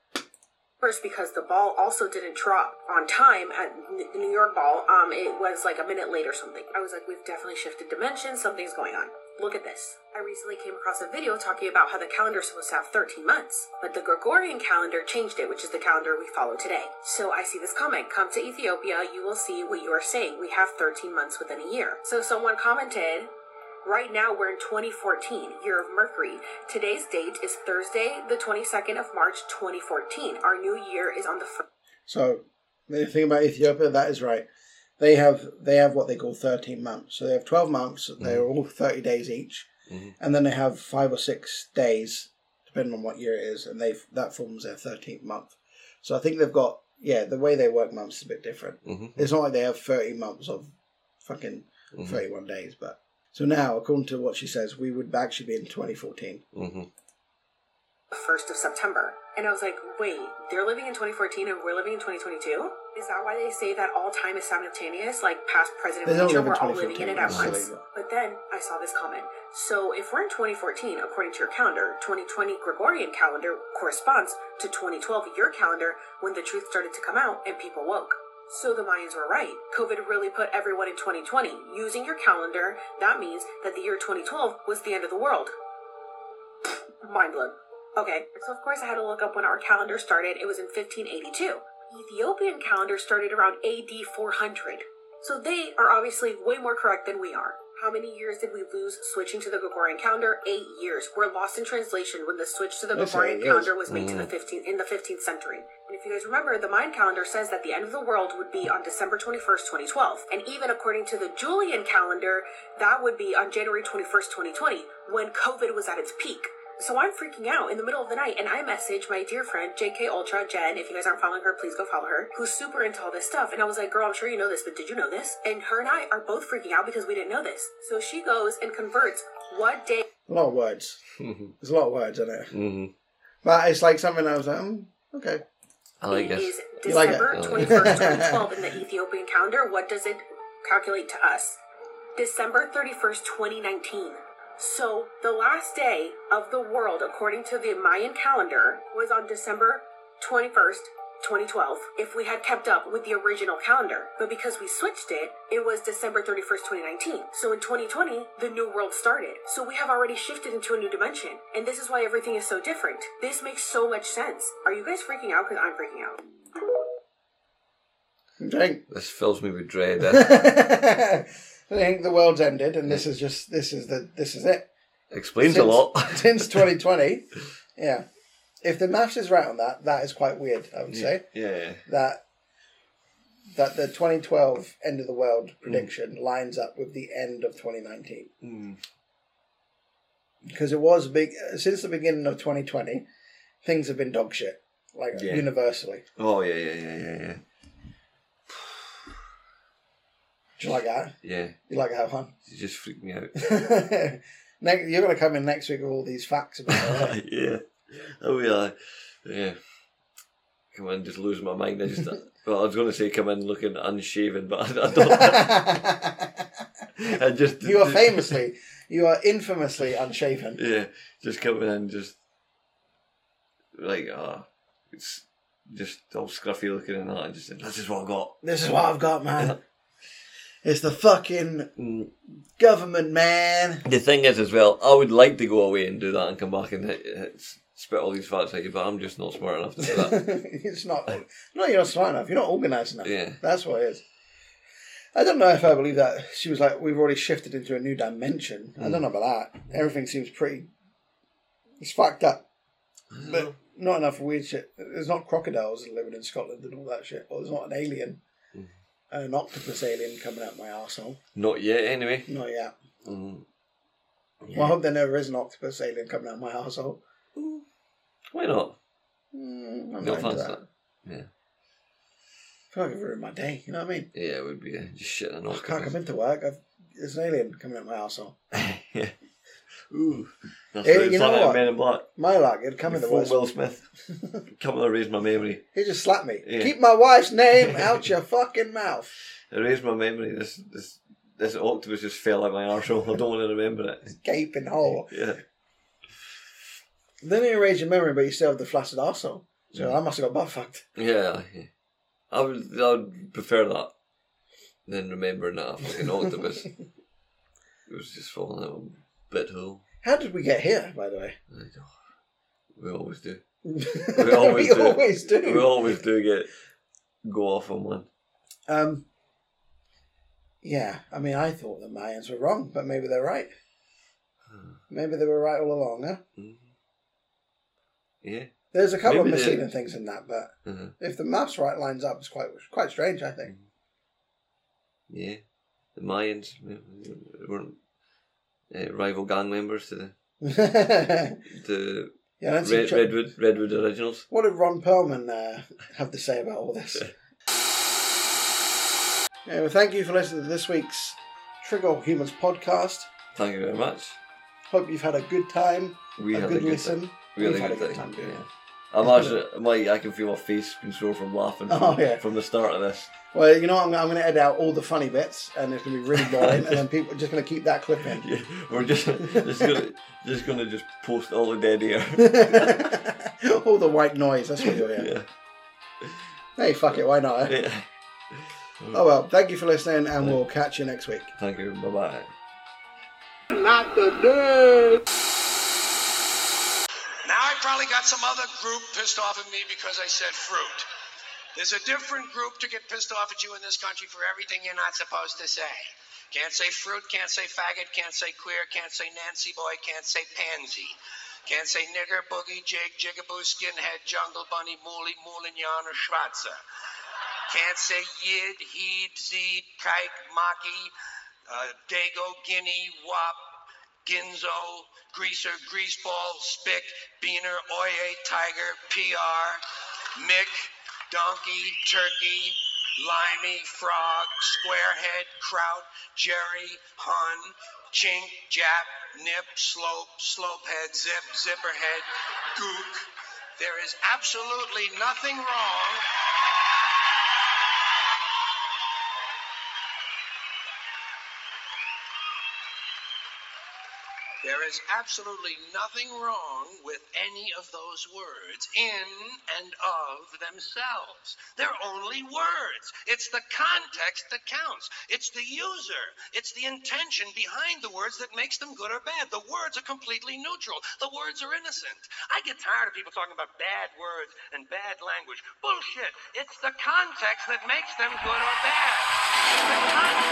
Speaker 19: First, because the ball also didn't drop on time at N- the New York ball. Um, it was like a minute late or something. I was like, we've definitely shifted dimensions. Something's going on. Look at this. I recently came across a video talking about how the calendar is supposed to have 13 months, but the Gregorian calendar changed it, which is the calendar we follow today. So I see this comment come to Ethiopia, you will see what you are saying. We have 13 months within a year. So someone commented, Right now, we're in 2014, year of Mercury. Today's date is Thursday, the 22nd of March, 2014. Our new year is on the first.
Speaker 1: So the thing about Ethiopia, that is right. They have they have what they call thirteen months. So they have twelve months. They're all thirty days each,
Speaker 10: 嗯
Speaker 1: and then they have five or six days, depending on what year it is, and they that forms their thirteenth month. So I think they've got yeah. The way they work months is a bit different.
Speaker 4: Uhum.
Speaker 2: Mhm.
Speaker 1: It's not like they have thirty months of fucking
Speaker 2: Mhm.
Speaker 1: thirty-one days, but so now according to what she says, we would actually be in twenty fourteen.
Speaker 2: Mm-hmm.
Speaker 19: the 1st of September. And I was like, wait, they're living in 2014 and we're living in 2022? Is that why they say that all time is simultaneous? Like past, present,
Speaker 1: They
Speaker 19: and
Speaker 1: don't
Speaker 19: future,
Speaker 1: live in
Speaker 19: we're all living in
Speaker 1: 2014,
Speaker 19: it at
Speaker 1: that's silly.
Speaker 19: once. But then I saw this comment. So if we're in 2014, according to your calendar, 2020 Gregorian calendar corresponds to 2012 your calendar when the truth started to come out and people woke. So the Mayans were right. COVID really put everyone in 2020. Using your calendar, that means that the year 2012 was the end of the world. Mind blown. Okay, so of course I had to look up when our calendar started. It was in 1582. Ethiopian calendar started around AD 400. So they are obviously way more correct than we are. How many years did we lose switching to the Gregorian calendar? Eight years. We're lost in translation when the switch to the
Speaker 1: They say
Speaker 19: Gregorian
Speaker 1: eight years.
Speaker 19: calendar was made to the
Speaker 1: Mm.
Speaker 19: 15th in the 15th century. And if you guys remember, the Mayan calendar says that the end of the world would be on December 21st, 2012. And even according to the Julian calendar, that would be on January 21st, 2020, when COVID was at its peak. So I'm freaking out in the middle of the night, and I message my dear friend JK Ultra Jen. If you guys aren't following her, please go follow her. Who's super into all this stuff, and I was like, "Girl, I'm sure you know this, but did you know this?" And her and I are both freaking out because we didn't know this. So she goes and converts what day
Speaker 1: A lot of words.
Speaker 2: Mm-hmm.
Speaker 1: There's a lot of words in it.
Speaker 2: Mhm.
Speaker 1: But it's like something I was like, mm, okay.
Speaker 2: I like it.
Speaker 19: is
Speaker 1: You like it?
Speaker 19: December
Speaker 1: Oh.
Speaker 19: 21st, 2012 in the Ethiopian calendar. What does it calculate to us? December 31st, 2019. So the last day of the world, according to the Mayan calendar, was on December 21st, 2012, if we had kept up with the original calendar. But because we switched it, it was December 31st, 2019. So in 2020, the new world started. So we have already shifted into a new dimension. And this is why everything is so different. This makes so much sense. Are you guys freaking out? Because I'm freaking out.
Speaker 1: Drink.
Speaker 2: This fills me with dread.
Speaker 1: I think the world's ended, and this is just this is the this is it.
Speaker 2: Explains a
Speaker 1: Since-
Speaker 2: lot.
Speaker 1: since 2020. Yeah, if the maths is right on that, that is quite weird. I would say
Speaker 2: Yeah.
Speaker 1: that that the 2012 end of the world
Speaker 2: Mm.
Speaker 1: prediction lines up with the end of 2019 because it was big since the beginning of 2020. Things have been dog shit, like
Speaker 2: Yeah.
Speaker 1: universally.
Speaker 2: Oh yeah, yeah, yeah, yeah, yeah.
Speaker 1: Do you like that?
Speaker 2: Yeah.
Speaker 1: You like to have fun?
Speaker 2: It just freaked me out.
Speaker 1: next, you're going to come in next week with all these facts about it.
Speaker 2: yeah. Oh yeah. Yeah. Come on, just lose my mind. I just well, I was going to say come in looking unshaven, but I, I don't. I just
Speaker 1: you are famously, you are infamously unshaven.
Speaker 2: Yeah, just coming in, just like ah, it's just all scruffy looking and that. And just this is what I got.
Speaker 1: This is what I've got, man. It's the fucking government, man.
Speaker 2: The thing is, as well, I would like to go away and do that and come back and hit, hit, spit all these facts at you, but I'm just not smart enough to do that.
Speaker 1: it's not. No, you're not smart enough. You're not organised enough.
Speaker 2: Yeah.
Speaker 1: That's what it is. I don't know if I believe that. She was like, we've already shifted into a new dimension. I don't know about that. Everything seems pretty. It's fucked up. But not enough weird shit. There's not crocodiles living in Scotland and all that shit. Or there's not an alien, an octopus alien coming out my arsehole.
Speaker 2: Not yet, anyway.
Speaker 1: Not yet.
Speaker 2: Mm.
Speaker 1: Well, I hope there never is an octopus alien coming out my arsehole.
Speaker 2: Why not?
Speaker 1: Mm, I'm
Speaker 2: no
Speaker 1: not into
Speaker 2: offense,
Speaker 1: that.
Speaker 2: that. Yeah,
Speaker 1: I feel like I've ruined my day. You know what I mean?
Speaker 2: yeah, it would be uh, just shit and
Speaker 1: I can't
Speaker 2: octopus.
Speaker 1: come into work. I've, there's an alien coming out my arsehole.
Speaker 2: Ooh, that's
Speaker 1: Eh,
Speaker 2: what it's
Speaker 1: you know
Speaker 2: like
Speaker 1: what?
Speaker 2: Men in Black.
Speaker 1: My luck, it'd come in the
Speaker 2: Full
Speaker 1: worst.
Speaker 2: Will Smith. Come and erase my memory.
Speaker 1: He just slapped me.
Speaker 2: Yeah.
Speaker 1: Keep my wife's name out your fucking mouth.
Speaker 2: Erase my memory. This this this octopus just fell out my arsehole. I don't want to remember it.
Speaker 1: Gaping hole.
Speaker 2: Yeah.
Speaker 1: Then you erase your memory, but you still have the flaccid arsehole. So I must have got butt fucked.
Speaker 2: Yeah, yeah. I would, I would prefer that than remembering that I fucking octopus. it was just falling out a bit hole.
Speaker 1: How did we get here, by the way?
Speaker 2: We always do.
Speaker 1: We
Speaker 2: We always, do.
Speaker 1: always do.
Speaker 2: We always do get go off on one.
Speaker 1: Um, yeah, I mean, I thought the Mayans were wrong, but maybe they're right.
Speaker 10: 嗯
Speaker 1: Maybe they were right all along, huh?
Speaker 2: Yeah.
Speaker 1: There's a couple
Speaker 2: Maybe
Speaker 1: of
Speaker 2: they-
Speaker 1: misleading things in that, but
Speaker 2: Mhm.
Speaker 1: if the maps right lines up, it's quite quite strange, I
Speaker 2: Mm.
Speaker 1: think.
Speaker 2: Yeah. The Mayans they weren't uh, rival gang members to the the
Speaker 1: Yeah, that's
Speaker 2: Red,
Speaker 1: inter-
Speaker 2: Redwood Redwood Originals.
Speaker 1: What did Ron Perlman uh, have to say about all this? yeah, well, thank you for listening to this week's Trigger Humans podcast.
Speaker 2: Thank you very much.
Speaker 1: Hope you've had a good time,
Speaker 2: We
Speaker 1: a
Speaker 2: had
Speaker 1: good
Speaker 2: a good
Speaker 1: listen.
Speaker 2: time. We had
Speaker 1: We've
Speaker 2: a
Speaker 1: had
Speaker 2: good,
Speaker 1: a good
Speaker 2: time.
Speaker 1: time, yeah.
Speaker 2: yeah. Imagine, my, I can feel my face being sore from laughing from,
Speaker 1: Oh, yeah.
Speaker 2: from the start of this.
Speaker 1: Well, you know what? I'm, I'm going to edit out all the funny bits, and it's going to be really boring. and then people are just going to keep that clip in.
Speaker 2: Yeah, we're just just gonna just gonna just post all the dead air.
Speaker 1: all the white noise. That's what you'll hear. Hey, fuck it. Why not? eh?
Speaker 2: Yeah.
Speaker 1: Oh well. Thank you for listening, and we'll catch you next week.
Speaker 2: Thank you. Bye bye.
Speaker 18: Not the dude.
Speaker 3: Now I probably got some other group pissed off at me because I said fruit. There's a different group to get pissed off at you in this country for everything you're not supposed to say. Can't say fruit, can't say faggot, can't say queer, can't say Nancy boy, can't say pansy. Can't say nigger, boogie, jig, jigaboo, skinhead, jungle bunny, mooly, moolin', or schwarzer. Can't say yid, heed, zeed, kike, maki, uh, dago, guinea, wop, ginzo, greaser, greaseball, spick, beaner, oye, tiger, PR, mick, donkey, turkey, limey, frog, squarehead, kraut, jerry, hun, chink, jap, nip, slope, slopehead, zip, zipperhead, gook. There is absolutely nothing wrong. There is absolutely nothing wrong with any of those words in and of themselves. They're only words. It's the context that counts. It's the user. It's the intention behind the words that makes them good or bad. The words are completely neutral. The words are innocent. I get tired of people talking about bad words and bad language. Bullshit. It's the context that makes them good or bad. It's the context.